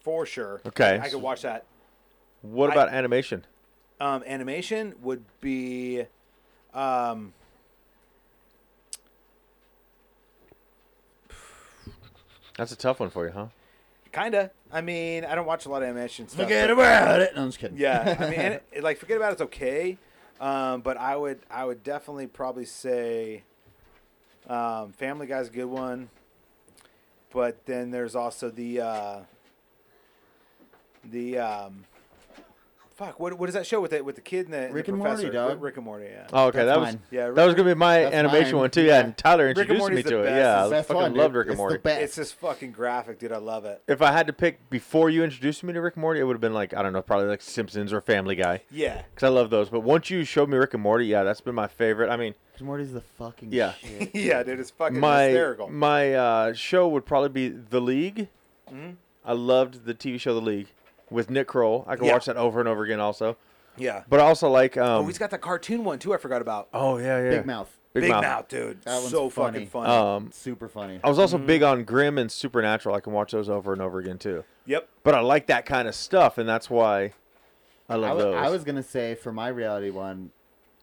S1: for sure
S4: Okay.
S1: i could watch that
S4: What
S1: I-
S4: about animation?
S1: um, animation would be um,
S4: That's a tough one for you, huh?
S1: kinda. I mean, I don't watch a lot of animation stuff. but-
S5: about it. No, I'm just kidding.
S1: Yeah, I mean, and it, like forget about it's okay, um, but I would I would definitely probably say um, Family Guy's a good one, but then there's also the uh, the um, fuck what what is that show with the with the kid and the, and the
S5: Rick and Morty,
S1: professor
S5: dog.
S1: Rick and Morty yeah
S4: Oh, okay,
S5: That's
S4: that was
S5: mine.
S1: yeah
S4: that was gonna be my
S5: That's
S4: animation
S5: mine.
S4: one too. Yeah,
S5: Yeah.
S4: and Tyler
S1: and
S4: introduced me
S1: Morty's the
S4: to it.
S1: best.
S4: Yeah,
S1: It's
S4: I fucking
S5: one, dude.
S4: loved Rick and
S5: It's
S4: Morty.
S5: The best.
S1: it's just fucking graphic dude I love it
S4: If I had to pick before you introduced me to Rick and Morty, it would have been like I don't know, probably like Simpsons or Family Guy,
S1: yeah
S4: because I love those. But once you showed me Rick and Morty, yeah, that's been my favorite. I mean,
S5: Rick and Morty's the fucking
S4: Yeah.
S5: shit.
S1: yeah dude it's fucking
S4: my
S1: hysterical
S4: my uh, show would probably be The League.
S1: Mm-hmm.
S4: I loved the TV show The League with Nick Kroll. I could
S1: Yeah.
S4: watch that over and over again, also.
S1: yeah
S4: But I also like um,
S1: oh he's got the cartoon one too I forgot about
S4: oh yeah yeah
S5: Big mouth.
S1: Big, Mouth. dude
S5: That one's
S1: so
S5: funny.
S1: fucking funny
S4: Um,
S5: Super funny.
S4: I was
S1: Mm-hmm.
S4: also big on Grimm and Supernatural. I can watch those over and over again too.
S1: yep
S4: But I like that kind of stuff, and that's why I
S5: I
S4: love
S5: was,
S4: those.
S5: I was gonna say for my reality one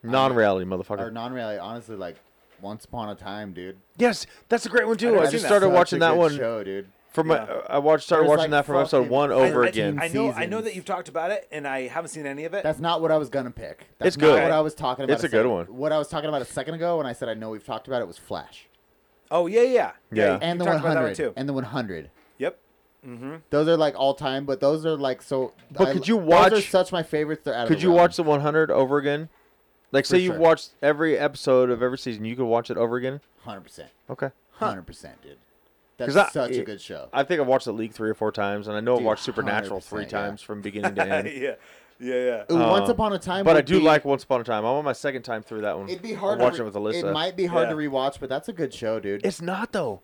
S4: non-reality,
S5: or
S4: motherfucker.
S5: non-reality, honestly, like Once Upon a Time, dude.
S4: yes, that's a great one
S1: I
S4: too.
S1: never
S4: I,
S1: seen
S4: just
S1: that.
S4: started
S5: Such a
S4: watching that
S5: good
S4: one
S5: show, dudude.
S4: from. my-
S1: Yeah.
S4: I watched started
S5: There's,
S4: watching
S5: like,
S4: that from episode
S5: fucking
S4: one over
S1: I,
S4: again.
S1: I, I know, I know
S5: seasons.
S1: that you've talked about it, and I haven't seen any of it.
S5: That's not what I was gonna pick. That's
S4: It's good.
S5: Not what I was talking about.
S4: It's a good
S5: second-
S4: one.
S5: What I was talking about a second ago when I said I know we've talked about it was Flash
S1: oh yeah, yeah,
S4: Yeah.
S1: you-
S5: and
S1: you
S5: the
S1: talked about that
S5: 100
S1: one too.
S5: and the 100.
S1: Yep.
S5: Those are like all time, but those are like so.
S4: But
S5: I-
S4: could you
S5: Those
S4: watch-
S5: are such my favorites. They're out of
S4: Could
S5: the
S4: you
S5: realm.
S4: watch the 100 over again? Like, say you
S5: sure.
S4: watched every episode of every season, you could watch it over again.
S5: 100 percent,
S4: Okay.
S5: 100 percent, dude.
S4: 'Cause
S5: That's
S4: I-
S5: such a
S4: it-
S5: good show.
S4: I think I watched the league three or four times, and I know I
S5: Dude,
S4: watched Supernatural three
S5: 100%, yeah.
S4: times from beginning to
S1: yeah,
S4: end.
S1: yeah, yeah.
S5: Ooh, Once
S4: Um,
S5: upon a time,
S4: But I
S5: would
S4: do
S5: be-
S4: like Once Upon a Time. I'm on my second time through that one.
S5: It'd be hard.
S4: I'm
S5: to
S4: watching
S5: re-
S4: it with Alyssa.
S5: It might be hard
S1: Yeah.
S5: to rewatch, but that's a good show, dude.
S4: It's not though.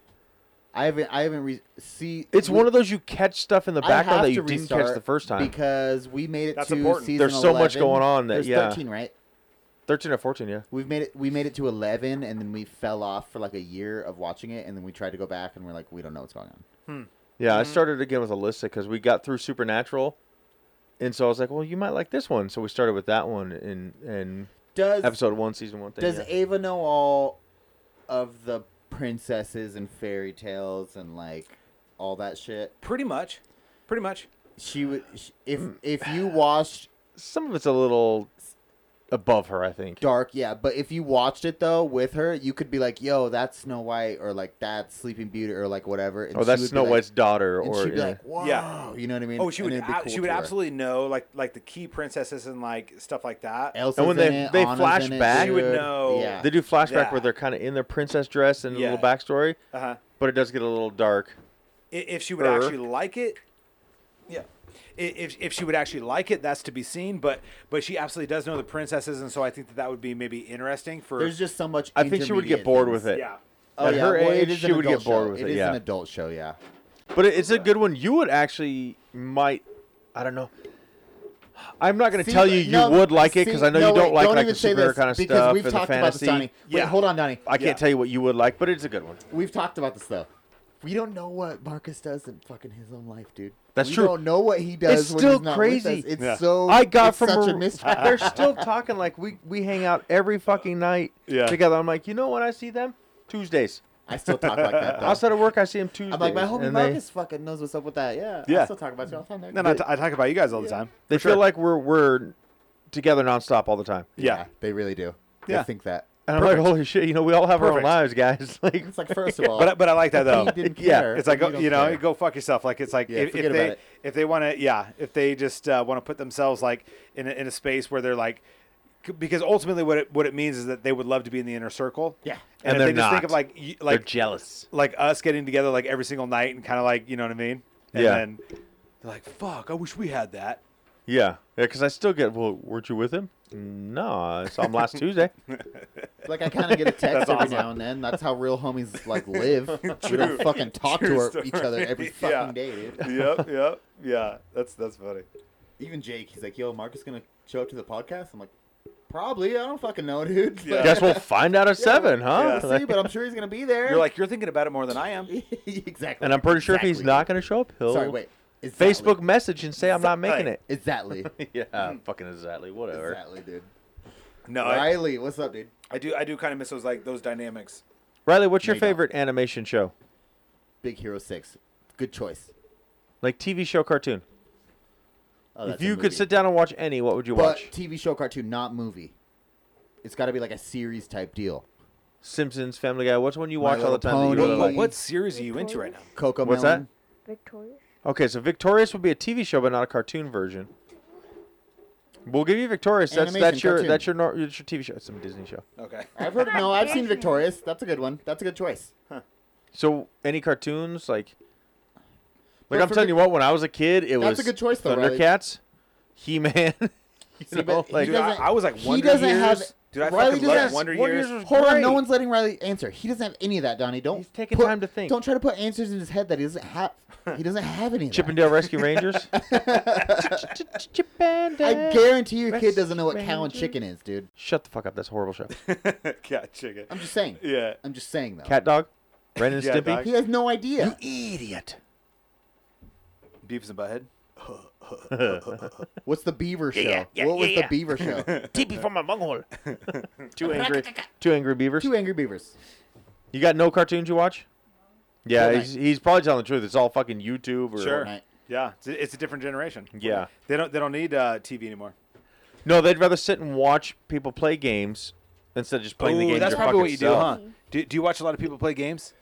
S5: I haven't. I haven't re- see.
S4: It's
S5: we-
S4: one of those you catch stuff in the
S5: I
S4: background
S5: have
S4: that
S5: to
S4: you didn't catch
S5: restart
S4: the first time.
S5: because we made it
S1: That's
S5: to
S1: important.
S5: season.
S4: There's so much
S5: 11.
S4: going on that-
S5: There's
S4: yeah.
S5: 13, right?
S4: 13 or 14, yeah.
S5: We've made it. We made it to 11, and then we fell off for like a year of watching it, and then we tried to go back, and we're like, we don't know what's going on.
S4: Yeah, I
S5: Mm-hmm.
S4: started again with Alyssa because we got through Supernatural. And so I was like, well, you might like this one. So we started with that one in, in
S5: Does
S4: episode one, season one. Thing,
S5: Does
S4: yeah.
S5: Ava know all of the princesses and fairy tales and like all that shit?
S1: Pretty much, pretty much.
S5: She would sh- if if you watched
S4: Some of it's a little above her, I think.
S5: Dark, yeah, but if you watched it though with her, you could be like, "Yo, that's Snow White," or like that's Sleeping Beauty," or like whatever. And
S4: Oh,
S5: she
S4: that's
S5: would be
S4: Snow
S5: like-
S4: White's daughter.
S5: And
S4: Or
S5: she'd be
S4: yeah.
S5: like, "Wow,"
S1: Yeah.
S5: you know what I mean?
S1: Oh, she
S5: And
S1: would,
S5: it'd be
S1: ab-
S5: cool
S1: she would
S5: to her.
S1: absolutely know like like the key princesses and like stuff like that.
S5: Elsa's
S4: And when
S5: in
S4: they-
S5: it,
S4: they
S5: Anna's
S4: flash
S5: in it,
S4: back-
S1: You would
S5: dude.
S1: know
S5: Yeah.
S4: they do flashback
S1: Yeah.
S4: where they're kind of in their princess dress and a little
S1: Yeah.
S4: backstory,
S1: Uh huh.
S4: but it does get a little dark.
S1: If she would
S4: Her.
S1: actually like it. Yeah. I- If, if she would actually like it, that's to be seen. But but she absolutely does know the princesses, and so I think that that would be maybe interesting for.
S5: There's just so much.
S4: I think she would get
S5: intermediate
S4: bored
S5: things.
S4: with it.
S1: yeah.
S5: Oh,
S4: At
S5: yeah.
S4: her
S5: well, it
S4: age,
S5: is an
S4: she would
S5: adult
S4: get bored
S5: show.
S4: with
S5: It
S4: it,
S5: is
S4: yeah.
S5: an adult show, yeah.
S4: But it- it's a good one. You would actually might. I don't know. I'm not going to
S5: See,
S4: tell you you
S5: no,
S4: would like it because
S5: see,
S4: I know
S5: no,
S4: you don't
S5: wait,
S4: like like
S5: even
S4: the
S5: say
S4: superhero
S5: this,
S4: kind of
S5: because
S4: stuff
S5: We've
S4: and the
S5: talked
S4: fantasy.
S5: about this, Donnie.
S1: Yeah.
S5: Wait, hold on, Donnie.
S4: I can't
S1: Yeah.
S4: tell you what you would like, but it's a good one.
S5: We've talked about this though. We don't know what Marcus does in fucking his own life, dude.
S4: That's
S5: we
S4: true.
S5: don't know what he does. when
S4: still
S5: he's not
S4: crazy.
S5: With us. It's
S1: Yeah.
S5: so.
S4: I got
S5: it's
S4: from
S5: such
S4: a-
S5: a mystery.
S4: They're still talking like we we hang out every fucking night
S1: Yeah.
S4: together. I'm like, you know when I see them Tuesdays
S5: I still talk like that. Though.
S4: outside of work, I see them Tuesdays.
S5: I'm like my homie
S4: and they,
S5: Marcus fucking knows what's up with that. Yeah.
S1: Yeah.
S5: I still talk about you all the time.
S1: No, no, I t- I talk about you guys all the time.
S4: They feel like we're we're together nonstop all the time.
S1: Yeah.
S5: They really do. They
S1: Yeah.
S5: think that.
S4: And I'm like, holy shit! You know, we all have our own
S1: Perfect.
S4: lives, guys. like,
S5: It's like first of all,
S1: But I- but I like that though.
S5: he didn't
S4: Yeah,
S5: care.
S1: It's like oh,
S5: You
S1: you,
S5: don't
S1: know,
S5: care.
S1: go fuck yourself. Like it's like
S5: Yeah,
S1: if, if
S5: forget about
S1: they
S5: it.
S1: if they want to, yeah, if they just uh, want to put themselves like in a, in a space where they're like, c- because ultimately what it what it means is that they would love to be in the inner circle.
S5: Yeah.
S1: and,
S4: And
S1: if
S4: they're
S1: they just think
S4: not.
S1: of like y-
S4: they're
S1: like
S4: jealous.
S1: like us getting together like every single night and kind of like you know what I mean. And
S4: Yeah.
S1: Then they're like, fuck, I wish we had that.
S4: Yeah, yeah. Because I still get. Well, weren't you with him? No, I saw him last Tuesday.
S5: Like I kind of get a text
S1: That's
S5: every
S1: awesome.
S5: now and then. That's how real homies like live. we don't fucking talk
S1: True
S5: to our,
S1: story.
S5: each other every
S1: Yeah.
S5: fucking day, dude.
S1: yep, yep, yeah. That's that's funny.
S5: Even Jake, he's like, "Yo, Marcus gonna show up to the podcast." I'm like, "Probably. I don't fucking know, dude.
S1: Yeah.
S4: Guess we'll find out at seven,
S1: Yeah.
S4: huh?
S5: We'll see, but I'm sure he's gonna be there."
S1: You're like you're thinking about it more than I am.
S5: exactly.
S4: and I'm pretty sure if he's
S5: Exactly.
S4: not going to show up, he'll.
S5: Sorry, wait. Exactly.
S4: Facebook message and say I'm not making it.
S5: Exactly.
S4: yeah, fucking Hmm. exactly. Whatever.
S5: exactly, dude.
S1: No, I,
S5: Riley, what's up, dude?
S1: I do. I do kind of miss those like those dynamics.
S4: Riley, what's your
S5: No, you don't.
S4: favorite animation show?
S5: Big Hero Six. Good choice.
S4: Like TV show, cartoon.
S5: Oh,
S4: if
S5: that's a
S4: you could
S5: movie.
S4: sit down and watch any, what would you
S5: but
S4: watch?
S5: TV show, cartoon, not movie. It's got to be like a series type deal.
S4: Simpsons, Family Guy. What's one you
S5: My
S4: watch all the
S5: Little
S4: time? That you really
S5: Pony.
S4: like?
S5: What-
S1: series are you into right now?
S5: Coco
S4: What's
S5: Melon.
S3: Victorious.
S4: Okay, so Victorious would be a TV show, but not a cartoon version. We'll give you Victorious. That's
S5: Animation,
S4: that's your
S5: cartoon.
S4: that's your nor- that's your TV show. It's some Disney show.
S1: Okay.
S5: I've heard. No, I've seen Victorious. That's a good one. That's a good choice.
S4: So any cartoons like, like
S5: But
S4: I'm
S5: for
S4: telling
S5: good-
S4: you what, when I was a kid, it was
S5: That's a good choice, though, Riley.
S4: Thundercats, He Man.
S5: See, but he
S4: like-
S1: Dude, I,
S5: doesn't-
S1: I was like
S5: he
S1: Wonder
S5: doesn't
S1: Years.
S5: have-
S1: Dude, I
S5: Riley
S1: fucking
S5: doesn't
S1: love
S5: have-
S1: Wonder
S4: Wonder
S1: Years.
S4: Years was
S5: Hold on, no
S4: great.
S5: one's letting Riley answer. He doesn't have any of that, Donnie. Don't
S4: He's taking
S5: put-
S4: time to think.
S5: Don't try to put answers in his head that he doesn't have. He doesn't have any. Of that.
S4: Chippendale Rescue Rangers.
S5: I guarantee your kid doesn't know what
S4: Rescue
S5: cow and
S4: Ranger.
S5: chicken is, dude.
S4: Shut the fuck up. That's a horrible show.
S1: Cat chicken.
S5: I'm just saying.
S1: Yeah.
S5: I'm just saying though.
S4: Cat Dog, Ren and
S1: Yeah,
S4: Stimpy.
S1: dog.
S5: He has no idea.
S4: Idiot.
S1: Beavis and Butthead.
S5: What's the Beaver show?
S4: yeah, yeah,
S5: what was
S4: yeah,
S5: the
S4: yeah.
S5: Beaver show?
S4: Tippy from my bunghole. two angry, two angry beavers.
S5: Two Angry Beavers.
S4: You got no cartoons you watch? Yeah,
S5: Fortnite.
S4: he's, he's probably telling the truth. It's all fucking YouTube or
S1: Sure.
S5: Fortnite.
S1: Yeah, it's a, it's a different generation.
S4: Yeah.
S1: They don't they don't need uh, TV anymore.
S4: No, they'd rather sit and watch people play games instead of just playing the game.
S1: that's
S4: your
S1: probably what
S4: fucking
S1: you do,
S4: self.
S5: Uh-huh.
S1: huh? Do, do you watch a lot of people play games?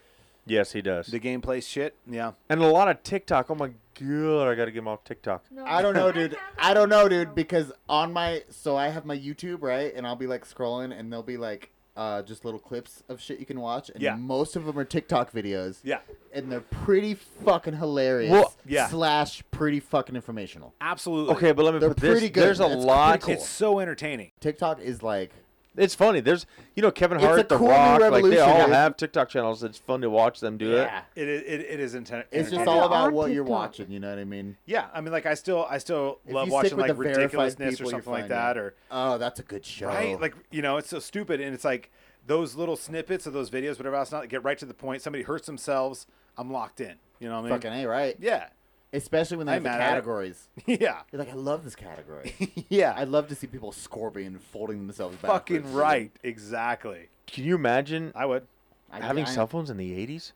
S4: Yes, he does.
S1: The gameplay shit. Yeah.
S4: and a lot of TikTok. Oh my god, I gotta get him off TikTok.
S2: No,
S5: I don't know, dude.
S2: can't
S5: I don't know, dude,
S2: go.
S5: because on my so I have my YouTube, right? And I'll be like scrolling and there'll be like uh, just little clips of shit you can watch and
S1: Yeah.
S5: most of them are TikTok videos.
S1: Yeah.
S5: And they're pretty fucking hilarious.
S4: Well,
S1: yeah.
S5: Slash pretty fucking informational.
S1: Absolutely.
S4: Okay, but let me
S5: They're
S4: put this.
S5: pretty good.
S4: There's a
S5: It's
S4: lot.
S5: pretty
S1: It's so entertaining.
S5: TikTok is like
S4: It's funny. There's you know Kevin
S5: It's
S4: Hart,
S5: a
S4: The
S5: cool new
S4: Rock, like they
S5: revolution,
S4: all
S5: dude.
S4: have TikTok channels. It's fun to watch them do it.
S1: It is it, it is inten-
S5: it's just
S1: entertaining.
S5: all
S3: They're
S5: about
S3: on
S5: what you're
S3: TikTok.
S5: watching, you know what I mean?
S1: Yeah, I mean, like I still I still
S5: If
S1: love
S5: you stick
S1: watching
S5: with
S1: like
S5: the verified
S1: ridiculousness or
S5: people, you're
S1: something like
S5: fine,
S1: that,
S5: dude.
S1: or
S5: Oh, that's a good show.
S1: right, like you know, it's so stupid, and it's like those little snippets of those videos, whatever else, not get right to the point. Somebody hurts themselves, I'm locked in. You know what I mean?
S5: fucking A, right?
S1: Yeah,
S5: Especially when they have
S1: I'm
S5: the
S1: mad at it.
S5: categories.
S1: yeah,
S5: You're like, I love this category.
S1: yeah.
S5: I'd love to see people scorbing and folding themselves back.
S1: fucking right, exactly.
S4: Can you imagine
S1: I would.
S4: having cell phones in the '80s?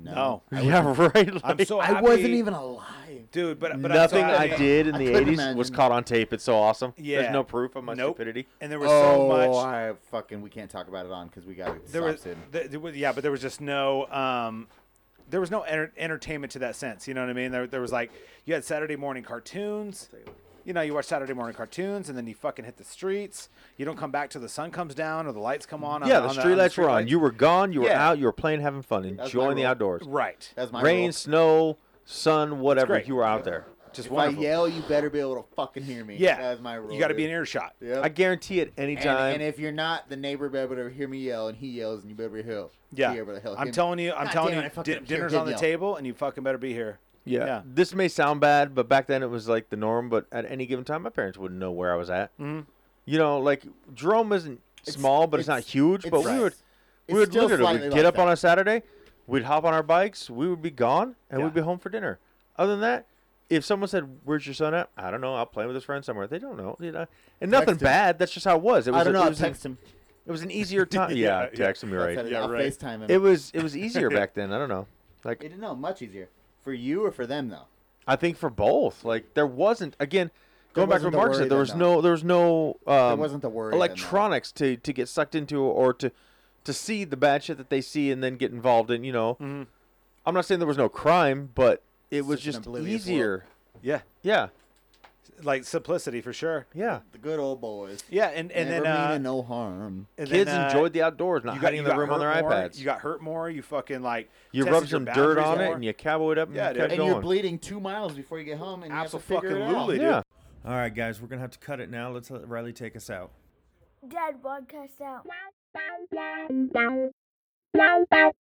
S4: Hmm.
S1: No,
S4: Yeah, right.
S1: Oh. I'm
S4: like-
S1: so
S5: Oh, I
S1: happy,
S5: wasn't even alive.
S1: dude, but, but
S4: nothing
S1: I'm so
S4: I
S1: happy-
S4: did in
S5: I
S4: the
S5: couldn't
S4: '80s was
S5: imagine.
S4: caught on tape. It's so awesome.
S1: Yeah.
S4: There's no proof of my
S1: Nope.
S4: stupidity.
S1: and there was
S5: oh,
S1: so much.
S5: I fucking we can't talk about it on because we got to
S1: there
S5: stop
S1: was,
S5: soon.
S1: th- there was yeah, but there was just no um, there was no enter- entertainment to that sense. You know what I mean? There, there was like you had Saturday morning cartoons. You know, you watch Saturday morning cartoons, and then you fucking hit the streets. You don't come back till the sun comes down or the lights come on. on
S4: yeah,
S1: on
S4: the
S1: on
S4: streetlights were on.
S1: streetlights.
S4: You were gone. You were
S1: Yeah.
S4: out. You were playing, having fun,
S5: my
S4: enjoying the
S5: rule.
S4: outdoors.
S1: right.
S5: That's my
S4: Rain,
S5: rule.
S4: snow, sun, whatever.
S1: great.
S4: You were out there.
S1: Just
S5: If
S1: wonderful.
S5: I yell, you better be able to fucking hear me.
S1: yeah,
S5: that's my rule.
S1: You got to be in
S5: dude.
S1: earshot.
S5: Yep.
S4: I guarantee it. Any
S5: and,
S4: time.
S5: and if you're not, the neighbor better hear me yell, and he yells, and you better be hell.
S1: Yeah,
S5: be able to help
S1: I'm
S5: him.
S1: telling you, I'm
S5: God
S1: telling
S5: damn it, I
S1: you,
S5: fucking
S1: di-
S5: hear
S1: dinner's
S5: him
S1: on the
S5: yell.
S1: table, and you fucking better be here.
S4: yeah.
S1: yeah.
S4: This may sound bad, but back then it was like the norm. But at any given time, my parents wouldn't know where I was at. Mm-hmm. You know, like Jerome isn't small, but it's, not
S5: it's-
S4: huge.
S5: it's
S4: but we
S5: right.
S4: would we
S5: It's
S4: would
S5: still
S4: literally we'd
S5: slightly
S4: get
S5: like
S4: up on
S5: that.
S4: a Saturday, we'd hop on our bikes, we would be gone, and
S1: Yeah.
S4: we'd be home for dinner. Other than that, if someone said, "Where's your son at?" I don't know. I'll play with his friend somewhere. They don't know, you know. And nothing
S5: Text him.
S4: bad. That's just how it was. It was
S5: I don't
S4: a-
S5: know.
S4: It
S5: I'll
S4: was, an,
S5: text him.
S4: it was an easier time.
S1: Yeah,
S4: yeah,
S1: yeah.
S4: text him. You're
S5: That's
S4: right.
S5: how it is.
S1: Yeah,
S5: I'll
S1: right.
S5: FaceTime him.
S4: It was it was easier back then. I don't know. Like
S5: It no much easier for you or for them though.
S4: I think for both, like there wasn't again.
S5: There
S4: Going back to
S5: wasn't
S4: what
S5: the
S4: Mark
S5: worry
S4: said, there
S5: then,
S4: was
S5: though.
S4: no, there was no, um,
S5: wasn't the worry then, though.
S4: electronics to to get sucked into or to to see the bad shit that they see and then get involved in. You know,
S1: Mm-hmm.
S4: I'm not saying there was no crime, but it was
S5: such an
S4: just
S5: oblivious
S4: easier.
S5: world.
S1: Yeah,
S4: Yeah,
S1: like simplicity for sure.
S4: yeah.
S5: The good old boys.
S1: Yeah, and and
S5: Never
S1: then uh,
S5: meaning no harm.
S1: and
S4: Kids
S1: then, uh,
S4: enjoyed the outdoors, not
S1: you got
S4: hiding
S1: you
S4: in the
S1: got
S4: room on their
S1: hurt more,
S4: iPads.
S1: You got hurt more. You fucking like
S4: You
S1: tested
S4: rubbed
S1: your
S4: some dirt
S1: boundays
S4: on it
S1: more.
S4: and you cowboyed up and
S1: Yeah,
S4: you
S1: dude.
S4: kept
S5: And
S4: going.
S5: you're bleeding two miles before you get home, and you have to figure it out.
S1: Absolutely, dude.
S4: yeah.
S8: All right, guys, we're gonna have to cut it now. Let's let Riley take us out.
S3: Dad podcast out.